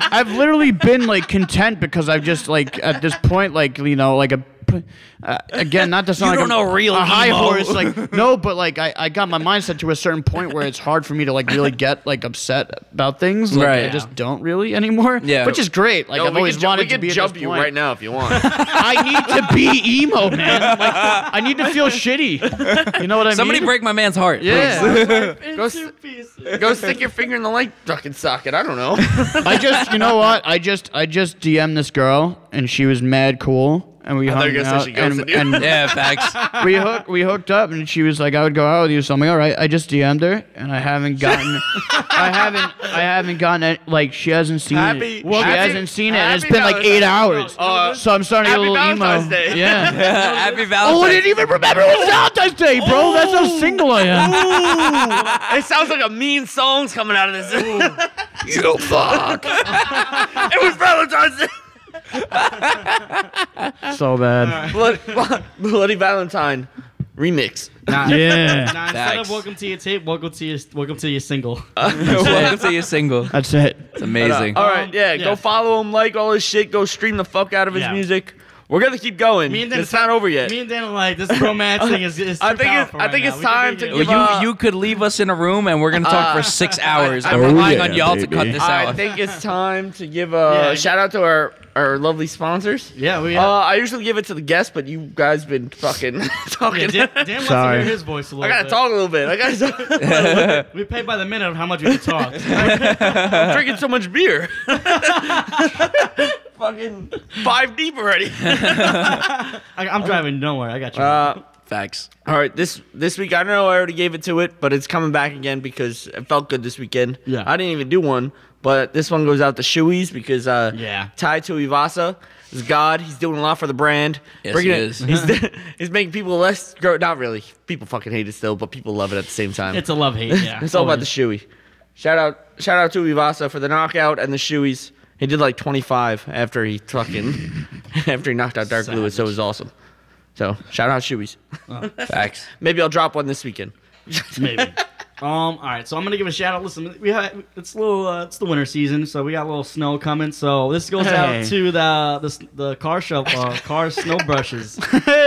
Speaker 3: I've literally been like content because I've just like at this point, like you know, like a p- uh, again, not to sound
Speaker 5: You
Speaker 3: like
Speaker 5: don't
Speaker 3: I'm
Speaker 5: know real
Speaker 3: a high
Speaker 5: emo.
Speaker 3: horse, like no, but like I, I got my mindset to a certain point where it's hard for me to like really get like upset about things. Like, I
Speaker 5: Right.
Speaker 3: just don't really anymore.
Speaker 5: Yeah.
Speaker 3: which is great. Like
Speaker 4: No,
Speaker 3: I've
Speaker 4: we
Speaker 3: always
Speaker 4: could, ju-
Speaker 3: wanted
Speaker 4: we could
Speaker 3: to be
Speaker 4: jump
Speaker 3: at this
Speaker 4: you
Speaker 3: point.
Speaker 4: right now if you want.
Speaker 3: I need to be emo, man. Like, I need to feel shitty. You know what I
Speaker 5: Somebody
Speaker 3: mean?
Speaker 5: break my man's heart.
Speaker 4: Yeah.
Speaker 1: Into
Speaker 4: Go s-
Speaker 1: pieces.
Speaker 4: Go stick your finger in the light fucking socket. I don't know.
Speaker 3: I just, you know what? I just, I just DM'd this girl, and she was mad cool, and we
Speaker 4: thought
Speaker 3: hung
Speaker 4: you were gonna say
Speaker 3: out,
Speaker 4: she
Speaker 3: and,
Speaker 4: ghosted you.
Speaker 3: and
Speaker 5: please. Yeah, facts.
Speaker 3: we hook, we hooked up, and she was like, "I would go out with you." So I'm like, "All right." I just DM'd her, and I haven't gotten, I haven't, I haven't gotten it. Like she hasn't seen
Speaker 4: Happy-
Speaker 3: it.
Speaker 4: well,
Speaker 3: she
Speaker 4: happy-
Speaker 3: hasn't seen it. And it's
Speaker 4: happy
Speaker 3: been like eight hours,
Speaker 1: Uh,
Speaker 3: so I'm starting to get a
Speaker 4: happy
Speaker 3: little emo.
Speaker 4: Valentine's Day.
Speaker 3: Yeah.
Speaker 5: Happy
Speaker 3: Oh, I
Speaker 5: Valentine's.
Speaker 3: didn't even remember it was Valentine's Day, bro. That's how
Speaker 4: Oh.
Speaker 3: single I am.
Speaker 4: it sounds like a mean song's coming out of this. it
Speaker 3: You fuck.
Speaker 4: was Valentine's Day.
Speaker 3: So bad.
Speaker 4: Bloody, Bloody Valentine remix.
Speaker 1: Nah,
Speaker 3: Yeah.
Speaker 1: nah, instead of
Speaker 5: Facts.
Speaker 1: welcome to your tape, welcome to your welcome to your single.
Speaker 4: Uh,
Speaker 5: Welcome to your single.
Speaker 3: That's it.
Speaker 5: It's amazing.
Speaker 4: All right, yeah,
Speaker 1: yeah.
Speaker 4: Go follow him, like all his shit. Go stream the fuck out of his
Speaker 1: Yeah.
Speaker 4: music. We're gonna keep going.
Speaker 1: Me and Dan-
Speaker 4: it's not over yet.
Speaker 1: Me and Dan are like this romance thing is. is too
Speaker 4: I think it's-
Speaker 1: powerful
Speaker 4: I
Speaker 1: right
Speaker 4: think
Speaker 1: now.
Speaker 4: it's
Speaker 1: We could
Speaker 4: time
Speaker 1: read
Speaker 4: to
Speaker 1: it.
Speaker 4: give
Speaker 5: you
Speaker 4: uh,
Speaker 5: you could leave us in a room and we're gonna talk for six hours. I'm
Speaker 4: I-
Speaker 5: relying
Speaker 4: Oh,
Speaker 5: on
Speaker 4: yeah,
Speaker 5: y'all to cut
Speaker 3: baby.
Speaker 5: this
Speaker 4: I
Speaker 5: out.
Speaker 4: think it's time to give a
Speaker 1: Yeah.
Speaker 4: shout out to our, our lovely sponsors.
Speaker 1: Yeah, we.
Speaker 4: Uh, I usually give it to the guests, but you guys been fucking
Speaker 1: yeah,
Speaker 4: talking.
Speaker 1: Dan, Dan wants to
Speaker 3: Sorry.
Speaker 1: hear his voice a little
Speaker 4: I gotta
Speaker 1: bit.
Speaker 4: talk a little bit. I gotta. Talk.
Speaker 1: We pay by the minute of how much we can talk.
Speaker 4: I'm drinking so much beer. fucking five deep already.
Speaker 1: I, I'm driving nowhere. I got you.
Speaker 4: Uh,
Speaker 5: Facts.
Speaker 4: all right, this this week I know I already gave it to it, but it's coming back again because it felt good this weekend.
Speaker 1: Yeah.
Speaker 4: I didn't even do one, but this one goes out to Shuey's because uh,
Speaker 1: Yeah.
Speaker 4: Tai Tuivasa is God. He's doing a lot for the brand.
Speaker 5: Yes,
Speaker 4: Bringing
Speaker 5: he
Speaker 4: it-
Speaker 5: is.
Speaker 4: He's, he's making people less. grow- Not really. People fucking hate it still, but people love it at the same time.
Speaker 1: it's a love hate. Yeah.
Speaker 4: It's all about the shoey. Shout out, shout out to Ivasa for the knockout and the shoeys. He did like 25 after he fucking after he knocked out Dark Lewis, so it was awesome. So shout out shoeys.
Speaker 3: Oh.
Speaker 5: Facts.
Speaker 4: Maybe I'll drop one this weekend.
Speaker 1: maybe. Um. All right. So I'm gonna give a shout out. Listen, we have it's a little uh, it's the winter season, so we got a little snow coming. So this goes
Speaker 3: Hey.
Speaker 1: out to the the, s- the car show uh, car snow brushes.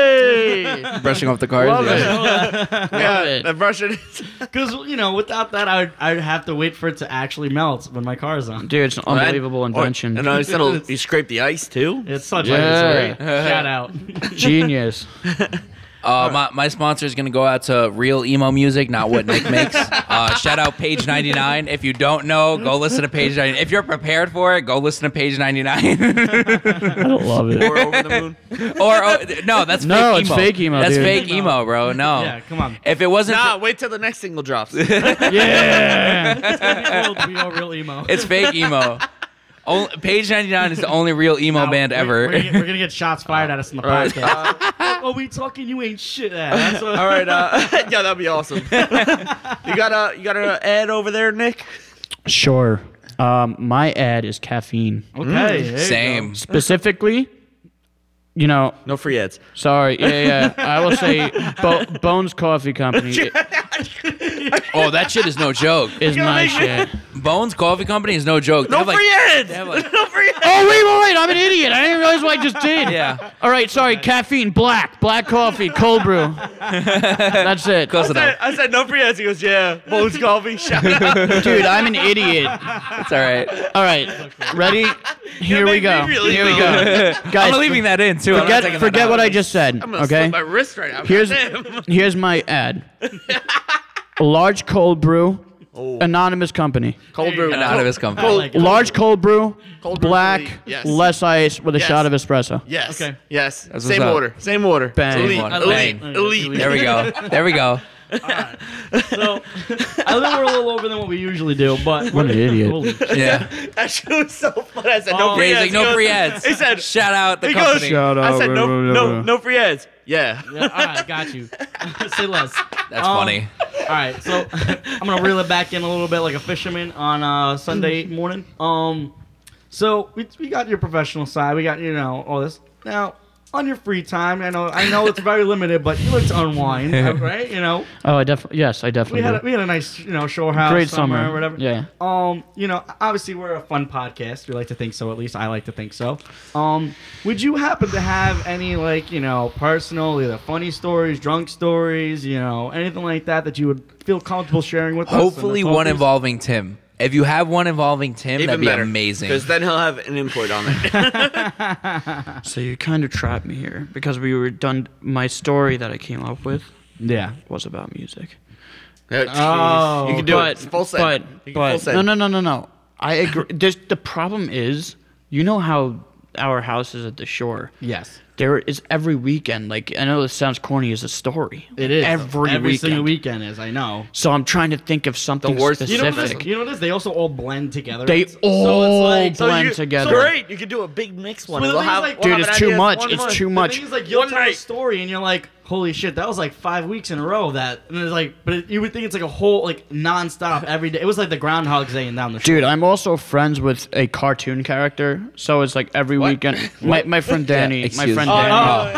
Speaker 3: Hey.
Speaker 5: Brushing off the cars. yeah.
Speaker 3: Love it.
Speaker 4: The Russian.
Speaker 1: Because you know, without that, I would I'd have to wait for it to actually melt when my car is on.
Speaker 3: Dude, it's an unbelievable invention.
Speaker 4: And I said it'll- you scrape the ice too.
Speaker 1: It's such
Speaker 3: Yeah.
Speaker 1: a shout out.
Speaker 3: Genius.
Speaker 5: Uh, my, my sponsor is going to go out to real emo music, not what Nick makes. Uh, shout out Page 99. If you don't know, go listen to Page 99. If you're prepared for it, go listen to Page 99.
Speaker 3: I love it.
Speaker 4: Or over the moon.
Speaker 5: or, oh, no, that's
Speaker 3: No,
Speaker 5: fake
Speaker 3: it's
Speaker 5: emo.
Speaker 3: fake emo,
Speaker 5: That's
Speaker 3: dude.
Speaker 5: fake emo, bro. No.
Speaker 1: yeah, come on.
Speaker 5: If it wasn't.
Speaker 4: Nah, wait till the next single drops.
Speaker 3: Yeah.
Speaker 1: It's gonna be old, real emo.
Speaker 5: It's fake emo. Only, Page 99 is the only real emo
Speaker 1: Now,
Speaker 5: band
Speaker 1: we-
Speaker 5: ever.
Speaker 1: We're, gonna, we're gonna get shots fired at us in the
Speaker 4: right, uh,
Speaker 1: podcast. oh, we talking? You ain't shit. Yeah, that's what-
Speaker 4: All right. Uh, yeah, that'd be awesome. you got a you got a ad over there, Nick.
Speaker 3: Sure. Um, my ad is caffeine.
Speaker 1: Okay. there you
Speaker 5: Same.
Speaker 3: Specifically, you know,
Speaker 4: No free ads.
Speaker 3: sorry. Yeah, yeah. I will say Bo- Bones Coffee Company i-
Speaker 5: Oh, that shit is no joke.
Speaker 3: is my shit.
Speaker 5: Bones Coffee Company is no joke. They
Speaker 4: No
Speaker 5: have, like-
Speaker 4: free ads.
Speaker 5: they have, like-
Speaker 4: no free ads.
Speaker 3: Oh, wait, wait, wait. I'm an idiot. I didn't realize what I just did.
Speaker 5: yeah.
Speaker 3: All right, sorry. Caffeine, black, black coffee, cold brew. That's it.
Speaker 5: Close enough.
Speaker 4: I said no free ads. He goes, yeah, Bones Coffee. Shout out.
Speaker 3: Dude, I'm an idiot.
Speaker 5: It's all right.
Speaker 3: All right, ready? Here we
Speaker 4: make me
Speaker 3: go.
Speaker 4: really
Speaker 3: Here we
Speaker 4: mad.
Speaker 3: go. Guys,
Speaker 5: I'm leaving that in too. I'm not
Speaker 3: forget
Speaker 5: taking that
Speaker 3: forget
Speaker 5: out.
Speaker 3: what I just said.
Speaker 4: I'm gonna
Speaker 3: Okay.
Speaker 4: slip my wrist right now.
Speaker 3: Here's
Speaker 4: Goddamn.
Speaker 3: here's my ad. A large cold brew, anonymous company.
Speaker 4: cold brew.
Speaker 5: Anonymous company.
Speaker 1: go. I like it.
Speaker 3: Large cold brew,
Speaker 4: Cold brew
Speaker 3: black,
Speaker 4: elite, yes.
Speaker 3: less ice with a
Speaker 4: Yes.
Speaker 3: shot of espresso.
Speaker 4: Yes.
Speaker 1: Okay.
Speaker 4: Yes.
Speaker 5: That's
Speaker 4: Same
Speaker 5: what's up.
Speaker 4: order. Same order.
Speaker 3: Bang.
Speaker 4: Elite.
Speaker 5: Same order.
Speaker 4: Elite.
Speaker 5: Bang.
Speaker 4: Elite.
Speaker 5: There we go. There we go.
Speaker 1: So I think we're a little over than what we usually do, but
Speaker 3: What an idiot.
Speaker 1: Holy shit.
Speaker 5: Yeah.
Speaker 4: That shit was so funny. I said no
Speaker 1: Oh.
Speaker 5: Yeah,
Speaker 4: free
Speaker 5: he's
Speaker 4: ads.
Speaker 5: like, no
Speaker 4: goes-
Speaker 5: free ads.
Speaker 4: He said.
Speaker 5: Shout out the
Speaker 4: He goes.
Speaker 5: company.
Speaker 3: Oh,
Speaker 4: I said no, no, no free ads. Yeah.
Speaker 1: Yeah, all right, got you. Say less.
Speaker 5: That's
Speaker 1: Um,
Speaker 5: funny.
Speaker 1: All right, so I'm gonna reel it back in a little bit, like a fisherman on uh, Sunday morning. Um, so we, we got your professional side, we got you know all this. Now on your free time. I know, I know it's very limited, but you like to unwind, right? You know,
Speaker 3: Oh, I definitely. Yes, I
Speaker 1: we
Speaker 3: definitely.
Speaker 1: had
Speaker 3: do.
Speaker 1: a, we had a nice you know shore house
Speaker 3: Great
Speaker 1: summer,
Speaker 3: summer.
Speaker 1: or whatever.
Speaker 3: Yeah.
Speaker 1: Um, you know, obviously we're a fun podcast. We like to think so. At least I like to think so. Um, would you happen to have any like you know personal either funny stories, drunk stories, you know, anything like that that you would feel comfortable sharing with us?
Speaker 5: Hopefully,
Speaker 1: And that's
Speaker 5: one
Speaker 1: all-
Speaker 5: involving Tim. If you have one involving Tim, that'd be amazing.
Speaker 6: Because then he'll have an input on it.
Speaker 3: So you kind of trapped me here because we were done. My story that I came up with
Speaker 1: Yeah.
Speaker 3: was about music.
Speaker 1: Oh.
Speaker 6: you can do
Speaker 3: but,
Speaker 6: it. It's full send.
Speaker 3: But,
Speaker 6: You can
Speaker 3: but
Speaker 6: full send.
Speaker 3: no, no, no, no, no. I agree. There's, the problem is, you know how our house is at the shore.
Speaker 1: Yes.
Speaker 3: There is every weekend. Like I know this sounds corny as a story.
Speaker 1: It is
Speaker 3: every,
Speaker 1: every
Speaker 3: weekend.
Speaker 1: single weekend is. I know.
Speaker 3: So I'm trying to think of something
Speaker 6: worst-
Speaker 1: You know, what
Speaker 3: specific.
Speaker 1: this, you know what it is? They also all blend together.
Speaker 3: They
Speaker 1: It's-
Speaker 3: all
Speaker 1: so
Speaker 3: blend
Speaker 1: you-
Speaker 3: together.
Speaker 1: So
Speaker 6: Great, you can do a big mix one.
Speaker 1: Well, the
Speaker 6: We'll
Speaker 1: thing is,
Speaker 6: have-
Speaker 1: like-
Speaker 6: we'll have
Speaker 3: Dude,
Speaker 6: an
Speaker 3: it's too
Speaker 6: idea
Speaker 3: much.
Speaker 6: one
Speaker 3: It's
Speaker 6: month.
Speaker 3: too
Speaker 1: The
Speaker 3: much.
Speaker 1: thing is, like, you'll
Speaker 6: One
Speaker 1: tell a
Speaker 6: night.
Speaker 1: story and you're like, holy shit, that was like five weeks in a row of that. And it's like, but it, you would think it's like a whole, like, nonstop every day. It was like the Groundhog's Day and down the street.
Speaker 3: Dude, I'm also friends with a cartoon character, so it's like every weekend. My, my friend Danny, my
Speaker 5: excuse
Speaker 3: friend
Speaker 5: me.
Speaker 3: Danny,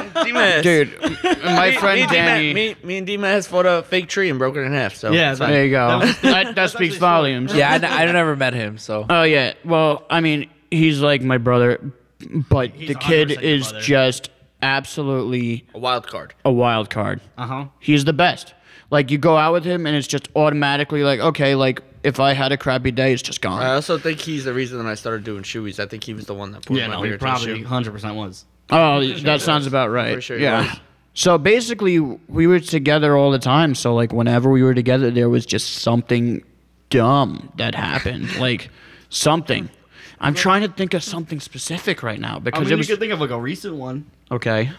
Speaker 6: Uh, D-Mac.
Speaker 3: dude,
Speaker 1: Oh,
Speaker 3: my friend
Speaker 6: me, and D-Mac-
Speaker 3: Danny.
Speaker 6: me, me and D-Mac has fought a fake tree and broken it in half. So
Speaker 1: Yeah, that-
Speaker 3: There you go.
Speaker 1: That was-
Speaker 3: That, that speaks
Speaker 1: actually
Speaker 3: volumes.
Speaker 5: yeah, I, n- I never met him, so
Speaker 3: Oh yeah. Well, I mean, he's like my brother, but the kid
Speaker 1: 100% your
Speaker 3: is
Speaker 1: brother.
Speaker 3: just absolutely
Speaker 6: a wild card.
Speaker 3: a wild card.
Speaker 1: Uh huh.
Speaker 3: He's the best. Like you go out with him, and it's just automatically like, okay, like if I had a crappy day, it's just gone.
Speaker 6: I also think he's the reason that I started doing shoeies. I think he was the one that put
Speaker 1: Yeah,
Speaker 6: my
Speaker 1: no,
Speaker 6: finger
Speaker 1: he
Speaker 6: to the
Speaker 1: probably
Speaker 6: shoe.
Speaker 1: 100% was.
Speaker 3: Oh, that sounds about right.
Speaker 6: sure he
Speaker 3: yeah.
Speaker 6: was.
Speaker 3: So basically, we were together all the time. So like, whenever we were together, there was just something dumb that happened. like something. I'm trying to think of something specific right now
Speaker 1: I
Speaker 3: because
Speaker 1: mean,
Speaker 3: it
Speaker 1: you
Speaker 3: was
Speaker 1: could think of like a recent one.
Speaker 3: okay.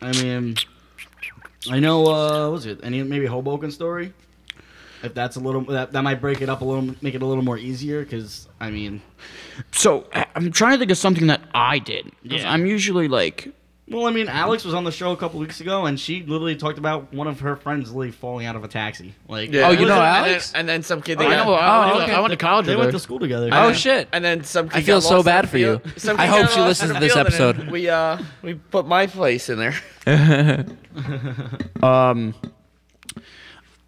Speaker 1: I mean, I know, uh, what was it? Any, maybe Hoboken story? If that's a little, that, that might break it up a little, make it a little more easier, because, I mean,
Speaker 3: So I- I'm trying to think of something that I did. 'Cause
Speaker 1: Yeah.
Speaker 3: I'm usually like,
Speaker 1: Well, I mean, Alex was on the show a couple weeks ago, and she literally talked about one of her friends literally falling out of a taxi. Like,
Speaker 6: Yeah.
Speaker 5: Oh, you
Speaker 6: And
Speaker 5: know
Speaker 6: then-
Speaker 5: Alex? Oh,
Speaker 6: And then, and then some kid. that
Speaker 3: I
Speaker 6: got-
Speaker 3: know I, went to-
Speaker 5: okay.
Speaker 3: Oh, I went to college
Speaker 1: they
Speaker 3: with
Speaker 1: went
Speaker 3: her.
Speaker 1: to school together.
Speaker 5: Oh,
Speaker 1: Yeah.
Speaker 5: shit.
Speaker 6: And then some. Kid
Speaker 5: I feel
Speaker 6: got
Speaker 5: so
Speaker 6: lost
Speaker 5: bad
Speaker 6: in
Speaker 5: for
Speaker 6: the
Speaker 5: you.
Speaker 6: field- some
Speaker 5: I
Speaker 6: kid
Speaker 5: hope
Speaker 6: got
Speaker 5: she
Speaker 6: lost
Speaker 5: listens
Speaker 6: in
Speaker 5: to this
Speaker 6: field, and then
Speaker 5: episode.
Speaker 6: We uh we put my place in there.
Speaker 3: Um,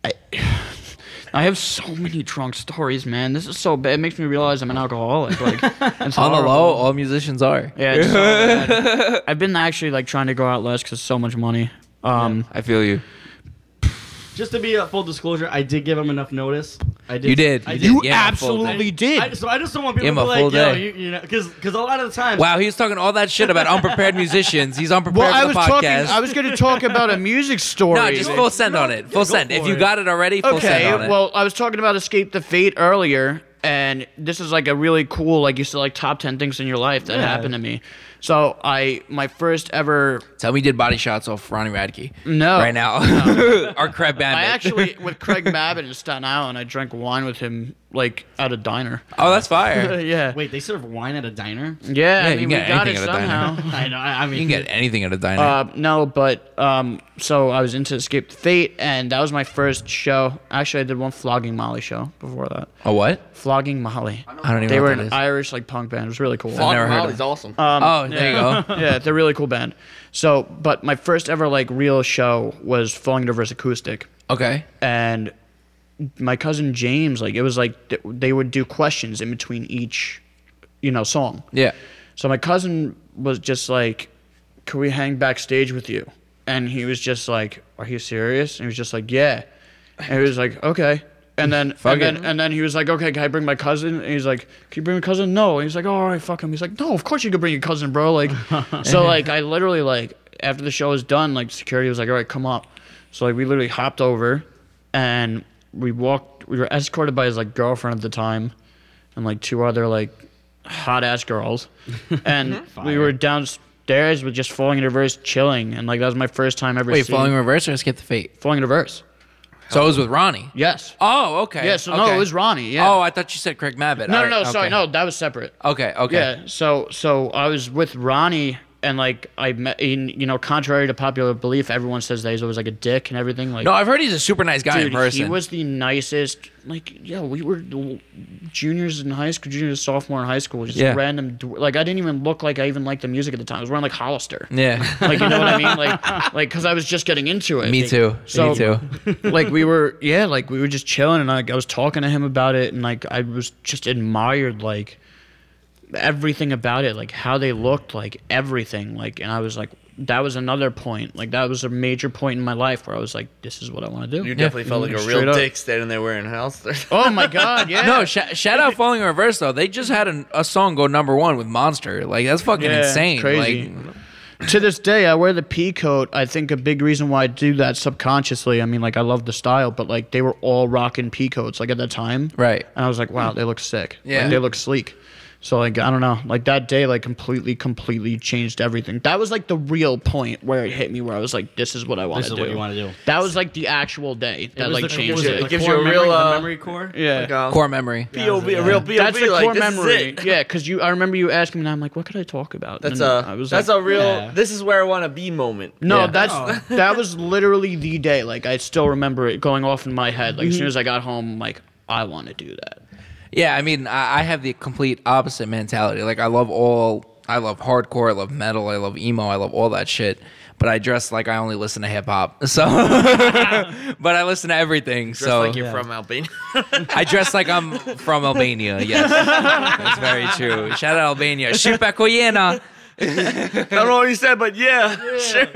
Speaker 3: I, I have so many drunk stories, man. This is so bad. It makes me realize I'm an alcoholic. Like, it's
Speaker 5: on the
Speaker 3: horrible.
Speaker 5: low, all musicians are.
Speaker 3: Yeah, it's so bad. I've been actually like trying to go out less because so much money. Um,
Speaker 5: I feel you.
Speaker 1: Just to be a full disclosure, I did give him enough notice. I did.
Speaker 5: You did.
Speaker 1: I
Speaker 5: You
Speaker 1: did.
Speaker 5: did.
Speaker 3: you
Speaker 5: Yeah, I'm full
Speaker 3: absolutely did.
Speaker 1: I, so I just don't want people
Speaker 5: Give
Speaker 1: to
Speaker 5: him
Speaker 1: be
Speaker 5: a full
Speaker 1: like, yo,
Speaker 5: day.
Speaker 1: you, you know, because because a lot of the times,
Speaker 5: Wow, he was talking all that shit about unprepared musicians. He's unprepared
Speaker 3: well, I
Speaker 5: for
Speaker 3: was
Speaker 5: the
Speaker 3: talking.
Speaker 5: podcast.
Speaker 3: I was going to talk about a music story.
Speaker 5: no, just full send on it. Full send. If you got it already, full send
Speaker 3: Okay,
Speaker 5: on it.
Speaker 3: well, I was talking about Escape the Fate earlier, and this is like a really cool, like you said, like top ten things in your life that happened to me. So I, my first ever,
Speaker 5: Tell me you did body shots off Ronnie Radke.
Speaker 3: No.
Speaker 5: Right now. Our crab
Speaker 3: I
Speaker 5: bandit.
Speaker 3: actually with Craig Mabbitt in Staten Island, I drank wine with him like at a diner.
Speaker 5: oh, that's fire. you
Speaker 3: yeah,
Speaker 1: Wait, they serve wine at a diner?
Speaker 3: yeah.
Speaker 5: you
Speaker 3: I
Speaker 5: can
Speaker 3: mean, we
Speaker 5: get
Speaker 3: got it
Speaker 5: anything at a diner.
Speaker 3: somehow.
Speaker 1: I know. I, I mean,
Speaker 5: can get anything at a diner.
Speaker 3: Uh, no, but um, so I was into Escape the Fate, and that was my first show. Actually, I did one flogging Molly show before that.
Speaker 5: a what?
Speaker 3: Flogging Molly.
Speaker 5: I don't even
Speaker 3: They
Speaker 5: know
Speaker 3: were
Speaker 5: what
Speaker 3: an
Speaker 5: that is.
Speaker 3: Irish like punk band. It was really cool.
Speaker 5: I've never heard of
Speaker 6: Molly's
Speaker 5: it.
Speaker 6: awesome.
Speaker 5: Oh, there you go.
Speaker 3: yeah, they're a really cool band. So, but my first ever like real show was Falling Over Acoustic,
Speaker 5: Okay.
Speaker 3: and my cousin James, like it was like th- they would do questions in between each, you know, song.
Speaker 5: Yeah.
Speaker 3: So my cousin was just like, "Could we hang backstage with you?" And he was just like, "Are you serious?" And he was just like, "Yeah." And he was like, "Okay." And then
Speaker 5: Fuck
Speaker 3: and then,
Speaker 5: it.
Speaker 3: and then he was like, "Okay, can I bring my cousin?" And he's like, "Can you bring your cousin?" No. And he's like, "Oh, all right, fuck him." He's like, "No, of course you could bring your cousin, bro." Like, so like I literally like after the show was done, like security was like, "All right, come up." So like we literally hopped over, and we walked. We were escorted by his like girlfriend at the time, and like two other like hot ass girls, and we were downstairs with just falling in reverse, chilling, and like that was my first time ever.
Speaker 5: Wait,
Speaker 3: seeing
Speaker 5: falling reverse or skip the fate?
Speaker 3: falling in reverse.
Speaker 5: So it was with Ronnie.
Speaker 3: Yes.
Speaker 5: Oh, okay.
Speaker 3: Yeah, so no,
Speaker 5: okay.
Speaker 3: it was Ronnie, yeah.
Speaker 5: Oh, I thought you said Craig Mabbitt.
Speaker 3: No,
Speaker 5: All
Speaker 3: no, no.
Speaker 5: right,
Speaker 3: Sorry,
Speaker 5: okay.
Speaker 3: no, that was separate.
Speaker 5: Okay, okay.
Speaker 3: Yeah. So, so I was with Ronnie and like I met, in, you know, contrary to popular belief, everyone says that he's always like a dick and everything. Like,
Speaker 5: No, I've heard he's a super nice guy in
Speaker 3: dude,
Speaker 5: person.
Speaker 3: he was the nicest. Like, yeah, we were the- juniors in high school, juniors, sophomore in high school, just
Speaker 5: Yeah.
Speaker 3: random. dw- Like, I didn't even look like I even liked the music at the time. I was wearing like Hollister.
Speaker 5: yeah.
Speaker 3: Like, you know what I mean? Like, like because I was just getting into it.
Speaker 5: Me too.
Speaker 3: So-
Speaker 5: Me too.
Speaker 3: like we were yeah like we were just chilling and like i was talking to him about it and like i was just admired like everything about it like how they looked like everything like and i was like that was another point like that was a major point in my life where i was like this is what i want to do
Speaker 6: You definitely felt like a
Speaker 3: Straight
Speaker 6: real
Speaker 3: up.
Speaker 6: dick standing there wearing a house.
Speaker 3: oh my god yeah
Speaker 5: No, sh- shout out Falling in Reverse though. They just had an, a song go number one with Monster. Like that's fucking
Speaker 3: Yeah,
Speaker 5: insane.
Speaker 3: crazy.
Speaker 5: Like
Speaker 3: to this day i wear the pea coat i think a big reason why i do that subconsciously i mean like i love the style but like they were all rocking pea coats like at that time
Speaker 5: right.
Speaker 3: And I was like, wow, they look sick. Like,
Speaker 5: Yeah.
Speaker 3: they look sleek. So like I don't know, like that day like completely completely changed everything. That was like the real point where it hit me where I was like, this is what I want
Speaker 1: This
Speaker 3: to
Speaker 1: is
Speaker 3: do.
Speaker 1: what you wanna do.
Speaker 3: That was like the actual day that
Speaker 1: was
Speaker 3: like
Speaker 1: the-
Speaker 3: changed
Speaker 1: was
Speaker 3: it.
Speaker 1: the oh
Speaker 6: It gives
Speaker 1: core
Speaker 6: you a
Speaker 1: memory-
Speaker 6: real,
Speaker 1: the
Speaker 6: uh,
Speaker 1: memory core.
Speaker 3: yeah.
Speaker 5: Core memory.
Speaker 6: POV, a real POV.
Speaker 3: That's the
Speaker 6: like,
Speaker 3: core
Speaker 6: this is
Speaker 3: memory.
Speaker 6: it.
Speaker 3: Yeah, because you I remember you asking me and I'm like, what could I talk about?
Speaker 6: That's a
Speaker 3: And I was
Speaker 6: that's
Speaker 3: like,
Speaker 6: a real.
Speaker 1: yeah.
Speaker 6: This is where I want to be moment.
Speaker 3: no,
Speaker 5: Yeah.
Speaker 3: that's
Speaker 6: Oh.
Speaker 1: No.
Speaker 3: that was literally the day. Like I still remember it going off in my head. Like as
Speaker 6: Mm-hmm.
Speaker 3: soon as I got home, I'm like, I want to do that.
Speaker 5: Yeah, I mean, I, I have the complete opposite mentality. Like, I love all, I love hardcore, I love metal, I love emo, I love all that shit. But I dress like I only listen to hip hop. So, but I listen to everything.
Speaker 6: Dressed
Speaker 5: so
Speaker 6: like you're from Albania.
Speaker 5: I dress like I'm from Albania. Yes, that's very true. Shout out Albania. Shupa Koyena.
Speaker 6: I don't know what he said, but yeah, sure.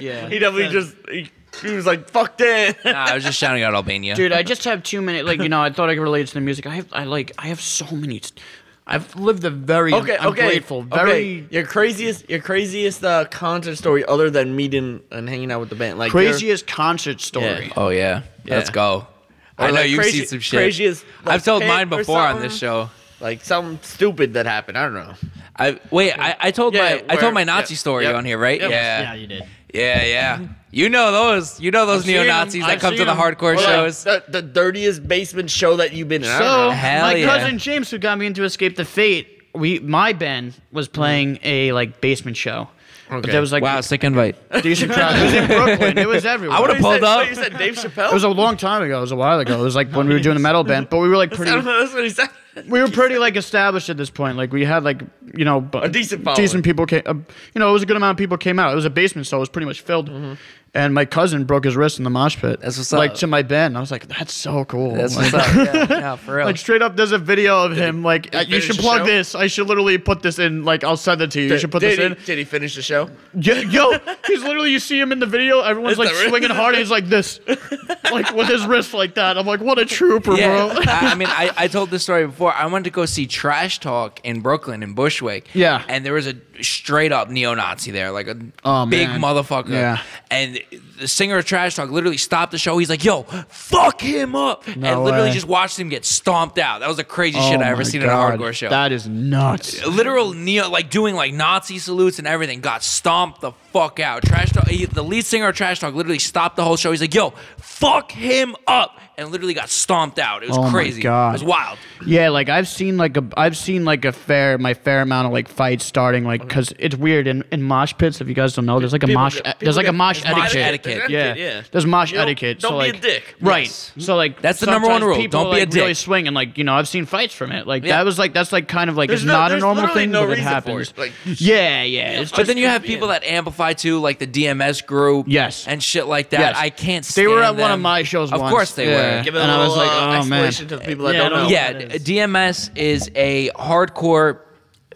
Speaker 3: Yeah.
Speaker 6: He definitely just he, he was like, "Fuck that."
Speaker 5: Nah, I was just shouting out Albania.
Speaker 3: dude i just have too many like you know i thought i could relate to the music i have i like i have so many i've lived a very
Speaker 6: Okay,
Speaker 3: i'm
Speaker 6: okay,
Speaker 3: grateful
Speaker 6: okay.
Speaker 3: very
Speaker 6: Your craziest, your craziest uh, concert story, other than meeting and hanging out with the band, like your-
Speaker 3: craziest concert story
Speaker 5: Oh yeah, let's
Speaker 6: Yeah.
Speaker 5: go.
Speaker 6: Or
Speaker 5: I know
Speaker 6: like
Speaker 5: you've
Speaker 6: crazy-
Speaker 5: seen some shit.
Speaker 6: craziest, like,
Speaker 5: I've told
Speaker 6: pick
Speaker 5: mine
Speaker 6: or
Speaker 5: before on
Speaker 6: something.
Speaker 5: this show.
Speaker 6: like something stupid that happened. I don't know.
Speaker 5: I wait. I, I told
Speaker 6: Yeah,
Speaker 5: my I
Speaker 6: where-
Speaker 5: told my Nazi
Speaker 6: yeah,
Speaker 5: story
Speaker 6: yep,
Speaker 5: on here, right?
Speaker 6: yep.
Speaker 1: Yeah, you did.
Speaker 5: Yeah, yeah. You know those. You know those
Speaker 3: seen 'em.
Speaker 5: neo Nazis
Speaker 3: I've
Speaker 5: that come to
Speaker 3: seen
Speaker 5: the
Speaker 3: 'em.
Speaker 5: hardcore
Speaker 6: Or like
Speaker 5: shows.
Speaker 6: the, the dirtiest basement show that you've been in. I don't
Speaker 3: so
Speaker 6: know.
Speaker 5: Hell
Speaker 3: my
Speaker 5: yeah.
Speaker 3: cousin james who got me into escape the fate we my band was playing a like basement show but
Speaker 6: Mm-hmm. Okay.
Speaker 3: there was like
Speaker 5: Wow, sick invite.
Speaker 3: decent crowd it was in brooklyn it was everywhere
Speaker 5: I would
Speaker 6: What
Speaker 5: have
Speaker 6: you
Speaker 5: pulled
Speaker 6: said-
Speaker 5: up.
Speaker 6: what You said Dave
Speaker 3: it
Speaker 6: Chappelle.
Speaker 3: was a long time ago. It was a while ago. It was like when we were doing a metal band, but we were like
Speaker 6: I don't
Speaker 3: pretty,
Speaker 6: know. That's what he said.
Speaker 3: we were pretty like established at this point. Like we had like you know bu-
Speaker 6: A decent following.
Speaker 3: decent people came. Uh, you know, it was a good amount of people came out. It was a basement, so it was pretty much filled.
Speaker 6: Mm-hmm.
Speaker 3: And my cousin broke his wrist in the mosh pit.
Speaker 5: That's what's
Speaker 3: like
Speaker 5: up.
Speaker 3: to my band. I was like, that's so cool.
Speaker 5: That's
Speaker 3: like,
Speaker 5: what's up. Yeah, yeah, for real.
Speaker 3: like, straight up, there's a video of him. Like
Speaker 6: he
Speaker 3: you
Speaker 6: finish
Speaker 3: should
Speaker 6: the
Speaker 3: plug
Speaker 6: show?
Speaker 3: this. I should literally put this in. Like I'll send it to you. you should put
Speaker 6: did,
Speaker 3: this in.
Speaker 6: He, did he finish the show?
Speaker 3: Yo, yo, he's literally. You see him in the video. Everyone's
Speaker 6: Is
Speaker 3: like
Speaker 6: that right?
Speaker 3: swinging hard. And he's like this, like with his wrist like that. I'm like, what a trooper,
Speaker 5: yeah,
Speaker 3: bro.
Speaker 5: I, I mean, I, I told this story before. I went to go see Trash Talk in Brooklyn in Bushwick.
Speaker 3: Yeah.
Speaker 5: and there was a straight up neo Nazi there, like a
Speaker 3: Oh,
Speaker 5: big
Speaker 3: man.
Speaker 5: motherfucker.
Speaker 3: Yeah.
Speaker 5: and the singer of Trash Talk literally stopped the show. He's like, "Yo, fuck him up," and literally
Speaker 3: way. Oh
Speaker 5: just watched him get stomped out. That was the craziest shit I ever seen at a hardcore show.
Speaker 3: That is nuts.
Speaker 5: literal neo like doing like Nazi salutes and everything got stomped the fuck out. Trash talk he, the lead singer of Trash Talk literally stopped the whole show. He's like, "Yo, fuck him up." And literally got stomped out. It was
Speaker 3: Oh my
Speaker 5: crazy.
Speaker 3: God.
Speaker 5: It was wild.
Speaker 3: Yeah, like I've seen like a I've seen like a fair my fair amount of like fights starting like because it's weird in, in mosh pits if you guys don't know there's like a mosh e,
Speaker 6: get- people
Speaker 3: there's like a
Speaker 6: get-
Speaker 3: mosh
Speaker 5: there's mosh
Speaker 3: etiquette.
Speaker 5: etiquette.
Speaker 3: Yeah.
Speaker 6: Yeah.
Speaker 3: there's mosh
Speaker 6: You don't-
Speaker 3: etiquette. so
Speaker 6: don't be a
Speaker 3: like,
Speaker 6: dick.
Speaker 3: Right,
Speaker 5: Yes.
Speaker 3: so like
Speaker 5: That's the number one
Speaker 3: sometimes
Speaker 5: rule.
Speaker 3: people,
Speaker 5: Don't be
Speaker 3: like,
Speaker 5: a dick.
Speaker 3: Really swing and like you know I've seen fights from it. Like
Speaker 5: Yeah.
Speaker 3: that was like that's like kind of like it's
Speaker 6: no-
Speaker 3: not a
Speaker 6: there's
Speaker 3: normal
Speaker 6: literally
Speaker 3: thing,
Speaker 6: no
Speaker 3: but it
Speaker 6: reason for
Speaker 3: happens.
Speaker 6: it. Like,
Speaker 3: yeah, yeah, it's
Speaker 5: But
Speaker 3: just
Speaker 5: then you have people that amplify too, like the DMS group,
Speaker 3: Yes.
Speaker 5: and shit like that.
Speaker 3: Yes.
Speaker 5: I can't.
Speaker 3: They
Speaker 5: Stand
Speaker 3: were at one of
Speaker 5: them.
Speaker 3: my shows
Speaker 5: Of
Speaker 3: once.
Speaker 5: course they
Speaker 3: Yeah.
Speaker 5: were.
Speaker 6: Give it a
Speaker 3: And I
Speaker 6: little,
Speaker 3: was like,
Speaker 6: uh,
Speaker 3: oh, man.
Speaker 6: explanation to the people that
Speaker 1: Yeah, I
Speaker 6: don't
Speaker 1: don't
Speaker 6: know.
Speaker 1: know.
Speaker 5: Oh, yeah,
Speaker 1: that
Speaker 5: d-
Speaker 1: is.
Speaker 5: DMS is a hardcore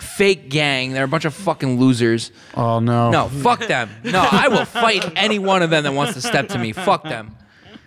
Speaker 5: fake gang. They're a bunch of fucking losers.
Speaker 3: oh no,
Speaker 5: No, fuck them. No, I will fight any one of them that wants to step to me. Fuck them.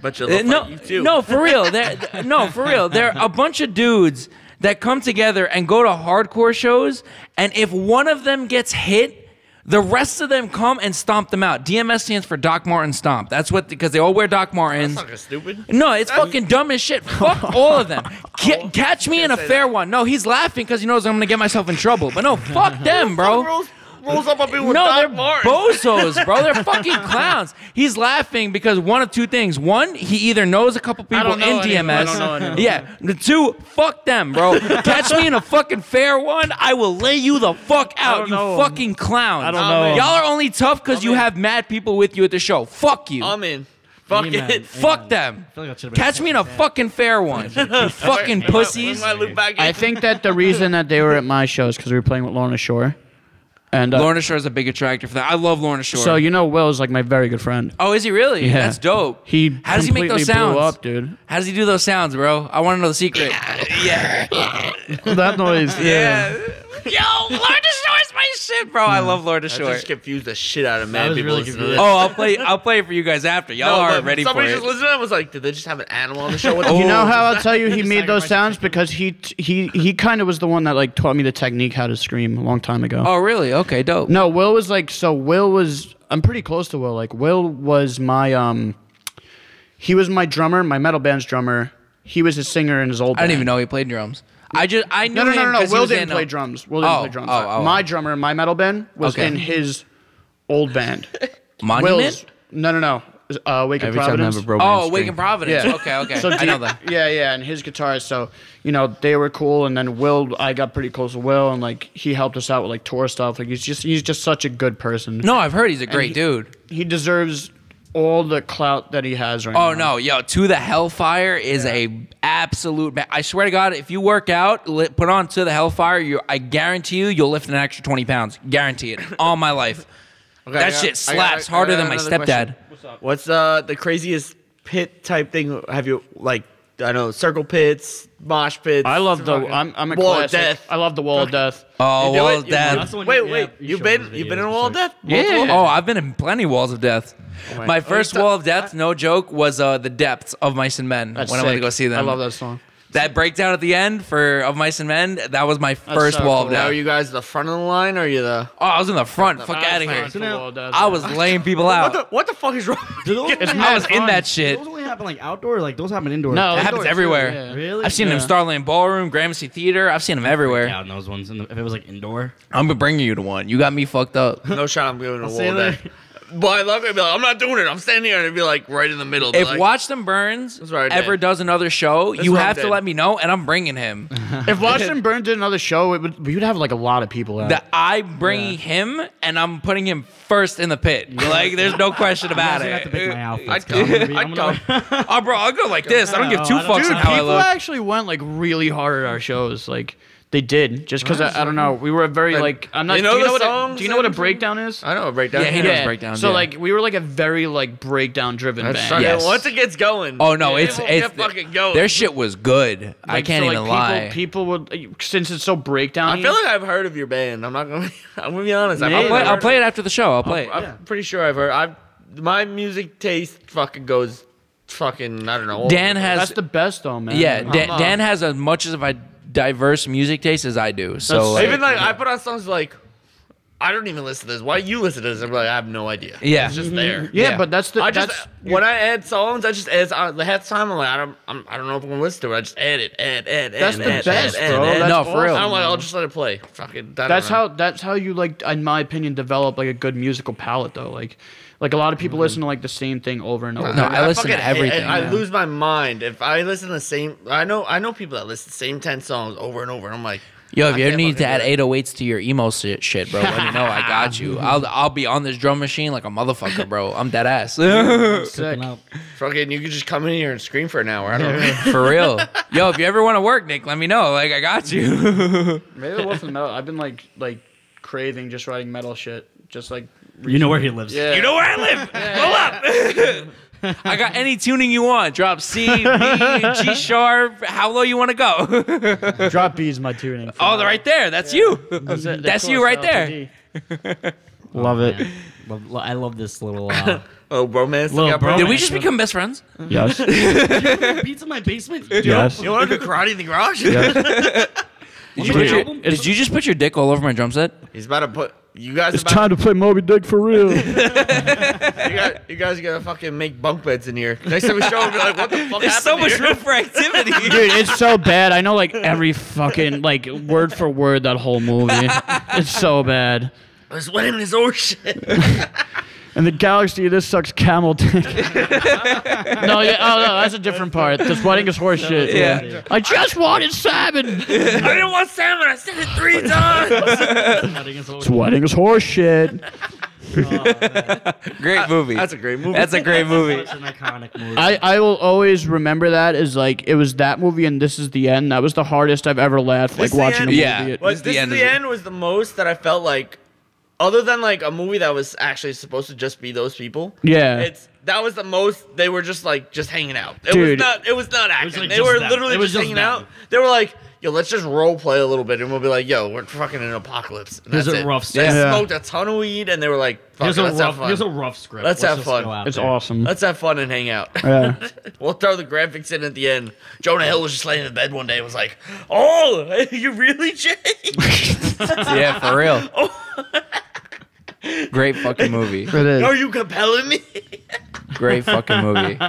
Speaker 6: But
Speaker 5: Uh,
Speaker 6: you'll
Speaker 5: no,
Speaker 6: you too.
Speaker 5: no, for real. They're, th- no, for real. They're a bunch of dudes that come together and go to hardcore shows, and if one of them gets hit, the rest of them come and stomp them out. DMS stands for Doc Martin Stomp. That's what because they all wear Doc Martens.
Speaker 6: Fucking stupid.
Speaker 5: No, it's fucking dumb as shit. Fuck all of them.
Speaker 3: Oh,
Speaker 5: Ca- catch me in a fair one. No, he's laughing because he knows I'm gonna get myself in trouble. But no, fuck them, bro.
Speaker 4: rolls up on people with
Speaker 5: No, they're
Speaker 4: Doc Martens.
Speaker 5: bozos, bro. They're fucking clowns. He's laughing because one of two things. One, he either knows a couple people
Speaker 3: I don't know
Speaker 5: in
Speaker 3: anyone.
Speaker 5: DMS.
Speaker 3: I don't know anyone.
Speaker 5: Yeah. The two, fuck them, bro. Catch me in a fucking fair one. I will lay you the fuck out,
Speaker 3: don't
Speaker 5: you
Speaker 3: know 'em.
Speaker 5: fucking clowns.
Speaker 3: I don't know 'em.
Speaker 5: Y'all are only tough because you have mad people with you at the show. Fuck you.
Speaker 4: I'm in. Fuck it.
Speaker 5: fuck them. Catch me in a fucking fair one. You fucking pussies.
Speaker 4: I look back.
Speaker 3: I think that the reason that they were at my show is because we were playing with Lorna Shore, and uh,
Speaker 5: Lorna Shore is a big attractor for that. I love Lorna Shore.
Speaker 3: So you know, Will is like my very good friend.
Speaker 5: oh, is he really?
Speaker 3: Yeah.
Speaker 5: That's dope.
Speaker 3: He
Speaker 5: How does he make
Speaker 3: completely
Speaker 5: those sounds?
Speaker 3: Blew up, dude.
Speaker 5: How does he do those sounds, bro? I want to know the secret.
Speaker 3: That noise.
Speaker 5: Yeah. Yo, Lord Shore is my shit, bro. I love Lord
Speaker 4: I
Speaker 5: Shore.
Speaker 4: just confused the shit out of
Speaker 1: I
Speaker 4: man
Speaker 1: was
Speaker 4: people.
Speaker 1: really
Speaker 4: listening
Speaker 1: confused.
Speaker 4: to this.
Speaker 5: Oh, I'll play. I'll play it for you guys after. Y'all
Speaker 4: No,
Speaker 5: Oh, are
Speaker 4: but
Speaker 5: ready for
Speaker 4: somebody
Speaker 5: it.
Speaker 4: just listened to it and was like, did they just have an animal on the show? What the
Speaker 5: Oh.
Speaker 3: You know how I'll
Speaker 1: that-
Speaker 3: tell you he
Speaker 1: just
Speaker 3: made those
Speaker 1: sacrifice
Speaker 3: sounds
Speaker 1: chicken.
Speaker 3: because he t- he he kind of was the one that like taught me the technique how to scream a long time ago.
Speaker 5: oh, really? Okay, dope.
Speaker 3: No, Will was like so Will was I'm pretty close to Will. Like Will was my um he was my drummer, my metal band's drummer. He was a singer in his old
Speaker 5: I didn't
Speaker 3: band.
Speaker 5: even know he played drums. I just I knew
Speaker 3: No, no, no,
Speaker 5: him
Speaker 3: no, no.
Speaker 5: 'cause he
Speaker 3: Will
Speaker 5: was
Speaker 3: didn't
Speaker 5: in a-
Speaker 3: play drums. Will didn't
Speaker 5: Oh,
Speaker 3: play drums.
Speaker 5: oh, oh, oh.
Speaker 3: my drummer, my metal band was
Speaker 5: Okay.
Speaker 3: in his old band.
Speaker 5: Monument.
Speaker 3: Will's No, no, no. Uh, Wake of
Speaker 6: Every time I
Speaker 3: Providence.
Speaker 6: have a bro.
Speaker 5: Oh, Wake and Providence.
Speaker 3: Yeah.
Speaker 5: Okay, okay.
Speaker 3: So
Speaker 5: I know
Speaker 3: Duke-
Speaker 5: that.
Speaker 3: Yeah, yeah, and his guitarist. So you know they were cool, and then Will, I got pretty close to Will, and like he helped us out with like tour stuff. Like he's just he's just such a good person.
Speaker 5: No, I've heard he's a great
Speaker 3: he-
Speaker 5: dude.
Speaker 3: he deserves all the clout that he has right now.
Speaker 5: Oh no, yo, to the Hellfire is a absolute. Ma- I swear to God, if you work out, li- put on to the Hellfire, you I guarantee you, you'll lift an extra twenty pounds. Guarantee it. All my life.
Speaker 4: I
Speaker 5: that
Speaker 4: got-
Speaker 5: shit
Speaker 4: I got-
Speaker 5: slaps
Speaker 4: I got
Speaker 5: harder than my
Speaker 4: another
Speaker 5: stepdad.
Speaker 4: question. What's uh the craziest pit type thing? Have you like I know circle pits, mosh pits?
Speaker 3: I love the I'm I'm a
Speaker 4: Wall of
Speaker 3: classic.
Speaker 4: Death.
Speaker 3: I love the wall of death.
Speaker 5: Oh,
Speaker 4: You do
Speaker 5: wall
Speaker 4: it?
Speaker 5: of
Speaker 4: You-
Speaker 5: death.
Speaker 1: one
Speaker 4: Wait,
Speaker 1: you-
Speaker 4: wait,
Speaker 1: yeah, you
Speaker 4: you've
Speaker 1: showed
Speaker 4: been
Speaker 1: those
Speaker 4: you've been in
Speaker 1: videos,
Speaker 4: a wall of
Speaker 1: so-
Speaker 4: death?
Speaker 5: Yeah. Oh, I've been in plenty walls of death.
Speaker 4: my-
Speaker 5: My
Speaker 4: Oh,
Speaker 5: first
Speaker 4: you're
Speaker 5: wall of death, no joke, was uh, the depths of Mice and Men
Speaker 3: That's
Speaker 5: when I went to
Speaker 3: sick.
Speaker 5: go see them.
Speaker 3: I love that song.
Speaker 5: That breakdown at the end for of Mice and Men. That was my first
Speaker 3: so
Speaker 5: wall
Speaker 3: cool.
Speaker 5: of
Speaker 4: Now
Speaker 5: death.
Speaker 4: are you guys the front of the line or are you the
Speaker 5: oh, I was in the front. Fuck out of
Speaker 3: I
Speaker 5: here.
Speaker 3: was, the wall of death.
Speaker 5: I was laying people
Speaker 4: what
Speaker 5: out.
Speaker 4: the what the fuck is wrong?
Speaker 1: Do those only
Speaker 5: I
Speaker 1: happen-
Speaker 5: was in that shit.
Speaker 1: Those only happen like outdoor, like those happen indoor.
Speaker 3: no,
Speaker 5: It happens
Speaker 3: indoors, too,
Speaker 5: everywhere.
Speaker 3: yeah.
Speaker 1: really.
Speaker 5: I've seen them
Speaker 3: Yeah.
Speaker 5: Starland Ballroom, Gramercy Theater. I've seen them everywhere.
Speaker 1: Yeah, on those ones. And if it was like indoor,
Speaker 5: I'm gonna bring you to one. You got me fucked up.
Speaker 4: No shot. I'm going to a wall
Speaker 1: see
Speaker 4: of
Speaker 1: you
Speaker 4: death. But I love it. I'd be like, I'm not doing it. I'm standing here and it'd be like right in the middle.
Speaker 5: If
Speaker 4: like,
Speaker 5: Watch Them Burns
Speaker 4: That's what I
Speaker 5: ever
Speaker 4: did.
Speaker 5: does another show, you
Speaker 4: what I
Speaker 5: have to
Speaker 4: did.
Speaker 5: let me know, and I'm bringing him.
Speaker 3: If Washington Burns did another show, it would we would have like a lot of people out.
Speaker 5: that I'm bringing him and I'm putting him first in the pit. Like, there's no question about
Speaker 1: I have to pick
Speaker 4: uh,
Speaker 5: it.
Speaker 1: my outfits. Kyle. I'm gonna be- I'm gonna-
Speaker 5: Oh, bro, I'll go like this. I don't give two
Speaker 1: I don't
Speaker 5: fucks
Speaker 3: Dude,
Speaker 5: on how I
Speaker 3: people
Speaker 5: look.
Speaker 3: actually went like really hard at our shows. Like they did, just because I, I don't know. We were a very like I'm not.
Speaker 4: You know
Speaker 3: do you
Speaker 4: the
Speaker 3: know what a,
Speaker 4: songs
Speaker 3: do you know what a
Speaker 4: and-
Speaker 3: breakdown is?
Speaker 4: I know a breakdown.
Speaker 5: Yeah, he knows breakdowns,
Speaker 3: So
Speaker 5: yeah.
Speaker 3: like we were like a very like breakdown driven band.
Speaker 4: Yeah,
Speaker 5: Yes.
Speaker 4: Once it gets going.
Speaker 5: Oh no, it's
Speaker 4: people
Speaker 5: it's
Speaker 4: get fucking going.
Speaker 5: their shit was good. I
Speaker 3: Like,
Speaker 5: can't
Speaker 3: so,
Speaker 5: even
Speaker 3: like,
Speaker 5: lie.
Speaker 3: People, people would since it's so breakdown.
Speaker 4: I feel like I've heard of your band. I'm not gonna. I'm gonna be honest.
Speaker 3: Maybe.
Speaker 5: I'll,
Speaker 4: I've
Speaker 5: play,
Speaker 4: heard
Speaker 5: I'll
Speaker 4: of
Speaker 5: play it after the show. I'll play it.
Speaker 4: I'm pretty sure I've heard. I've my music taste fucking goes fucking. I don't know. all
Speaker 5: Dan
Speaker 4: over the
Speaker 5: has
Speaker 3: that's the best though, man.
Speaker 5: yeah. Dan,
Speaker 4: on.
Speaker 5: Dan has as much of a diverse music taste as I do. So
Speaker 3: That's
Speaker 5: like,
Speaker 4: place. Even like I put on songs like, I don't even listen to this. Why you listen to this? I'm like I have no idea.
Speaker 5: Yeah.
Speaker 4: it's just there.
Speaker 3: Mm-hmm. yeah,
Speaker 5: yeah.
Speaker 3: But that's the
Speaker 4: I just
Speaker 3: that's
Speaker 4: when I add songs, I just add I, the half the time I'm like I don't I'm, I don't know if I'm gonna listen to it. I just add it, add, add,
Speaker 3: that's
Speaker 4: add,
Speaker 3: the
Speaker 4: add,
Speaker 3: best,
Speaker 4: add,
Speaker 3: bro.
Speaker 4: add,
Speaker 3: That's
Speaker 4: add.
Speaker 5: No, for
Speaker 3: awesome.
Speaker 5: real.
Speaker 4: I'm like I'll just let it play. Fucking. I don't
Speaker 3: That's
Speaker 4: know.
Speaker 3: how that's how you like, in my opinion, develop like a good musical palette though. Like, like a lot of people listen to like the same thing over and over.
Speaker 5: No, I listen to
Speaker 4: fucking-
Speaker 5: everything,
Speaker 4: I, I
Speaker 5: man.
Speaker 4: lose my mind if I listen to the same. I know. I know people that listen to the same ten songs over and over. And I'm like,
Speaker 5: Yo, if
Speaker 4: I
Speaker 5: you ever
Speaker 4: can't
Speaker 5: need to
Speaker 4: fucking
Speaker 5: add
Speaker 4: do it.
Speaker 5: 808s to your emo si- shit, bro, let me know. I got you. I'll I'll be on this drum machine like a motherfucker, bro. I'm dead ass.
Speaker 3: Sick.
Speaker 1: Well,
Speaker 4: fucking, you could just come in here and scream for an hour. I don't know.
Speaker 5: For real. Yo, if you ever want to work, Nick, let me know. Like, I got you.
Speaker 3: Maybe it wasn't metal. I've been like like craving just writing metal shit. Just like
Speaker 1: You know where he lives.
Speaker 3: yeah.
Speaker 5: know where I live. Pull up. I got any tuning you want. Drop C, B, G sharp. How low you want to go?
Speaker 3: drop B's my tuning.
Speaker 5: oh, they're right there. That's you. That's you right there.
Speaker 1: Love it. Love, lo- I love this little uh,
Speaker 4: Oh, romance.
Speaker 1: Little
Speaker 4: Look out,
Speaker 1: bro-
Speaker 5: Did we just become best friends?
Speaker 3: Yes.
Speaker 1: pizza in my basement. Dude,
Speaker 4: You want to do karate in the garage?
Speaker 5: Did you,
Speaker 1: Did
Speaker 5: put your,
Speaker 1: you-
Speaker 5: did you just put your dick all over my drum set?
Speaker 4: He's about to put. You guys, about,
Speaker 3: to play Moby Dick for real.
Speaker 4: you, guys you guys gotta fucking make bunk beds in here. Next time we show, we'll be like, what the fuck
Speaker 5: There's
Speaker 4: happened
Speaker 5: so much
Speaker 4: here?
Speaker 5: room for activity.
Speaker 3: Dude, it's so bad. I know like every fucking like word for word that whole movie. It's so bad.
Speaker 4: I was winning this old shit.
Speaker 3: And the galaxy, this sucks camel dick. no, yeah, oh no, that's a different part. This wedding is horseshit.
Speaker 5: Yeah.
Speaker 3: I just wanted salmon.
Speaker 4: I didn't want salmon. I said it three times.
Speaker 3: This wedding is horseshit.
Speaker 5: Great movie. That's
Speaker 4: a great movie.
Speaker 5: That's a great movie.
Speaker 1: Such an iconic movie.
Speaker 3: I, I will always remember that as like it was that movie and this is the end. That was the hardest I've ever laughed like
Speaker 4: the
Speaker 3: watching a
Speaker 4: end?
Speaker 3: movie.
Speaker 5: Yeah.
Speaker 3: It-
Speaker 5: What?
Speaker 4: But
Speaker 5: This is the
Speaker 4: this, is
Speaker 5: end
Speaker 4: the
Speaker 5: of it.
Speaker 4: end was the most that I felt like, other than like a movie that was actually supposed to just be those people.
Speaker 3: Yeah.
Speaker 4: It's that was the most they were just like just hanging out. It
Speaker 3: Dude.
Speaker 4: was not. It was not acting.
Speaker 1: was, like,
Speaker 4: they
Speaker 1: just
Speaker 4: were
Speaker 1: them.
Speaker 4: literally
Speaker 1: It was
Speaker 4: just,
Speaker 1: just
Speaker 4: hanging
Speaker 1: them.
Speaker 4: out. They were like, yo, let's just role play a little bit, and we'll be like, yo, we're fucking in an apocalypse. And
Speaker 1: Here's
Speaker 4: that's
Speaker 1: a
Speaker 4: it.
Speaker 1: rough
Speaker 4: They
Speaker 1: script.
Speaker 3: Yeah.
Speaker 4: smoked a ton of weed, and they were like, fuck
Speaker 1: Here's
Speaker 4: it,
Speaker 1: a
Speaker 4: let's have
Speaker 1: rough.
Speaker 4: fun.
Speaker 1: Here's a rough script.
Speaker 4: Let's have
Speaker 1: just
Speaker 4: fun.
Speaker 1: go out
Speaker 3: it's
Speaker 1: there.
Speaker 3: awesome.
Speaker 4: Let's have fun and hang out.
Speaker 3: Yeah.
Speaker 4: We'll throw the graphics in at the end. Jonah Hill was just laying in bed one day and was like, Oh, you really changed?
Speaker 5: Yeah, for real. Great fucking movie.
Speaker 3: It is.
Speaker 4: Are you compelling me?
Speaker 5: Great fucking movie.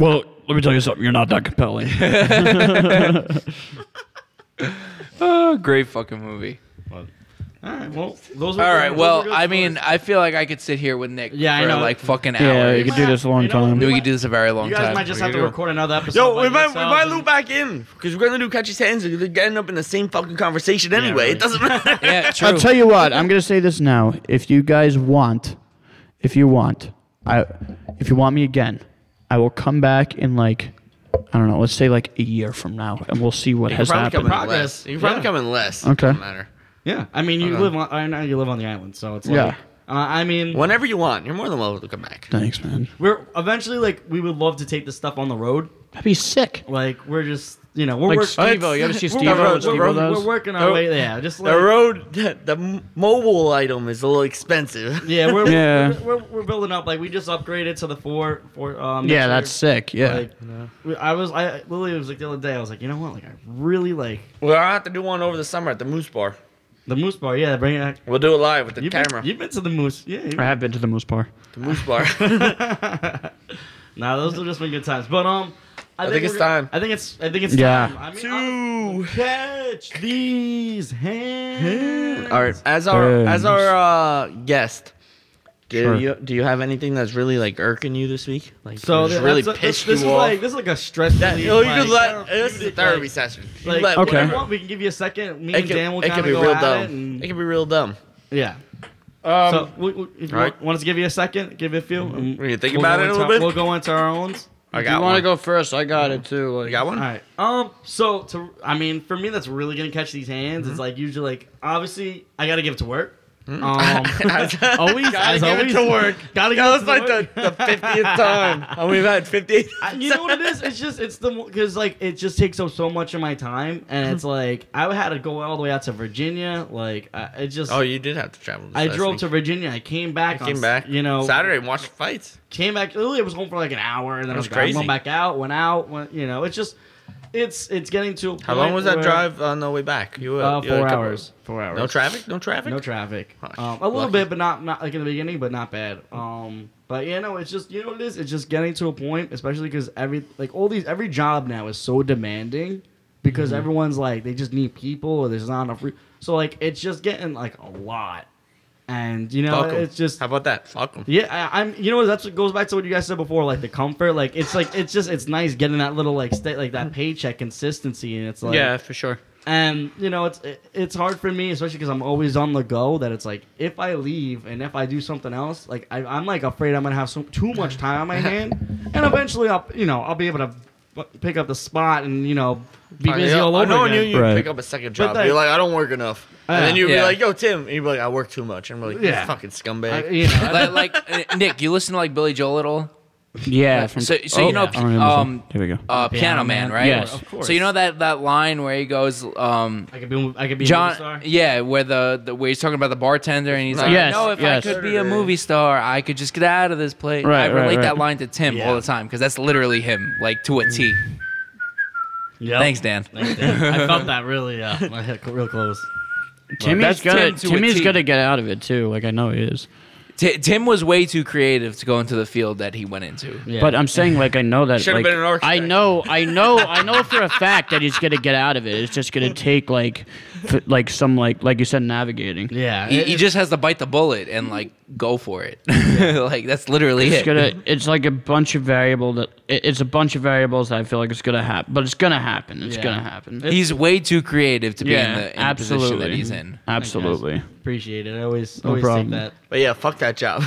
Speaker 3: Well, let me tell you something. You're not that compelling.
Speaker 5: Oh, great fucking movie.
Speaker 1: All right. Well, those.
Speaker 5: All right. Well, I mean, I feel like I could sit here with Nick
Speaker 1: Yeah, I
Speaker 5: for
Speaker 1: know.
Speaker 5: like fucking
Speaker 3: yeah, you
Speaker 5: hours.
Speaker 3: could do this a long
Speaker 1: You know,
Speaker 3: time.
Speaker 5: we could do this a very long
Speaker 1: you guys
Speaker 5: time.
Speaker 1: might just have to
Speaker 4: do.
Speaker 1: record another episode.
Speaker 4: Yo,
Speaker 1: by
Speaker 4: we might, we
Speaker 1: yourselves
Speaker 4: might
Speaker 1: and-
Speaker 4: loop back in because we're going to do Catchy Hands and we're gonna end up in the same fucking conversation anyway.
Speaker 1: really.
Speaker 4: It doesn't matter.
Speaker 5: yeah, true.
Speaker 3: I'll tell you what. I'm gonna say this now. If you guys want, if you want, I, if you want me again, I will come back in like, I don't know. Let's say like a year from now, and we'll see what has
Speaker 4: probably
Speaker 3: happened.
Speaker 4: coming
Speaker 1: happened.
Speaker 4: less. You can probably
Speaker 1: Yeah.
Speaker 4: come in less. It
Speaker 3: Okay.
Speaker 4: doesn't matter.
Speaker 1: Yeah. I mean, you live on. I know you live on the island, so it's like.
Speaker 3: Yeah.
Speaker 1: Uh, I mean,
Speaker 4: Whenever you want, you're more than welcome to come back.
Speaker 3: Thanks, man.
Speaker 1: we're eventually like we would love to take this stuff on the road.
Speaker 3: That'd be sick.
Speaker 1: Like we're just you know we're
Speaker 3: Like
Speaker 1: working.
Speaker 3: Steve-O. You ever see
Speaker 1: We're,
Speaker 3: Steve-O?
Speaker 1: we're,
Speaker 3: What
Speaker 1: we're,
Speaker 3: Steve-O does?
Speaker 1: we're working our
Speaker 4: Oh.
Speaker 1: way there. Just like
Speaker 4: The road, the, the m- mobile item is a little expensive.
Speaker 1: Yeah, we're,
Speaker 3: Yeah.
Speaker 1: We're, we're we're building up. Like we just upgraded to the four four. Um,
Speaker 3: Yeah,
Speaker 1: mixer.
Speaker 3: that's sick. Yeah.
Speaker 1: Like, we- I was I Lily was like the other day. I was like, you know what? Like I really like
Speaker 4: We're going to have to do one over the summer at the Moose Bar.
Speaker 1: the moose bar. Yeah, bring it. back.
Speaker 4: We'll do it live with the
Speaker 1: You've
Speaker 4: camera.
Speaker 1: been, you've been to the moose. Yeah.
Speaker 3: I
Speaker 1: you-
Speaker 3: have been to the most bar.
Speaker 4: the Moose Bar.
Speaker 1: Nah, those have just been good times. But um, I,
Speaker 4: think it's
Speaker 1: we're gonna-
Speaker 4: time.
Speaker 1: I think it's I think it's
Speaker 3: Yeah.
Speaker 1: time. I mean,
Speaker 4: Two.
Speaker 1: catch these hands.
Speaker 4: All right. As our as
Speaker 3: Thanks.
Speaker 4: our uh, guest, do
Speaker 3: Sure.
Speaker 4: you do you have anything that's really like irking you this week? Like
Speaker 1: So
Speaker 4: so
Speaker 1: th-
Speaker 4: really
Speaker 1: that's a-
Speaker 4: pissed
Speaker 1: this, this
Speaker 4: you
Speaker 1: is
Speaker 4: off.
Speaker 1: like this is like a stress.
Speaker 4: that,
Speaker 1: relief,
Speaker 4: oh, you
Speaker 1: like,
Speaker 4: could let this is a
Speaker 1: therapeutic,
Speaker 4: therapy
Speaker 1: like-
Speaker 4: session. You
Speaker 1: Like,
Speaker 4: let
Speaker 1: whatever
Speaker 3: Okay.
Speaker 1: you
Speaker 4: whatever-
Speaker 1: want, we can give you a second. Me
Speaker 4: It
Speaker 1: and
Speaker 4: can,
Speaker 1: Dan will
Speaker 4: it can
Speaker 1: kind of
Speaker 4: be
Speaker 1: go
Speaker 4: real
Speaker 1: at
Speaker 4: dumb.
Speaker 1: it.
Speaker 4: It,
Speaker 1: And,
Speaker 4: can be real
Speaker 3: Um,
Speaker 4: dumb.
Speaker 1: yeah. so, we, we, if you
Speaker 4: All right.
Speaker 1: want, want us to give you a second, give you a few. and
Speaker 4: Were you thinking
Speaker 1: we'll
Speaker 4: about
Speaker 1: go
Speaker 4: it a
Speaker 1: into-
Speaker 4: little bit?
Speaker 1: We'll go into our own.
Speaker 4: I
Speaker 3: you
Speaker 4: got one.
Speaker 3: want to go first? I got it too. Like,
Speaker 4: You got one?
Speaker 1: All right. Um. So to, I mean, for me, that's really gonna catch these hands.
Speaker 4: Mm-hmm.
Speaker 1: It's like usually, like obviously, I gotta give it to work. Um, always,
Speaker 4: Mm.
Speaker 1: as
Speaker 4: give it
Speaker 1: always,
Speaker 4: to work.
Speaker 1: Gotta give
Speaker 4: That
Speaker 1: it
Speaker 4: was
Speaker 1: to
Speaker 4: like the,
Speaker 1: work.
Speaker 4: the 50th time. And we've had 50.
Speaker 1: I- you know what it is? It's just it's the because like it just takes up so much of my time,
Speaker 4: Mm-hmm.
Speaker 1: and it's like I had to go all the way out to Virginia. Like I, it just
Speaker 4: Oh, you did have to travel. This
Speaker 1: I
Speaker 4: last
Speaker 1: drove
Speaker 4: week.
Speaker 1: to Virginia. I came back.
Speaker 4: I
Speaker 1: on
Speaker 4: came
Speaker 1: s-
Speaker 4: back.
Speaker 1: You know,
Speaker 4: Saturday and watched the fights.
Speaker 1: came back. Literally, I was home for like an hour, and then I
Speaker 4: That's
Speaker 1: was crazy.
Speaker 4: crazy.
Speaker 1: Went back out. Went out. Went. You know, it's just it's it's getting to. a
Speaker 4: How long
Speaker 1: point
Speaker 4: was that
Speaker 1: where-
Speaker 4: drive on the way back? You
Speaker 1: Uh,
Speaker 4: you had a
Speaker 1: four
Speaker 4: couple-
Speaker 1: hours. Four hours.
Speaker 4: No traffic. No traffic.
Speaker 1: No traffic.
Speaker 4: Huh.
Speaker 1: Um, a little
Speaker 4: Lucky.
Speaker 1: bit, but not not like in the beginning, but not bad. Um, but you know, it's just you know what it is. It's just getting to a point, especially because every like all these every job now is so demanding because
Speaker 4: Mm-hmm.
Speaker 1: everyone's like they just need people or there's not enough. Re- so like it's just getting like a lot, and you know
Speaker 4: Fuck 'em.
Speaker 1: uh, it's just
Speaker 4: How about that? Fuck 'em.
Speaker 1: yeah, I, I'm. You know, that's what goes back to what you guys said before, like the comfort. Like it's like it's just it's nice getting that little like state like that paycheck consistency, and it's like
Speaker 3: yeah, for sure.
Speaker 1: and you know it's it, it's hard for me, especially because I'm always on the go. That it's like if I leave and if I do something else, like I, I'm like afraid I'm gonna have so, too much time on my hand, and eventually I'll you know I'll be able to f- pick up the spot and you know be busy
Speaker 4: Yeah,
Speaker 1: all
Speaker 4: I
Speaker 1: over
Speaker 4: know
Speaker 1: again.
Speaker 4: you you
Speaker 3: Right.
Speaker 4: pick up a second job.
Speaker 1: like- Ah,
Speaker 4: you're like, I don't work enough. and then
Speaker 1: Yeah.
Speaker 4: you'd be
Speaker 5: Yeah.
Speaker 4: like, Yo, Tim. And you'd be like, I work too much. And we're like, You
Speaker 1: Yeah.
Speaker 4: fucking scumbag.
Speaker 1: I- you know,
Speaker 5: like, like, uh, Nick, you listen to like Billy Joel at all?
Speaker 3: Yeah. From,
Speaker 5: So, so you know,
Speaker 3: I don't remember
Speaker 5: um,
Speaker 3: this one. Oh, Here we go.
Speaker 5: uh, Piano
Speaker 1: Piano
Speaker 5: Man,
Speaker 1: Man.
Speaker 5: right?
Speaker 3: Yes.
Speaker 1: Of course.
Speaker 5: So you know that that line where he goes, um,
Speaker 1: I could be I could be a movie
Speaker 5: John,
Speaker 1: star.
Speaker 5: yeah, where the, the where he's talking about the bartender, and he's like,
Speaker 3: Yes,
Speaker 5: "No, if
Speaker 3: yes.
Speaker 5: I could be a movie star, I could just get out of this place."
Speaker 3: Right,
Speaker 5: I
Speaker 3: right,
Speaker 5: relate
Speaker 3: right.
Speaker 5: that line to Tim
Speaker 1: Yeah. Mm.
Speaker 5: all the time because that's literally him, like to a T.
Speaker 1: Yep.
Speaker 5: Thanks, Dan.
Speaker 1: Thanks, Dan. I felt that really uh, my head real close.
Speaker 3: Timmy's
Speaker 5: That's
Speaker 3: gonna
Speaker 5: Tim to a
Speaker 3: Timmy's
Speaker 5: T.
Speaker 3: gonna get out of it too. Like I know he is.
Speaker 5: Ti- Tim was way too creative to go into the field that he went into.
Speaker 1: Yeah.
Speaker 3: But I'm saying like I know that
Speaker 4: Should've
Speaker 3: like,
Speaker 4: been an architect.
Speaker 3: I know I know I know for a fact that he's gonna get out of it. It's just gonna take like f- like some like like you said navigating.
Speaker 1: yeah,
Speaker 5: He,
Speaker 1: it-
Speaker 5: he just has to bite the bullet and like go for it. like that's literally
Speaker 3: It's
Speaker 5: it.
Speaker 3: gonna it's like a bunch of variable that it- it's a bunch of variables that I feel like it's gonna happen, but it's gonna happen. It's
Speaker 1: Yeah.
Speaker 3: gonna happen.
Speaker 5: he's way too creative to be in,
Speaker 3: yeah,
Speaker 5: the, in the position
Speaker 3: absolutely.
Speaker 5: that he's in.
Speaker 3: Absolutely.
Speaker 1: appreciate it. I always
Speaker 3: No
Speaker 1: always
Speaker 3: problem.
Speaker 1: think that.
Speaker 4: But yeah, fuck that job.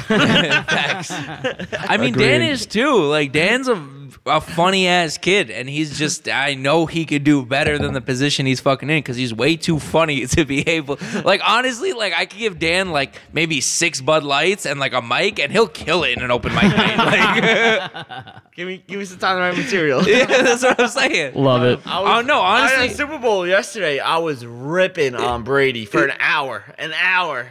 Speaker 5: I mean, Dan
Speaker 3: Agreed.
Speaker 5: is too. Like Dan's a, a funny ass kid, and he's just. I know he could do better than the position he's fucking in because he's way too funny to be able. Like honestly, like I could give Dan like maybe six Bud Lights and like a mic, and he'll kill it in an open mic night. Like,
Speaker 4: give me give me some time to write material.
Speaker 5: yeah, that's what I'm saying.
Speaker 3: Love it.
Speaker 4: I
Speaker 5: Oh no,
Speaker 4: I
Speaker 5: honestly,
Speaker 4: had a Super Bowl yesterday. I was ripping on Brady for an hour. An hour.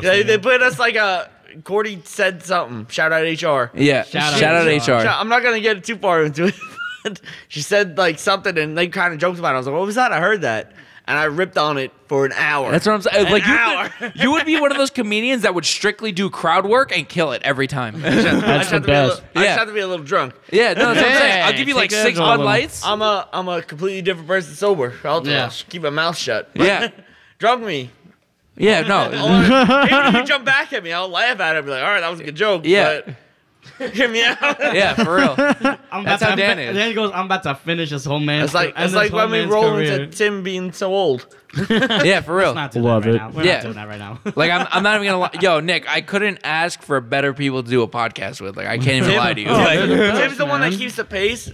Speaker 4: They, they put us like a. Cordy said something. Shout out HR.
Speaker 5: yeah.
Speaker 1: Shout
Speaker 5: Shout,
Speaker 1: out
Speaker 5: out
Speaker 1: HR.
Speaker 5: HR.
Speaker 4: Shout- I'm not gonna get too far into it. but she said like something, and they kind of joked about it. I was like, "What was that?" I heard that, and I ripped on it for an hour.
Speaker 5: That's what I'm saying. Like you,
Speaker 4: hour.
Speaker 5: could- you would be one of those comedians that would strictly do crowd work and kill it every time.
Speaker 4: I
Speaker 3: That's
Speaker 4: just
Speaker 3: the
Speaker 4: have to be a
Speaker 3: best.
Speaker 4: little- I
Speaker 5: Yeah.
Speaker 4: just have to be a little drunk.
Speaker 5: Yeah, no, that's what I'm saying. I'll
Speaker 3: Hey,
Speaker 5: give you
Speaker 3: take
Speaker 5: like
Speaker 3: that
Speaker 5: six
Speaker 3: all
Speaker 5: Bud
Speaker 3: of 'em.
Speaker 5: Lights.
Speaker 4: I'm a I'm a completely different person sober. I'll
Speaker 1: Yeah.
Speaker 4: just keep my mouth shut.
Speaker 5: Yeah.
Speaker 4: drunk me.
Speaker 5: Yeah, no.
Speaker 4: Even if you jump back at me, I'll laugh at it. and Be like, "All right, that was a good joke."
Speaker 5: Yeah.
Speaker 4: but hear me out.
Speaker 5: Yeah, for real.
Speaker 1: I'm about
Speaker 5: That's how
Speaker 1: to, I'm,
Speaker 5: Dan is.
Speaker 1: Then he goes, "I'm about to finish this whole man."
Speaker 4: It's like it's like when we roll into Tim being so old.
Speaker 5: Yeah, for real.
Speaker 1: Not doing
Speaker 3: Love
Speaker 1: Love that
Speaker 3: it.
Speaker 1: right it. Now. We're
Speaker 5: Yeah.
Speaker 1: not doing that right now.
Speaker 5: Like I'm, I'm not even gonna lie. Yo, Nick, I couldn't ask for better people to do a podcast with. Like I can't even lie to you. Like,
Speaker 4: Tim's the one that keeps the pace.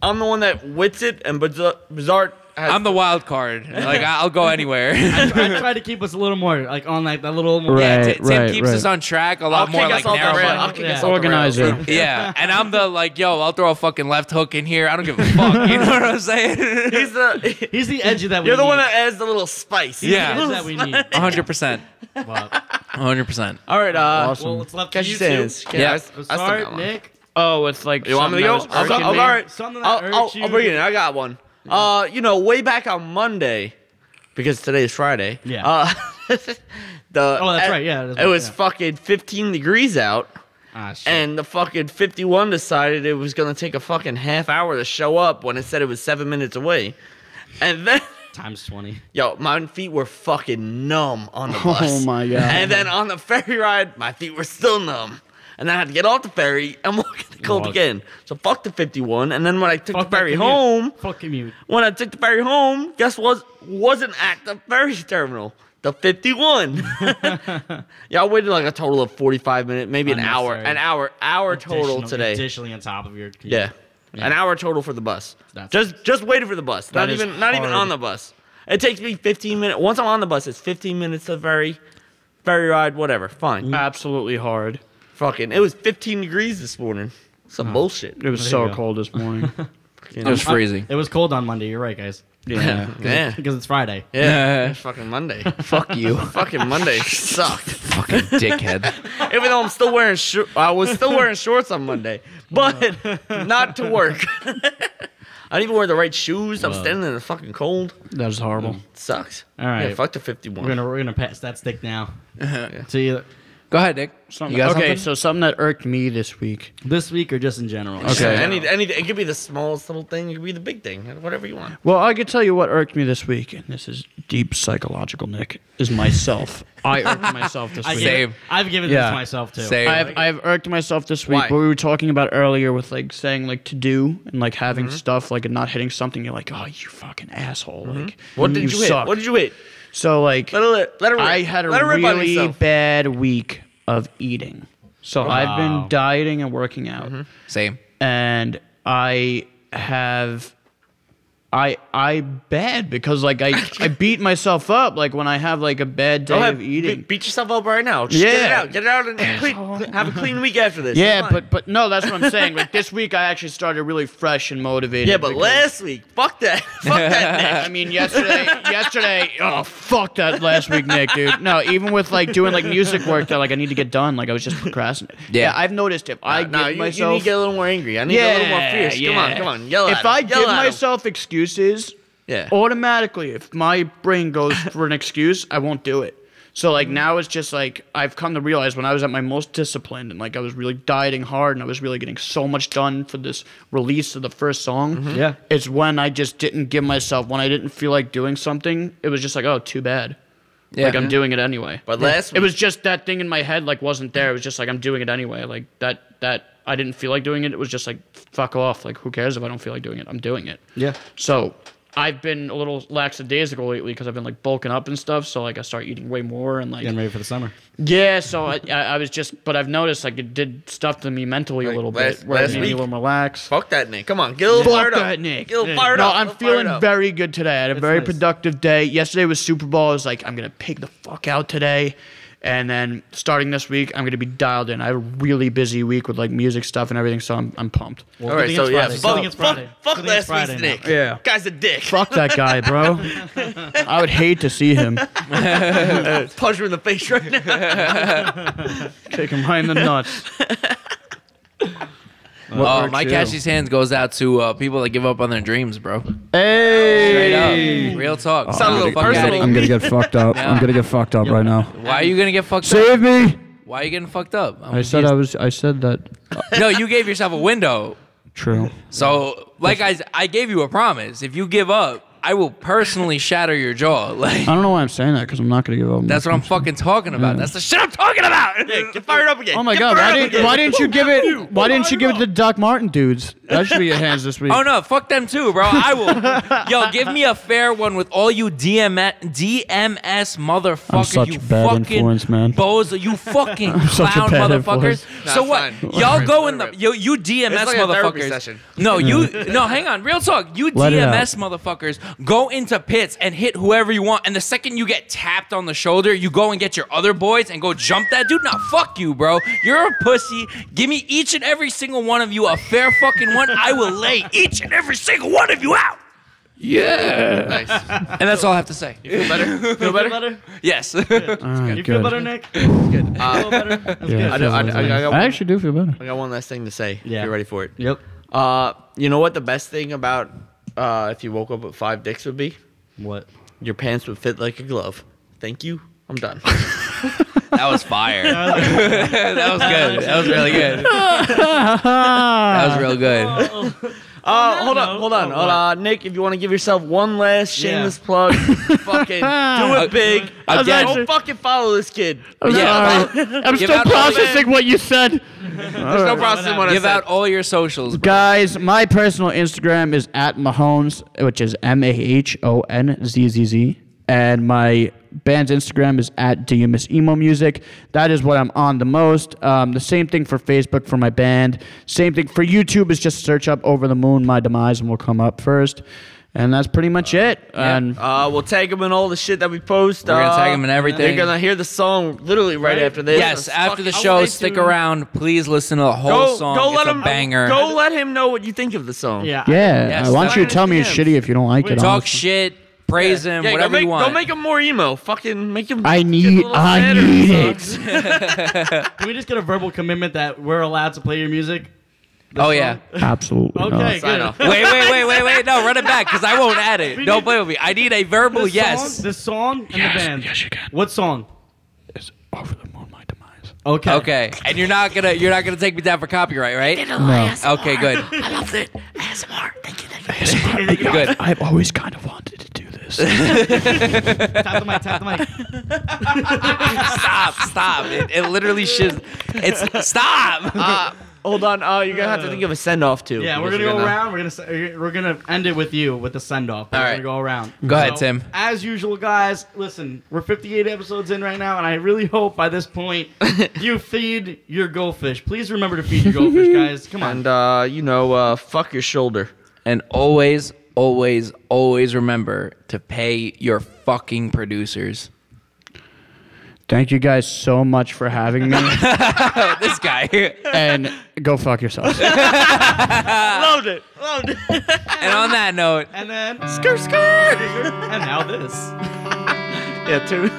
Speaker 4: I'm the one that wits it, and Bizar- Bizarre has
Speaker 5: I'm the wild card. Like I- I'll go anywhere.
Speaker 1: I tried to keep us a little more like on like that little more.
Speaker 3: Right.
Speaker 5: Yeah, Ti- Tim
Speaker 3: right,
Speaker 5: keeps us
Speaker 3: right.
Speaker 5: on track a
Speaker 4: I'll
Speaker 5: lot
Speaker 4: kick
Speaker 5: more
Speaker 4: us
Speaker 5: like
Speaker 4: off the
Speaker 5: narrow.
Speaker 4: rail.
Speaker 5: Yeah.
Speaker 4: I'll kick us
Speaker 1: Yeah.
Speaker 4: off the rail.
Speaker 3: Organizer.
Speaker 5: yeah, and I'm the like, yo, I'll throw a fucking left hook in here. I don't give a fuck. You know what I'm saying?
Speaker 4: He's the
Speaker 1: He's the edge that we.
Speaker 4: You're the
Speaker 1: need.
Speaker 4: one that adds the little spice.
Speaker 5: Yeah.
Speaker 1: edge that we need.
Speaker 5: 100, percent
Speaker 1: Well,
Speaker 5: 100. percent
Speaker 4: All right. Uh,
Speaker 1: well, it's left to
Speaker 4: Catch
Speaker 1: you
Speaker 4: your
Speaker 1: two.
Speaker 4: sins.
Speaker 5: Yeah.
Speaker 1: I'm sorry, Nick.
Speaker 3: Oh, it's like
Speaker 4: You want me to go?
Speaker 3: something
Speaker 4: I'll
Speaker 3: that was
Speaker 4: go.
Speaker 3: irking
Speaker 4: I'll,
Speaker 3: me.
Speaker 4: all right.
Speaker 1: Something that
Speaker 4: I'll, I'll,
Speaker 1: irked
Speaker 4: I'll
Speaker 1: you.
Speaker 4: bring it. in. I got one. Uh, you know, way back on Monday, because today is Friday.
Speaker 1: Yeah.
Speaker 4: Uh, the
Speaker 1: Oh, that's
Speaker 4: it-
Speaker 1: right, yeah, that's
Speaker 4: It
Speaker 1: right,
Speaker 4: was
Speaker 1: yeah.
Speaker 4: fucking 15 degrees out,
Speaker 1: Ah, shit.
Speaker 4: and the fucking 51 decided it was gonna take a fucking half hour to show up when it said it was seven minutes away, and then.
Speaker 1: times twenty.
Speaker 4: Yo, my feet were fucking numb on the
Speaker 3: Oh
Speaker 4: bus.
Speaker 3: my God.
Speaker 4: And then on the ferry ride, my feet were still numb. And then I had to get off the ferry and walk in the cold
Speaker 1: Walk.
Speaker 4: again. So fuck the 51. And then when I took
Speaker 1: Fuck
Speaker 4: the
Speaker 1: that
Speaker 4: ferry
Speaker 1: commute.
Speaker 4: home,
Speaker 1: Fuck commute.
Speaker 4: when I took the ferry home, guess what wasn't at the ferry terminal? The 51. yeah, I waited like a total of 45 minutes, maybe an hour.
Speaker 1: Unnecessary.
Speaker 4: An hour, hour total
Speaker 1: Additional-
Speaker 4: today.
Speaker 1: Additionally, on top of your commute.
Speaker 4: Yeah. An hour total for the bus.
Speaker 1: That's-
Speaker 4: just just waiting for the bus. Not
Speaker 3: That is
Speaker 4: even not even
Speaker 3: hard.
Speaker 4: on the bus. It takes me 15 minutes. Once I'm on the bus, it's 15 minutes to ferry, ferry ride, whatever. Fine.
Speaker 3: Mm. Absolutely hard.
Speaker 4: Fucking. It was 15 degrees this morning. Some bullshit.
Speaker 3: It was
Speaker 1: There you
Speaker 3: so
Speaker 1: go.
Speaker 3: cold this morning.
Speaker 5: It was freezing.
Speaker 1: It was cold on Monday. You're right, guys.
Speaker 3: yeah.
Speaker 4: Yeah.
Speaker 1: Because it's Friday.
Speaker 4: Yeah. It's fucking Monday.
Speaker 5: Fuck you,
Speaker 4: fucking Monday sucked.
Speaker 5: fucking dickhead.
Speaker 4: Even though I'm still wearing shor- I was still wearing shorts on Monday, but not to work. I didn't even wear the right shoes. I'm standing in the fucking cold.
Speaker 3: That was
Speaker 4: Mm.
Speaker 3: horrible.
Speaker 4: sucks.
Speaker 1: All right.
Speaker 4: Yeah, fuck the
Speaker 1: We're
Speaker 4: 51.
Speaker 1: gonna we're gonna pass that stick now. to you
Speaker 5: Go ahead, Nick. You got
Speaker 3: okay,
Speaker 5: something?
Speaker 3: so something that irked me this week.
Speaker 1: this week or just in general.
Speaker 5: Okay.
Speaker 4: Yeah, Any, any, it could be the smallest little thing. It could be the big thing. Whatever you want.
Speaker 3: Well, I could tell you what irked me this week, and this is deep psychological, Nick, is myself. I irked myself this
Speaker 1: I
Speaker 3: week.
Speaker 1: give-
Speaker 5: Same.
Speaker 1: I've given
Speaker 3: Yeah.
Speaker 1: this myself too.
Speaker 5: Same.
Speaker 3: I've, I've irked myself this week.
Speaker 4: Why?
Speaker 3: What we were talking about earlier with like saying like to do and like having
Speaker 4: Mm-hmm.
Speaker 3: stuff like and not hitting something, you're like, oh, you fucking asshole! Like,
Speaker 4: Mm-hmm. What did you, hit?
Speaker 3: suck.
Speaker 4: What did you hit?
Speaker 3: so like,
Speaker 4: Let her rip. Let her rip.
Speaker 3: I had a
Speaker 4: Let her rip on
Speaker 3: really
Speaker 4: herself.
Speaker 3: bad week of eating. So I've
Speaker 1: Wow.
Speaker 3: been dieting and working out,
Speaker 4: Mm-hmm.
Speaker 5: Same.
Speaker 3: and I have. I I bad because like I, I beat myself up like when I have like a bad day
Speaker 4: Go ahead.
Speaker 3: of
Speaker 4: Be-
Speaker 3: eating.
Speaker 4: Beat yourself up right now. Just Get it
Speaker 3: Yeah.
Speaker 4: out. Get it out and clean, have a clean week after this.
Speaker 3: Yeah,
Speaker 4: Come on.
Speaker 3: but but no, that's what I'm saying. Like this week, I actually started really fresh and motivated.
Speaker 4: yeah, but
Speaker 3: because-
Speaker 4: last week, fuck that. fuck that.
Speaker 3: I mean, yesterday, yesterday, oh fuck that last week, Nick, dude. No, even with like doing like music work that like I need to get done, like I was just procrastinating.
Speaker 5: Yeah.
Speaker 3: I've noticed if I
Speaker 4: Nick. No,
Speaker 3: give
Speaker 4: you, you
Speaker 3: myself,
Speaker 4: need to get a little more angry. I need a little more
Speaker 3: Yeah,
Speaker 4: fierce. Come on,
Speaker 3: yeah.
Speaker 4: come on. Yell at
Speaker 3: if
Speaker 4: him.
Speaker 3: I
Speaker 4: Yell
Speaker 3: give
Speaker 4: at him.
Speaker 3: myself Oh, excuses,
Speaker 4: Yeah.
Speaker 3: automatically, if my brain goes for an excuse, I won't do it. So like now it's just like I've come to realize when I was at my most disciplined and like I was really dieting hard and I was really getting so much done for this release of the first song.
Speaker 7: Mm-hmm.
Speaker 1: Yeah.
Speaker 3: It's when I just didn't give myself when I didn't feel like doing something, it was just like, oh, too bad. Like I'm doing it anyway.
Speaker 4: But last
Speaker 3: it was just that thing in my head like wasn't there. It was just like I'm doing it anyway. Like that that I didn't feel like doing it. It was just like fuck off. Like who cares if I don't feel like doing it? I'm doing it.
Speaker 1: Yeah.
Speaker 3: So I've been a little lackadaisical lately because I've been like bulking up and stuff. So like I start eating way more and like
Speaker 1: Getting ready for the summer.
Speaker 3: yeah. So I, I I was just but I've noticed like it did stuff to me mentally a little
Speaker 4: last-
Speaker 3: bit where
Speaker 4: last
Speaker 3: it made me a
Speaker 4: week-
Speaker 3: little more lax.
Speaker 4: Fuck that Nick. Come on, get a little
Speaker 3: Fuck
Speaker 4: fired up.
Speaker 3: that, Nick.
Speaker 4: Get a little fired
Speaker 3: no,
Speaker 4: up. get a
Speaker 3: I'm
Speaker 4: little
Speaker 3: feeling
Speaker 4: fired up.
Speaker 3: very good today. I had a very
Speaker 1: nice.
Speaker 3: productive day. Yesterday was Super Bowl. I was like, I'm gonna pig the fuck out today, and then starting this week, I'm gonna be dialed in. I had a really busy week with like music stuff and everything, so I'm I'm pumped.
Speaker 1: Well,
Speaker 4: All right,
Speaker 1: good
Speaker 4: so
Speaker 1: thing
Speaker 4: yeah,
Speaker 1: it's Friday. Good
Speaker 4: fuck,
Speaker 1: thing it's
Speaker 4: fuck,
Speaker 1: Friday.
Speaker 4: fuck
Speaker 1: Good thing
Speaker 4: last
Speaker 1: it's Friday
Speaker 4: week's
Speaker 1: now.
Speaker 4: Nick.
Speaker 3: Yeah.
Speaker 4: guy's a dick.
Speaker 3: Fuck that guy, bro. I would hate to see him.
Speaker 4: Punch him in the face right now.
Speaker 3: Kick him right in the nuts.
Speaker 5: Oh, Mike Cassidy's hands goes out to uh, people that give up on their dreams, bro.
Speaker 3: Hey.
Speaker 5: Straight up, real talk.
Speaker 4: Sound a
Speaker 5: Fuck
Speaker 4: little
Speaker 5: outta here.
Speaker 4: personal.
Speaker 8: I'm gonna get fucked up. I'm gonna get fucked up right now.
Speaker 5: Why are you gonna get fucked up?
Speaker 8: Save me!
Speaker 5: Why are you getting fucked up? I'm
Speaker 8: I said I
Speaker 5: confused.
Speaker 8: was. I said that.
Speaker 5: no. You gave yourself a window.
Speaker 8: True.
Speaker 5: So, like I, I gave you a promise. If you give up, I will personally shatter your jaw. Like
Speaker 8: I don't know why I'm saying that because I'm not gonna give up.
Speaker 5: that's what I'm fucking talking about. That's the shit I'm talking about.
Speaker 4: Get fired up again.
Speaker 3: Oh my
Speaker 4: Get
Speaker 3: god!
Speaker 4: fired
Speaker 3: Why
Speaker 4: up
Speaker 3: didn't,
Speaker 4: again.
Speaker 3: why didn't you give it? Why didn't you give it to the Doc Martin dudes? That should be your hands this week.
Speaker 5: Oh no, fuck them too, bro. I will. Yo, give me a fair one with all you DMS, DMS motherfuckers.
Speaker 8: I'm such
Speaker 5: you
Speaker 8: bad
Speaker 5: fucking
Speaker 8: influence, man.
Speaker 5: Bozo, you fucking
Speaker 8: such a
Speaker 5: clown
Speaker 8: bad
Speaker 5: motherfuckers.
Speaker 8: influence.
Speaker 5: so
Speaker 4: Nah,
Speaker 5: what?
Speaker 4: it's fine.
Speaker 5: Y'all
Speaker 4: Rip,
Speaker 5: go in the
Speaker 4: rip.
Speaker 5: yo, you DMS
Speaker 4: It's like a therapy
Speaker 5: motherfuckers.
Speaker 4: session.
Speaker 5: No, you no, hang on. Real talk. You
Speaker 8: Let it out.
Speaker 5: DMS motherfuckers go into pits and hit whoever you want. And the second you get tapped on the shoulder, you go and get your other boys and go jump that dude. Nah, fuck you, bro. You're a pussy. Give me each and every single one of you a fair fucking one. I will lay each and every single one of you out. Yeah.
Speaker 4: Nice.
Speaker 5: And that's all I have to say.
Speaker 1: Feel better? better?
Speaker 5: Yes.
Speaker 8: Ah,
Speaker 1: You
Speaker 8: good.
Speaker 1: feel better, Nick?
Speaker 4: Good.
Speaker 1: Feel
Speaker 4: Uh,
Speaker 1: better? That's
Speaker 8: Yeah,
Speaker 4: I
Speaker 1: good.
Speaker 4: do- I do- I got one-
Speaker 8: I actually do feel better.
Speaker 4: I got one last thing to say.
Speaker 1: Yeah.
Speaker 4: If you're ready for it.
Speaker 1: Yep.
Speaker 4: Uh, you know what the best thing about uh, if you woke up with five dicks would be?
Speaker 1: What?
Speaker 4: Your pants would fit like a glove. Thank you. I'm done.
Speaker 5: That was fire. that was good. That was really good. that was real good.
Speaker 4: Uh, hold on, hold on, hold on, Nick. If you want to give yourself one last
Speaker 1: Yeah.
Speaker 4: shameless plug, fucking do it big.
Speaker 5: Again,
Speaker 4: Don't fucking follow this kid.
Speaker 3: I'm
Speaker 5: Yeah.
Speaker 3: sorry. I'm
Speaker 5: Give
Speaker 3: still
Speaker 5: out all the-
Speaker 3: processing what you said.
Speaker 4: There's no process in what I
Speaker 5: Give
Speaker 4: said.
Speaker 5: out all your socials. Bro.
Speaker 3: Guys, my personal Instagram is at Mahones, which is M A H O N Z Z Z. And my band's Instagram is at DMS Emo Music. That is what I'm on the most. Um, the same thing for Facebook for my band. Same thing for YouTube is just search up Over the Moon, My Demise, and we'll come up first. And that's pretty much it. And
Speaker 4: Uh, we'll tag him in all the shit that we post.
Speaker 5: We're gonna
Speaker 4: uh,
Speaker 5: tag him in everything.
Speaker 4: You're gonna hear the song literally right, after this.
Speaker 5: Yes,
Speaker 4: It's
Speaker 5: after the
Speaker 4: fucking-
Speaker 5: show,
Speaker 4: I'll
Speaker 5: stick
Speaker 4: let you-
Speaker 5: around. Please listen to the whole
Speaker 4: Go,
Speaker 5: song.
Speaker 4: go
Speaker 5: it's
Speaker 4: let
Speaker 5: a
Speaker 4: him
Speaker 5: banger.
Speaker 4: Go let him know what you think of the song.
Speaker 1: Yeah. I-
Speaker 3: yeah,
Speaker 5: Yes,
Speaker 3: I want
Speaker 5: that's-
Speaker 3: you to tell me it's shitty if you don't like it.
Speaker 5: Talk
Speaker 3: honestly.
Speaker 5: shit, praise him,
Speaker 4: Yeah,
Speaker 5: whatever
Speaker 4: go make,
Speaker 5: you want.
Speaker 4: Go make him more emo. Fucking make him.
Speaker 3: I
Speaker 4: get a
Speaker 3: need,
Speaker 4: little
Speaker 3: I
Speaker 4: sadder.
Speaker 3: need it.
Speaker 1: Can we just get a verbal commitment that we're allowed to play your music?
Speaker 5: oh yeah.
Speaker 8: Absolutely
Speaker 1: Okay,
Speaker 4: sign
Speaker 1: good.
Speaker 4: off.
Speaker 5: Wait, wait, wait, wait, wait. No, run it back because I won't add it. Don't play with me. I need a
Speaker 1: The
Speaker 5: verbal Oh, yes.
Speaker 1: Song, the song and the band.
Speaker 8: yes, you can.
Speaker 1: What song?
Speaker 8: It's over the moon, my demise.
Speaker 1: Okay.
Speaker 5: Okay, and you're not gonna you're not gonna take me down for copyright, right?
Speaker 8: No,
Speaker 5: Okay, good, good.
Speaker 8: I've always kind of wanted to do this.
Speaker 1: Tap the mic, tap the mic.
Speaker 5: Stop, stop. It, it literally should. It's stop.
Speaker 4: Uh, hold on. Uh, you're gonna have to think of a send off too.
Speaker 1: Yeah, we're
Speaker 4: because
Speaker 1: gonna
Speaker 4: you're
Speaker 1: go around. We're gonna se- we're gonna end it with you with the send off. We're
Speaker 5: All
Speaker 1: gonna
Speaker 5: right.
Speaker 1: go around.
Speaker 5: Go ahead, Tim.
Speaker 1: As usual, guys. Listen, we're 58 episodes in right now, and I really hope by this point you feed your goldfish. Please remember to feed your goldfish, guys. Come on.
Speaker 4: And uh, you know, uh, fuck your shoulder.
Speaker 5: And always, always, always remember to pay your fucking producers.
Speaker 3: Thank you guys so much for having me.
Speaker 5: Oh, This guy. and
Speaker 3: and go fuck yourself.
Speaker 5: uh,
Speaker 4: Loved it.
Speaker 5: on that note,
Speaker 1: And then
Speaker 4: Skr skr.
Speaker 1: and now this.
Speaker 4: Yeah, too.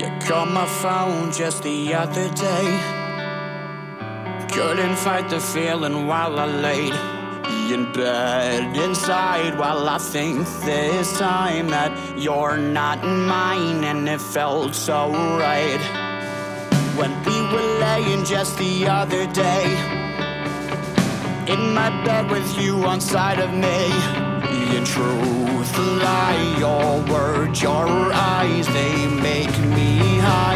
Speaker 7: You called my phone just the other day. Couldn't fight the feeling while I laid in bed inside. While I think this time that you're not mine, and it felt so right. When we were laying just the other day, in my bed with you on side of me. Your truth, a lie, your words, your eyes, they make me high.